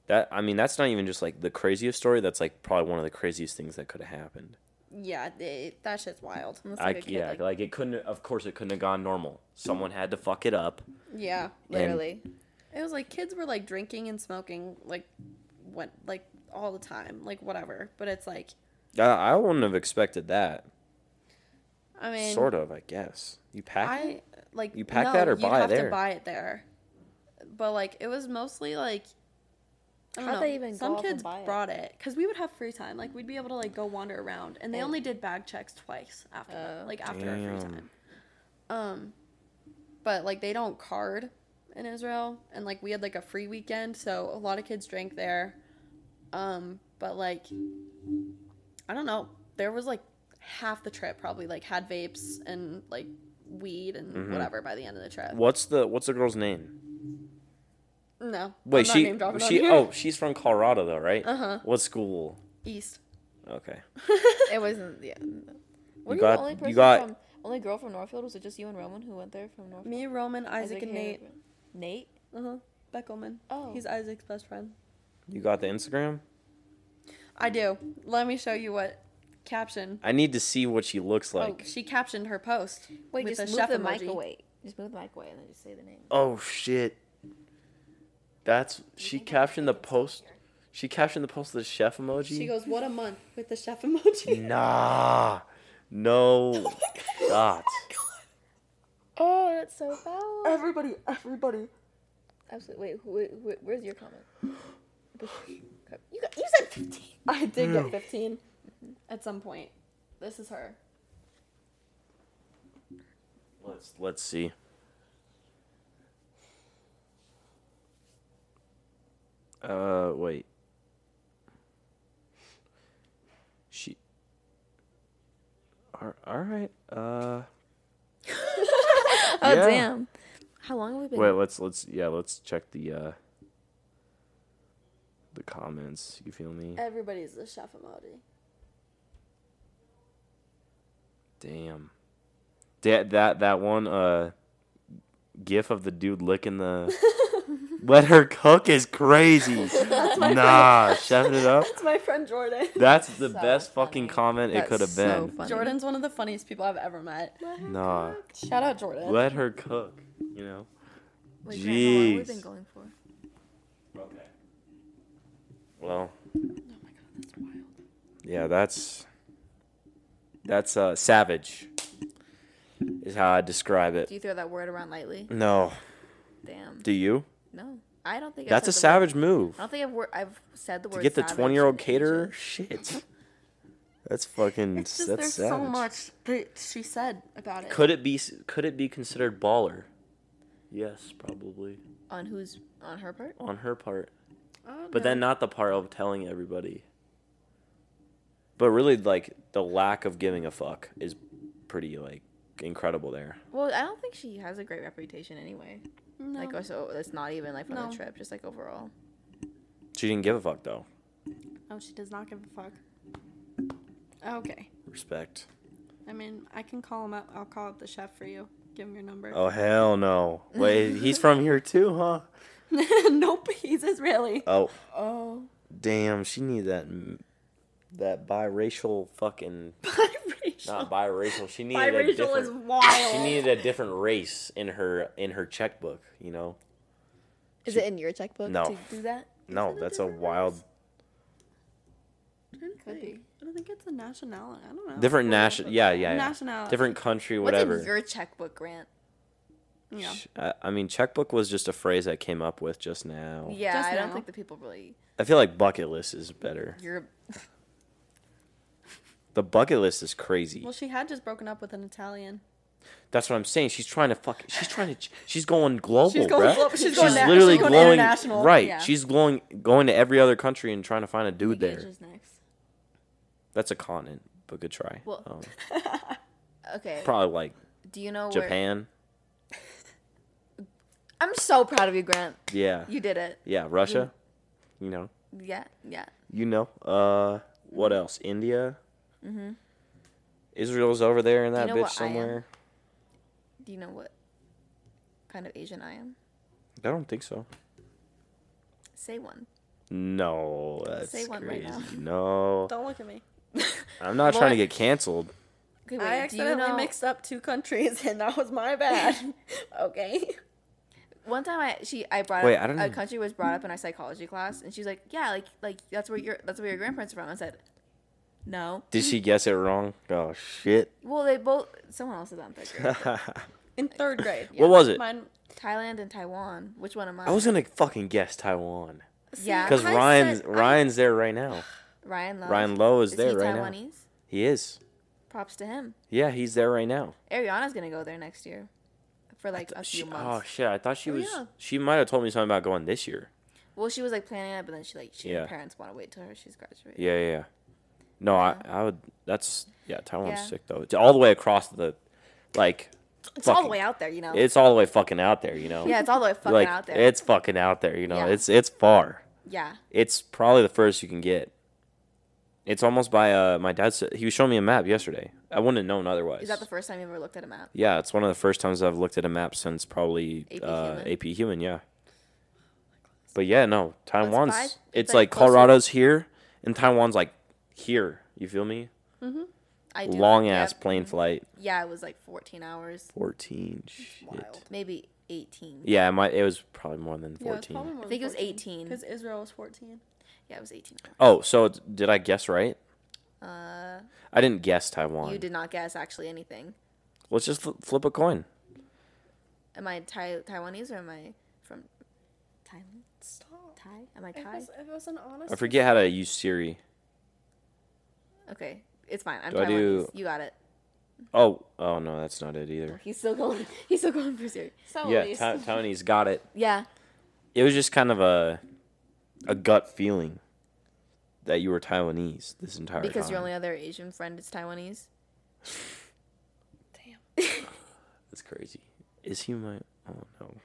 Speaker 1: that i mean that's not even just like the craziest story that's like probably one of the craziest things that could have happened
Speaker 3: Yeah, they, that shit's wild.
Speaker 2: Almost
Speaker 1: I
Speaker 2: like a
Speaker 1: c
Speaker 2: kid,
Speaker 1: yeah
Speaker 2: like,
Speaker 1: like it couldn't of course it couldn't have gone normal someone had to fuck it up
Speaker 3: Yeah,
Speaker 2: literally.
Speaker 3: it was like kids were like drinking and smoking like what like all the time, like whatever. But it's like,
Speaker 1: i, I wouldn't have expected that
Speaker 3: I mean,
Speaker 1: sort of i guess you pack
Speaker 3: I like
Speaker 1: You pack that or
Speaker 3: you'd
Speaker 1: buy
Speaker 3: have
Speaker 1: there?
Speaker 3: To buy it there, but like it was mostly like. I don't
Speaker 2: How'd
Speaker 3: know.
Speaker 2: they even go
Speaker 3: Some
Speaker 2: off and
Speaker 3: kids
Speaker 2: buy it?
Speaker 3: brought it because we would have free time. Like we'd be able to like go wander around, and they only did bag checks twice after that,
Speaker 2: Oh.
Speaker 3: like after our free
Speaker 1: Damn.
Speaker 3: time. Um, but like they don't card in Israel, and like we had like a free weekend, so a lot of kids drank there. Um, but like I don't know, there was like half the trip probably like had vapes and like weed and
Speaker 1: Mm-hmm.
Speaker 3: whatever by the end of the trip.
Speaker 1: What's the what's the girl's name?
Speaker 3: No.
Speaker 1: Wait,
Speaker 3: I'm
Speaker 1: she
Speaker 3: not name dropping
Speaker 1: she
Speaker 3: on here. Uh-huh.
Speaker 1: oh she's from Colorado though, right? Uh huh. What school?
Speaker 3: East.
Speaker 1: Okay.
Speaker 2: It wasn't. Yeah. Were you,
Speaker 1: got-
Speaker 2: the only
Speaker 1: you
Speaker 2: person
Speaker 1: got-
Speaker 2: from only girl from Northfield? Was it just you and Roman who went there from Northfield?
Speaker 3: Me, Roman, Isaac, and Nate.
Speaker 2: Nate.
Speaker 3: Uh huh. Beckelman.
Speaker 2: Oh.
Speaker 3: He's Isaac's best friend.
Speaker 1: You got the Instagram?
Speaker 3: I do. Let me show you what caption.
Speaker 1: I need to see what she looks
Speaker 3: oh,
Speaker 1: like.
Speaker 3: she captioned her post.
Speaker 2: Wait,
Speaker 3: with
Speaker 2: just
Speaker 3: a
Speaker 2: move
Speaker 3: chef
Speaker 2: the
Speaker 3: emoji.
Speaker 2: mic away. Just move the mic away and then just say the name.
Speaker 1: Oh, shit. That's she captioned the post. She captioned the post with the chef emoji.
Speaker 3: She goes, "What a month with the chef emoji."
Speaker 1: nah.
Speaker 3: Oh
Speaker 1: No. shot.
Speaker 2: Oh, that's so foul.
Speaker 3: Everybody, everybody.
Speaker 2: Absolutely. Wait, wh- wh- where's your comment? You, got, you said 15.
Speaker 3: I did get 15 at some point. This is her.
Speaker 1: Let's let's see. Uh wait. She Ar- all right. Uh
Speaker 2: Oh
Speaker 1: Yeah.
Speaker 2: damn. How long have we been?
Speaker 1: wait, let's let's yeah, let's check the uh the comments. You feel me?
Speaker 3: Everybody's the chef emoji.
Speaker 1: Damn. That that that one uh gif of the dude licking the let her cook is crazy. nah, chefing it up.
Speaker 3: It's my friend Jordan.
Speaker 1: That's the
Speaker 2: So
Speaker 1: best fucking
Speaker 2: funny.
Speaker 1: comment it could have
Speaker 2: so
Speaker 1: been.
Speaker 2: funny.
Speaker 3: Jordan's one of the funniest people I've ever met.
Speaker 1: Nah,
Speaker 3: Shout out Jordan.
Speaker 1: let her cook. You know.
Speaker 2: Wait, Grant, how long have we
Speaker 1: Jeez.
Speaker 2: been going for?
Speaker 1: Okay. Well,
Speaker 3: Oh my god, that's wild.
Speaker 1: yeah, that's that's uh savage. Is how I describe it.
Speaker 2: Do you throw that word around lightly?
Speaker 1: No,
Speaker 2: Damn.
Speaker 1: do you?
Speaker 2: No, I don't think. I've
Speaker 1: That's
Speaker 2: said
Speaker 1: a
Speaker 2: the word-
Speaker 1: savage move.
Speaker 2: I don't think I've wor- I've said the word.
Speaker 1: to get the
Speaker 2: savage
Speaker 1: 20 year old
Speaker 2: in
Speaker 1: caterer
Speaker 2: ages.
Speaker 1: shit that's fucking
Speaker 3: It's just
Speaker 1: that's
Speaker 3: there's
Speaker 1: savage.
Speaker 3: so much that she said about it.
Speaker 1: could it be could it be considered baller yes probably
Speaker 2: On who's on her part?
Speaker 1: on her part
Speaker 3: Oh,
Speaker 1: but then not the part of telling everybody but really like the lack of giving a fuck is pretty like incredible there
Speaker 2: Well, I don't think she has a great reputation anyway.
Speaker 3: no.
Speaker 2: Like, or so that's not even like from
Speaker 3: No.
Speaker 2: the trip, just like overall.
Speaker 1: she didn't give a fuck though
Speaker 3: oh, she does not give a fuck. Okay.
Speaker 1: respect
Speaker 3: I mean, I can call him up. I'll call up the chef for you. Give him your number.
Speaker 1: oh hell no wait he's from here too huh
Speaker 3: nope, he's Israeli.
Speaker 1: oh
Speaker 2: Oh,
Speaker 1: damn she needed that that biracial fucking
Speaker 3: Biracial.
Speaker 1: not biracial she needed a
Speaker 3: Biracial
Speaker 1: different
Speaker 3: is wild.
Speaker 1: she needed a different race in her in her checkbook you know
Speaker 2: is it in your checkbook
Speaker 1: No.
Speaker 2: to do that?
Speaker 1: no
Speaker 3: it a
Speaker 1: that's a
Speaker 3: different
Speaker 1: wild
Speaker 3: Could be. I don't think it's a nationality. I don't know.
Speaker 1: different national yeah yeah, yeah.
Speaker 3: Nationality.
Speaker 1: different country whatever
Speaker 2: What's in your checkbook, Grant?
Speaker 3: Yeah.
Speaker 1: Sh- I, I mean checkbook was just a phrase i came up with just now
Speaker 2: Yeah,
Speaker 3: Just
Speaker 2: I don't
Speaker 3: now.
Speaker 2: think the people really.
Speaker 1: i feel like bucket list is better
Speaker 2: You're.
Speaker 1: the bucket list is crazy
Speaker 3: Well, she had just broken up with an Italian.
Speaker 1: that's what i'm saying she's trying to fuck she's trying to ch- she's going global
Speaker 3: She's going
Speaker 1: bruh.
Speaker 3: global- she's going na-
Speaker 1: literally
Speaker 3: she's going
Speaker 1: glowing
Speaker 3: international,
Speaker 1: right
Speaker 3: yeah.
Speaker 1: she's glowing going to every other country and trying to find a dude there
Speaker 2: Engages next.
Speaker 1: that's a continent but good try
Speaker 2: Well-
Speaker 1: Um,
Speaker 2: Okay.
Speaker 1: probably like
Speaker 2: do you know where?
Speaker 1: japan
Speaker 2: I'm so proud of you, Grant.
Speaker 1: yeah
Speaker 2: You Mm-hmm. did it.
Speaker 1: yeah russia you know
Speaker 2: Yeah, yeah.
Speaker 1: you know. Uh, what else? India. Mm-hmm. Israel's over there in that
Speaker 2: Mm-hmm.
Speaker 1: bitch
Speaker 2: know what I am?
Speaker 1: somewhere.
Speaker 2: Do you know what kind of Asian I am?
Speaker 1: I, don't think so.
Speaker 2: Say one.
Speaker 1: No, that's
Speaker 2: Say one right
Speaker 1: crazy.
Speaker 2: now.
Speaker 1: no,
Speaker 3: Don't look at me.
Speaker 1: I'm not trying to
Speaker 2: Lauren-
Speaker 1: get canceled.
Speaker 2: Okay,
Speaker 3: I
Speaker 2: wait, do you
Speaker 3: accidentally
Speaker 2: know-
Speaker 3: mixed up two countries, and that was my bad. okay.
Speaker 2: One time, I she I brought
Speaker 1: Wait,
Speaker 2: up
Speaker 1: I don't
Speaker 2: a
Speaker 1: know.
Speaker 2: country was brought up in our psychology class, and she was like, "Yeah, like like that's where your that's where your grandparents are from." I said, "No."
Speaker 1: Did she guess it wrong? Oh shit!
Speaker 2: Well, they both someone else is on third grade.
Speaker 3: In third grade.
Speaker 1: What was it?
Speaker 3: Mine.
Speaker 2: Thailand and Taiwan. Which one am I?
Speaker 1: I was gonna fucking guess Taiwan
Speaker 2: yeah.
Speaker 1: because
Speaker 3: I
Speaker 1: Ryan's
Speaker 3: said- I-
Speaker 1: Ryan's there right now.
Speaker 2: Ryan Lowe.
Speaker 1: Ryan Lowe is,
Speaker 2: Uh-huh. is
Speaker 1: there
Speaker 2: he
Speaker 1: right now.
Speaker 2: Taiwanese?
Speaker 1: He is.
Speaker 2: Props to him.
Speaker 1: Yeah, he's there right now.
Speaker 2: Ariana's gonna go there next year for like a
Speaker 1: She-
Speaker 2: few
Speaker 1: oh
Speaker 2: months.
Speaker 1: shit! I thought she was.
Speaker 3: yeah.
Speaker 1: She might have told me something about going this year.
Speaker 2: well, she was like planning it, but then she like she
Speaker 1: Yeah.
Speaker 2: her parents want to wait till her she's graduated.
Speaker 1: Yeah, yeah. yeah. No, I, I would. That's yeah. Taiwan's
Speaker 2: Yeah.
Speaker 1: sick though. It's all the way across the, like,
Speaker 2: It's all the way out there, you know.
Speaker 1: It's all the way fucking out there, you know.
Speaker 2: yeah, it's all the way fucking
Speaker 1: like
Speaker 2: out there.
Speaker 1: it's fucking out there, you know.
Speaker 2: Yeah.
Speaker 1: It's it's far.
Speaker 2: yeah.
Speaker 1: It's probably the first you can get. It's almost by uh my dad said he was showing me a map yesterday. I wouldn't have known otherwise.
Speaker 2: Is that the first time you ever looked at a map?
Speaker 1: yeah, it's one of the first times I've looked at a map since probably
Speaker 2: AP
Speaker 1: uh,
Speaker 2: Human.
Speaker 1: AP Human, yeah. But yeah, no, Taiwan's
Speaker 2: by-
Speaker 1: it's
Speaker 2: but
Speaker 1: like
Speaker 2: closer.
Speaker 1: Colorado's here and Taiwan's like here. You feel me?
Speaker 2: I do. Mm-hmm.
Speaker 1: Long
Speaker 2: yeah.
Speaker 1: ass plane flight.
Speaker 2: Yeah, it was like 14 hours.
Speaker 1: 14. Shit.
Speaker 2: Wild. Maybe 18.
Speaker 1: Yeah, it might it was probably more than 14.
Speaker 2: I think it was 18.
Speaker 3: Because Israel was 14.
Speaker 2: Yeah, it was 18.
Speaker 1: oh, so it's- did I guess right?
Speaker 2: Uh,
Speaker 1: I didn't guess Taiwan.
Speaker 2: you did not guess actually anything.
Speaker 1: Let's just fl- flip a coin.
Speaker 2: Am I Thai, Taiwanese or am I from Thailand?
Speaker 3: Stop.
Speaker 2: Thai? Am I
Speaker 3: If
Speaker 2: Thai?
Speaker 3: it was an honest.
Speaker 1: I forget how to use Siri.
Speaker 2: Okay, it's fine. I'm
Speaker 1: Do I do-
Speaker 2: Taiwanese. You got it.
Speaker 1: Oh, oh no, that's not it either.
Speaker 2: He's still going. He's still going for Siri.
Speaker 3: So
Speaker 1: Yeah, Ta- Taiwanese got it.
Speaker 2: Yeah.
Speaker 1: It was just kind of a a gut feeling that you were Taiwanese this entire
Speaker 2: Because
Speaker 1: time.
Speaker 2: your only other Asian friend is Taiwanese.
Speaker 3: Damn.
Speaker 1: That's crazy. Is he my? Oh no.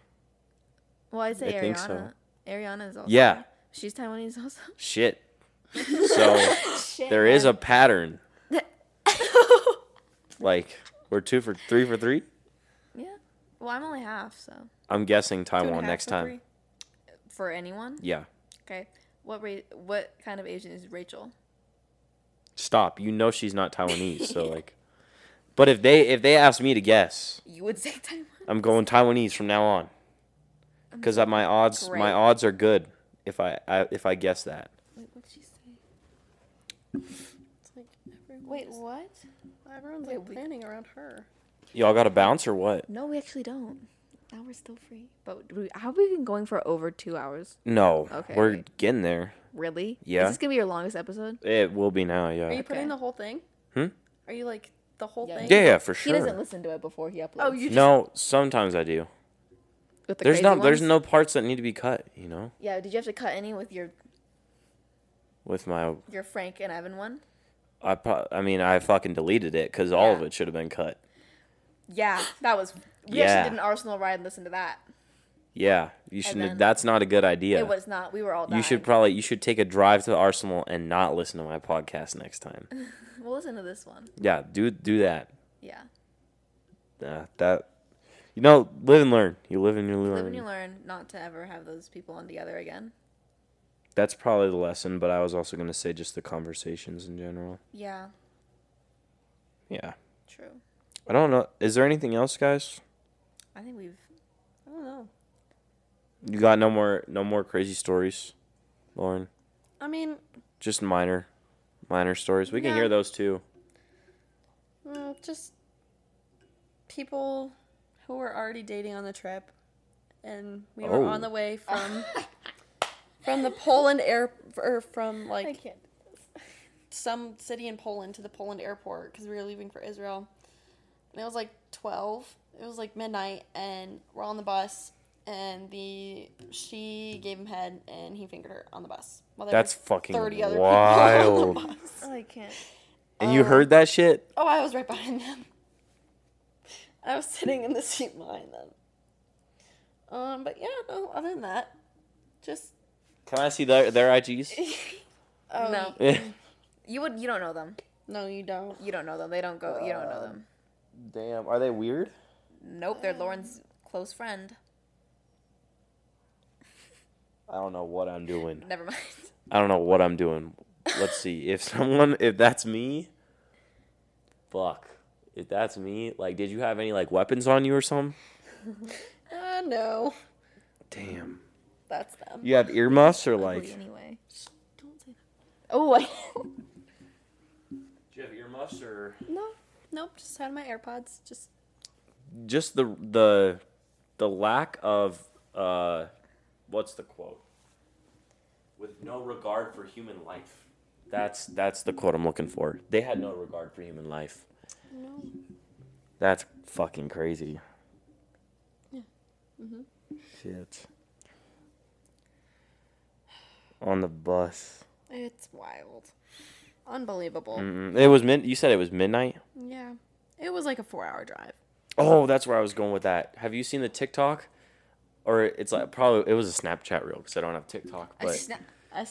Speaker 2: Well, I'd say
Speaker 1: I
Speaker 2: Ariana.
Speaker 1: think
Speaker 2: Ariana is also.
Speaker 1: Yeah.
Speaker 2: She's Taiwanese also.
Speaker 1: Shit. So there is a pattern. Like we're two for three for three.
Speaker 2: yeah. Well, I'm only half, so.
Speaker 1: I'm guessing
Speaker 3: Two and a
Speaker 1: Taiwan
Speaker 3: half
Speaker 1: next
Speaker 3: for
Speaker 1: time.
Speaker 3: three.
Speaker 2: For anyone?
Speaker 1: Yeah.
Speaker 2: Okay. What ra- what kind of Asian is Rachel?
Speaker 1: Stop. You know she's not Taiwanese. so like, but if they if they ask me to guess,
Speaker 2: You would say Taiwan.
Speaker 1: I'm going Taiwanese from now on. Because my odds
Speaker 2: Great.
Speaker 1: my odds are good if I, I if I guess that.
Speaker 3: Wait, what'd she say? It's like everyone
Speaker 2: Wait,
Speaker 3: is-
Speaker 2: what?
Speaker 3: everyone's
Speaker 2: wait,
Speaker 3: like
Speaker 2: we-
Speaker 3: planning around her.
Speaker 1: Y'all got a bounce or what?
Speaker 2: No, we actually don't. Now we're still free. But we, how have we been going for over two hours?
Speaker 1: No.
Speaker 2: Okay,
Speaker 1: We're
Speaker 2: wait.
Speaker 1: getting there.
Speaker 2: Really?
Speaker 1: Yeah.
Speaker 2: Is this gonna be your longest episode?
Speaker 1: It will be now, yeah.
Speaker 3: Are you
Speaker 1: Yeah,
Speaker 2: Okay.
Speaker 3: putting the whole thing?
Speaker 1: Uh, Hmm?
Speaker 3: Are you like the whole
Speaker 2: Yeah.
Speaker 3: thing?
Speaker 1: yeah, for sure.
Speaker 2: He doesn't listen to it before he uploads.
Speaker 3: Oh, you just.
Speaker 1: No, sometimes I do.
Speaker 2: with the
Speaker 1: there's
Speaker 2: crazy
Speaker 1: no there's
Speaker 2: ones?
Speaker 1: no parts that need to be cut, you know?
Speaker 2: Yeah. Did you have to cut any with your
Speaker 1: With my
Speaker 2: your Frank and Evan one?
Speaker 1: I pro- I mean, I fucking deleted it cuz all of
Speaker 2: Yeah.
Speaker 1: it should have been cut.
Speaker 2: Yeah, that was. We
Speaker 1: Yeah.
Speaker 2: actually did an Arsenal ride and listen to that.
Speaker 1: Yeah, you shouldn't
Speaker 2: then-
Speaker 1: that's not a good idea.
Speaker 2: It was not. We were all. Dying.
Speaker 1: you should probably you should take a drive to Arsenal and not listen to my podcast next time.
Speaker 2: We'll listen to this one.
Speaker 1: Yeah, do do that.
Speaker 2: Yeah.
Speaker 1: Uh, that you know, live and learn. You live and you learn.
Speaker 2: Live and you learn not to ever have those people on together again.
Speaker 1: That's probably the lesson, but I was also going to say just the conversations in general.
Speaker 2: Yeah.
Speaker 1: Yeah.
Speaker 2: True.
Speaker 1: I don't know. Is there anything else, guys?
Speaker 2: I think we've.
Speaker 3: I don't know.
Speaker 1: You got no more no more crazy stories, Lauren.
Speaker 3: I mean,
Speaker 1: Just minor minor stories. We can
Speaker 3: Yeah.
Speaker 1: hear those too.
Speaker 3: mm, just people who were already dating on the trip, and we were
Speaker 1: Oh.
Speaker 3: on the way from from the Poland air or from like
Speaker 2: I can't.
Speaker 3: some city in Poland to the Poland airport because we were leaving for Israel. And it was like 12. It was like midnight, and we're on the bus, and the she gave him head, and he fingered her on the bus. Well, there
Speaker 1: That's
Speaker 3: was
Speaker 1: fucking
Speaker 3: 30 other
Speaker 1: wild.
Speaker 3: people on the bus.
Speaker 2: Oh, I can't.
Speaker 1: And you heard that shit?
Speaker 3: Oh, I was right behind them. I was sitting in the seat behind them. Um, but yeah, no. Other than that, just
Speaker 1: Can I see their their IGs?
Speaker 3: oh,
Speaker 2: No.
Speaker 3: y-
Speaker 1: Damn,
Speaker 2: You would. You don't know them.
Speaker 3: no, you don't.
Speaker 2: You don't know them. They don't go. You don't know them.
Speaker 1: are they weird?
Speaker 2: Nope. They're Lauren's close friend.
Speaker 1: I don't know what I'm doing.
Speaker 2: Never mind.
Speaker 1: I don't know what I'm doing. Let's see. If someone, if that's me, fuck. If that's me, like, did you have any like weapons on you or something?
Speaker 3: Uh, no,
Speaker 1: Damn.
Speaker 3: that's them.
Speaker 1: You have earmuffs or
Speaker 2: Ugly
Speaker 1: like?
Speaker 2: anyway. Don't say that. Oh. I-
Speaker 1: Do you have earmuffs or?
Speaker 3: No, nope. Just had my AirPods. Just
Speaker 1: Just the the the lack of uh, what's the quote? With no regard for human life. That's that's the quote I'm looking for. They had no regard for human life.
Speaker 3: no.
Speaker 1: That's fucking crazy.
Speaker 3: Yeah. Mhm.
Speaker 1: Shit. On the bus.
Speaker 3: It's wild. Unbelievable.
Speaker 1: Mm-mm. It was mid. You said it was midnight.
Speaker 3: Yeah. It was like a four hour drive.
Speaker 1: Oh, that's where I was going with that. Have you seen the TikTok? Or it's like probably it was a Snapchat reel because I don't have TikTok, but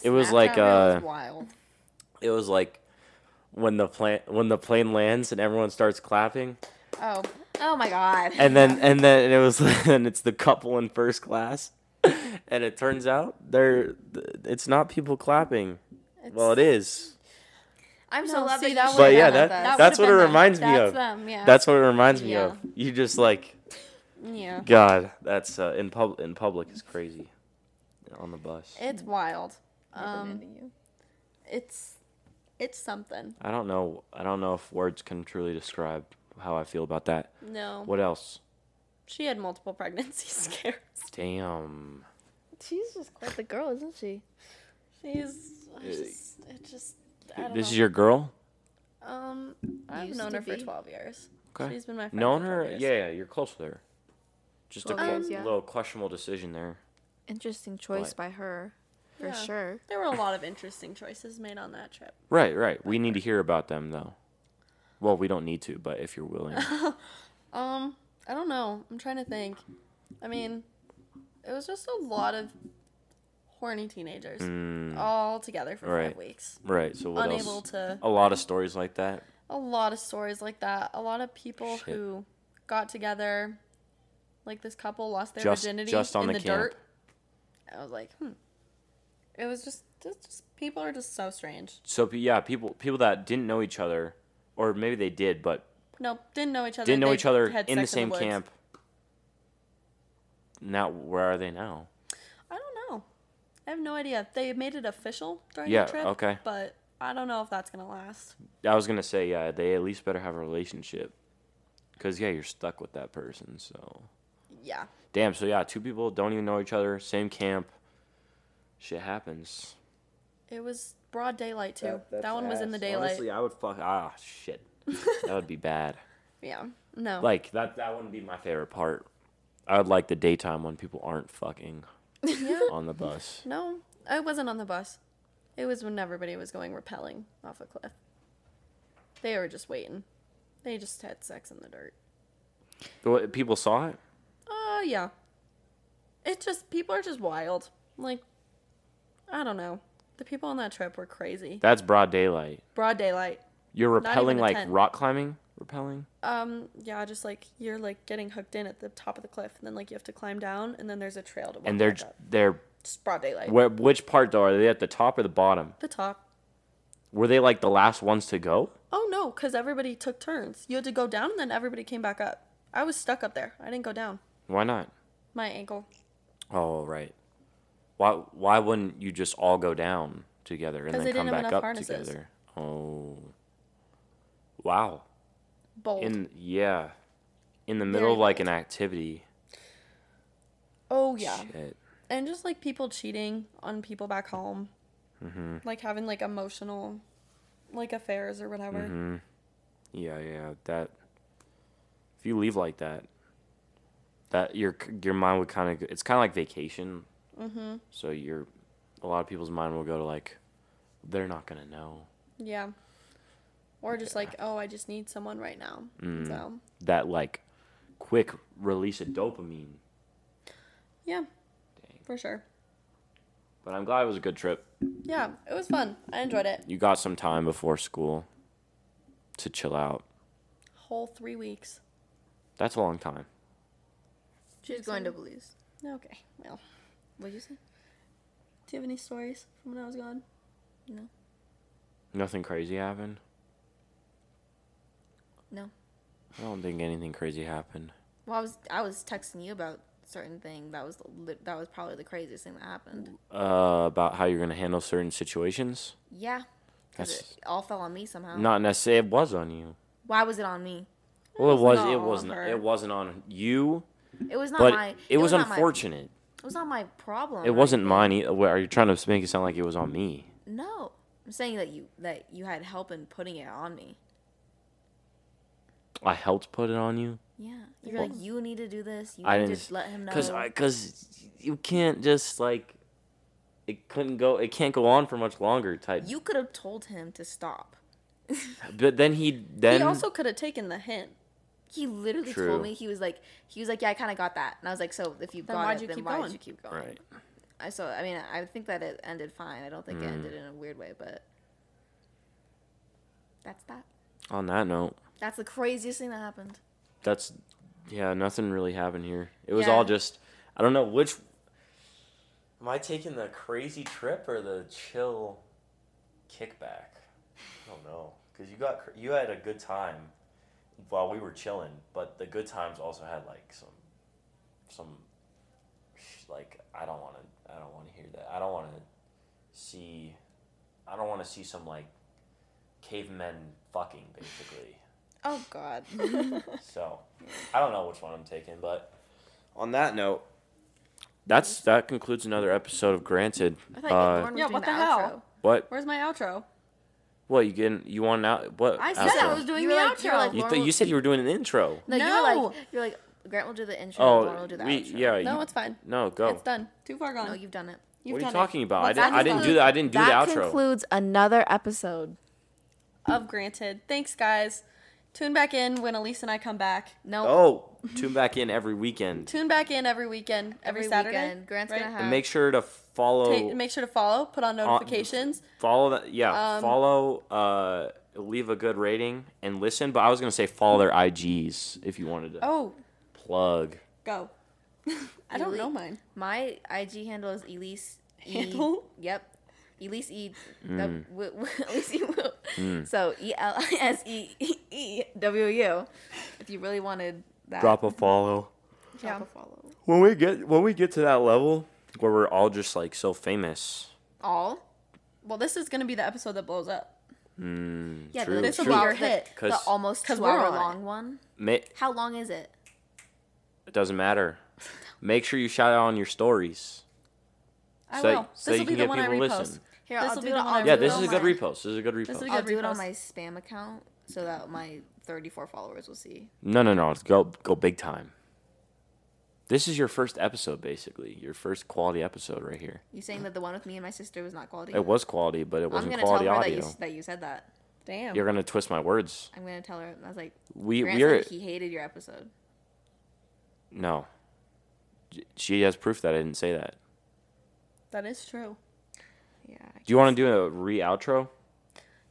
Speaker 1: It was like, uh,
Speaker 2: wild.
Speaker 1: it was like when the plane when the plane lands and everyone starts clapping,
Speaker 2: Oh, oh my god.
Speaker 1: and then and then it was and it's the couple in first class, and it turns out they're it's not people clapping. well, it is.
Speaker 2: I'm so
Speaker 3: No,
Speaker 2: glad
Speaker 3: see,
Speaker 2: that
Speaker 3: that
Speaker 2: you
Speaker 3: But
Speaker 1: But
Speaker 2: would've
Speaker 1: yeah,
Speaker 2: known
Speaker 1: that,
Speaker 2: that.
Speaker 1: that's what
Speaker 3: would've
Speaker 1: it
Speaker 3: been them.
Speaker 1: reminds me
Speaker 3: That's
Speaker 1: of.
Speaker 3: them, yeah.
Speaker 1: That's what it reminds me
Speaker 2: Yeah.
Speaker 1: of. You just like
Speaker 3: Yeah.
Speaker 1: God. That's uh, in pub in public is crazy. On the bus,
Speaker 3: It's wild.
Speaker 2: Um,
Speaker 3: Um, it's it's something.
Speaker 1: I don't know. I don't know if words can truly describe how I feel about that.
Speaker 3: No.
Speaker 1: What else?
Speaker 3: She had multiple pregnancy scares.
Speaker 1: Damn.
Speaker 2: she's just quite the girl, isn't she?
Speaker 3: She's I just it just I don't
Speaker 1: This
Speaker 3: know.
Speaker 1: is your girl.
Speaker 3: um I've
Speaker 2: Used
Speaker 3: known
Speaker 2: to
Speaker 3: her for
Speaker 2: be.
Speaker 3: 12 years.
Speaker 1: Okay.
Speaker 3: She's been my friend.
Speaker 1: Known
Speaker 3: for
Speaker 1: her?
Speaker 3: 12 years.
Speaker 1: Yeah, yeah, you're close with her. Just a
Speaker 2: Well,
Speaker 1: cl-
Speaker 2: yes, yeah.
Speaker 1: little questionable decision there.
Speaker 2: Interesting choice
Speaker 1: What?
Speaker 2: by her, for
Speaker 3: Yeah.
Speaker 2: sure.
Speaker 3: There were a lot of interesting choices made on that trip.
Speaker 1: Right, right. We need to hear about them though. Well, we don't need to, but if you're willing,
Speaker 3: Um, I don't know. I'm trying to think. I mean, it was just a lot of horny teenagers
Speaker 1: Mm,
Speaker 3: all together for
Speaker 1: Right.
Speaker 3: five weeks,
Speaker 1: right. So what
Speaker 3: unable
Speaker 1: else?
Speaker 3: to.
Speaker 1: A lot of stories like that.
Speaker 3: A lot of stories like that. A lot of people
Speaker 1: Shit.
Speaker 3: who got together, like this couple, lost their
Speaker 1: Just-
Speaker 3: virginity
Speaker 1: just on
Speaker 3: in
Speaker 1: the
Speaker 3: the,
Speaker 1: camp.
Speaker 3: dirt. I was like, hmm. It was just, just, just people are just so strange.
Speaker 1: So pe- yeah, people people that didn't know each other, or maybe they did, but
Speaker 3: Nope, didn't know each other.
Speaker 1: didn't know
Speaker 3: They
Speaker 1: each other
Speaker 3: had
Speaker 1: in the
Speaker 3: sex
Speaker 1: same
Speaker 3: woods.
Speaker 1: camp. Now where are they now?
Speaker 3: I don't know. I have no idea. They made it official during
Speaker 1: Yeah,
Speaker 3: the trip.
Speaker 1: okay.
Speaker 3: But I don't know if that's gonna last.
Speaker 1: I was gonna say yeah, they at least better have a relationship, because yeah, you're stuck with that person. So
Speaker 3: Yeah.
Speaker 1: damn. So yeah, two people don't even know each other, same camp. Shit happens.
Speaker 3: It was broad daylight too. That, one was in the daylight.
Speaker 1: Honestly, I would fuck. Ah, shit. that would be bad.
Speaker 3: yeah. No.
Speaker 1: Like that. That wouldn't be my favorite part. I would like the daytime when people aren't fucking
Speaker 3: yeah.
Speaker 1: on the bus.
Speaker 3: No. I wasn't on the bus. It was when everybody was going rappelling off a cliff. They were just waiting. They just had sex in the dirt.
Speaker 1: What, People saw it.
Speaker 3: Oh yeah. It just people are just wild. Like I don't know. The people on that trip were crazy.
Speaker 1: That's broad daylight.
Speaker 3: Broad daylight.
Speaker 1: You're
Speaker 3: even
Speaker 1: rappelling
Speaker 3: a
Speaker 1: like
Speaker 3: tent.
Speaker 1: rock climbing. Rappelling.
Speaker 3: Um, yeah, just like you're like getting hooked in at the top of the cliff, and then like you have to climb down, and then there's a trail to walk
Speaker 1: And they're
Speaker 3: back
Speaker 1: j-
Speaker 3: up.
Speaker 1: they're.
Speaker 3: Just broad daylight.
Speaker 1: Where, which part though? Are they at the top or the bottom?
Speaker 3: The top.
Speaker 1: Were they like the last ones to go?
Speaker 3: Oh no, because everybody took turns. You had to go down, and then everybody came back up. I was stuck up there. I didn't go down.
Speaker 1: Why not?
Speaker 3: My ankle.
Speaker 1: Oh right. Why why wouldn't you just all go down together and
Speaker 3: 'Cause
Speaker 1: then
Speaker 3: they
Speaker 1: come
Speaker 3: didn't have
Speaker 1: back
Speaker 3: enough
Speaker 1: up
Speaker 3: harnesses.
Speaker 1: together? Oh. Wow.
Speaker 3: Bold.
Speaker 1: In yeah. In the middle of
Speaker 3: Very
Speaker 1: like an activity.
Speaker 3: oh yeah,
Speaker 1: Shit.
Speaker 3: and just like people cheating on people back home,
Speaker 1: Mm-hmm.
Speaker 3: like having like emotional, like affairs or whatever.
Speaker 1: Mm-hmm. Yeah, yeah. That if you leave like that, that your your mind would kind of it's kind of like vacation. Mm-hmm. So your a lot of people's mind will go to like they're not gonna know
Speaker 3: Yeah. Or just like, oh, I just need someone right now.
Speaker 1: Mm.
Speaker 3: So
Speaker 1: that like quick release of dopamine.
Speaker 3: yeah,
Speaker 1: Dang.
Speaker 3: for sure.
Speaker 1: But I'm glad it was a good trip.
Speaker 3: Yeah, it was fun. I enjoyed it.
Speaker 1: You got some time before school to chill out.
Speaker 3: Whole three weeks.
Speaker 1: That's a long time.
Speaker 2: She's going to Belize.
Speaker 3: Okay. Well,
Speaker 2: What you say?
Speaker 3: do you have any stories from when I was gone?
Speaker 1: Nothing crazy happened.
Speaker 2: No.
Speaker 1: I don't think anything crazy happened.
Speaker 2: Well, I was I was texting you about certain thing that was li- that was probably the craziest thing that happened.
Speaker 1: Uh, about how you're gonna handle certain situations.
Speaker 2: Yeah. 'Cause
Speaker 1: That's-
Speaker 2: it all fell on me somehow.
Speaker 1: Not necessarily. It was on you.
Speaker 2: Why was it on me?
Speaker 1: Well, it was.
Speaker 3: not
Speaker 1: It
Speaker 3: on
Speaker 1: wasn't.
Speaker 3: her.
Speaker 1: It wasn't on you.
Speaker 2: It was not
Speaker 1: But
Speaker 2: my.
Speaker 1: it was
Speaker 2: not my-
Speaker 1: unfortunate.
Speaker 2: it was not my problem.
Speaker 1: It
Speaker 2: or
Speaker 1: wasn't
Speaker 2: anything.
Speaker 1: mine. Either. Wait, Are you trying to make it sound like it was on me?
Speaker 2: No, I'm saying that you that you had help in putting it on me.
Speaker 1: I helped put it on you.
Speaker 2: Yeah, you're
Speaker 1: Well,
Speaker 2: like you need to do this. You
Speaker 1: I
Speaker 2: need
Speaker 1: didn't
Speaker 2: to let him know.
Speaker 1: Cause, I, cause you can't just like. It couldn't go. It can't go on for much longer. Type.
Speaker 2: you could have told him to stop.
Speaker 1: But then he then
Speaker 3: he also could have taken the hint.
Speaker 2: He literally
Speaker 1: True.
Speaker 2: told me he was like he was like yeah I kind of got that and I was like so if you
Speaker 3: Then
Speaker 2: got
Speaker 3: why'd
Speaker 2: it
Speaker 3: you
Speaker 2: then
Speaker 3: keep
Speaker 2: why
Speaker 3: going?"
Speaker 2: did you keep going?
Speaker 1: Right.
Speaker 2: I so I mean I think that it ended fine. I don't think
Speaker 1: Mm.
Speaker 2: it ended in a weird way, but that's that.
Speaker 1: On that note,
Speaker 2: That's the craziest thing that happened.
Speaker 1: that's yeah, nothing really happened here. It was
Speaker 2: Yeah.
Speaker 1: all just I don't know which Am I taking the crazy trip or the chill kickback? I don't know cuz you got cr- you had a good time while we were chilling, but the good times also had like some some sh- like I don't want to I don't want to hear that. I don't want to see I don't want to see some like cavemen fucking basically.
Speaker 2: Oh God.
Speaker 1: So I don't know which one I'm taking, but on that note, that's that concludes another episode of Granted.
Speaker 2: I thought
Speaker 1: Uh,
Speaker 2: Lauren was
Speaker 3: Yeah,
Speaker 2: doing
Speaker 3: what
Speaker 2: the,
Speaker 3: the hell?
Speaker 2: outro.
Speaker 1: what?
Speaker 3: Where's my outro?
Speaker 1: What you getting? You want out? What?
Speaker 3: I said
Speaker 1: outro?
Speaker 3: I was doing
Speaker 2: You
Speaker 3: the
Speaker 2: were like- you were
Speaker 3: outro.
Speaker 2: like-
Speaker 1: You, th- you said you were doing an intro.
Speaker 2: No, you were
Speaker 3: No.
Speaker 2: like you're like Grant will do the intro.
Speaker 1: Oh,
Speaker 2: Lauren will do the
Speaker 1: we,
Speaker 2: outro.
Speaker 1: yeah.
Speaker 3: no,
Speaker 1: you-
Speaker 3: it's fine.
Speaker 1: no, go.
Speaker 3: It's done. Too far gone.
Speaker 2: No, you've done it.
Speaker 3: You've
Speaker 1: what are you
Speaker 3: done
Speaker 1: talking about? I
Speaker 3: Well,
Speaker 1: didn't.
Speaker 3: that
Speaker 1: I didn't do
Speaker 3: concludes-
Speaker 1: that. I didn't do the
Speaker 2: that
Speaker 1: outro.
Speaker 2: concludes another episode.
Speaker 3: it. Of granted. Thanks, guys. Tune back in when Elise and I come back.
Speaker 2: No,
Speaker 1: oh, tune back in every weekend
Speaker 3: Tune back in every weekend, every,
Speaker 2: Every
Speaker 3: Saturday.
Speaker 2: weekend. Grant's gonna have-
Speaker 1: and make sure to follow.
Speaker 3: Ta- make sure to follow. Put on notifications.
Speaker 1: follow that. Yeah,
Speaker 3: Um,
Speaker 1: follow. Uh, leave a good rating and listen. But I was gonna say follow their IGs if you wanted to
Speaker 3: oh,
Speaker 1: plug.
Speaker 3: go. I don't
Speaker 2: Really?
Speaker 3: know mine.
Speaker 2: my IG handle is Elise. E-
Speaker 3: Handle?
Speaker 2: Yep. Elise E.
Speaker 1: Hmm.
Speaker 2: W- w- w- Elise E. Wu. So E L I S E E W U. If you really wanted that,
Speaker 1: Drop a follow.
Speaker 3: Yeah.
Speaker 2: follow.
Speaker 1: when we get when we get to that level where we're all just like so famous
Speaker 2: All.
Speaker 3: Well, this is gonna be the episode that blows up.
Speaker 2: Yeah,
Speaker 1: true,
Speaker 2: this
Speaker 1: This will true.
Speaker 2: will be
Speaker 1: be
Speaker 3: your hit.
Speaker 2: The, the
Speaker 1: 'Cause-
Speaker 2: almost
Speaker 3: 'cause
Speaker 2: two
Speaker 3: we're
Speaker 2: hour
Speaker 3: on it.
Speaker 2: long one.
Speaker 1: ma- it
Speaker 2: How long is it?
Speaker 1: doesn't matter make sure you shout out on your stories
Speaker 3: I
Speaker 1: So-
Speaker 3: will.
Speaker 1: so
Speaker 3: this
Speaker 1: you
Speaker 3: will be
Speaker 1: can
Speaker 3: the
Speaker 1: get
Speaker 3: one I
Speaker 1: people to
Speaker 3: repost.
Speaker 1: listen.
Speaker 2: Here,
Speaker 3: This'll
Speaker 2: I'll
Speaker 3: be
Speaker 2: do it.
Speaker 3: the one I
Speaker 2: I'll
Speaker 1: yeah
Speaker 2: do it
Speaker 1: this
Speaker 2: on
Speaker 1: is a good
Speaker 2: my-
Speaker 1: repost this is a good
Speaker 3: is a
Speaker 1: repost
Speaker 2: I'll
Speaker 3: Good
Speaker 2: do it on
Speaker 3: repost.
Speaker 2: my spam account so that my 34 followers will see.
Speaker 1: no no no go go big time this is your first episode basically your first quality episode right here
Speaker 2: You saying that the one with me and my sister was not quality?
Speaker 1: it was quality but it
Speaker 2: I'm
Speaker 1: wasn't
Speaker 2: gonna
Speaker 1: quality
Speaker 2: tell her
Speaker 1: audio
Speaker 2: That, you, that you said that.
Speaker 3: Damn.
Speaker 1: you're gonna twist my words
Speaker 2: I'm gonna tell her. I was like,
Speaker 1: we
Speaker 2: Grant
Speaker 1: we're
Speaker 2: said he hated your episode.
Speaker 1: no she has proof that i didn't say that
Speaker 3: That is true.
Speaker 2: Yeah. I
Speaker 1: do you want to do a re-outro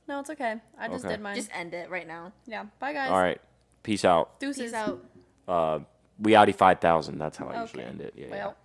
Speaker 3: No, it's okay. I just
Speaker 1: Okay.
Speaker 3: did mine.
Speaker 2: can't- Just end it right now.
Speaker 3: yeah. Bye, guys.
Speaker 1: all right peace out
Speaker 3: Deuces
Speaker 2: Peace out.
Speaker 1: uh we outie 5000 that's how i usually
Speaker 3: Okay.
Speaker 1: end it yeah, yeah.
Speaker 3: Well.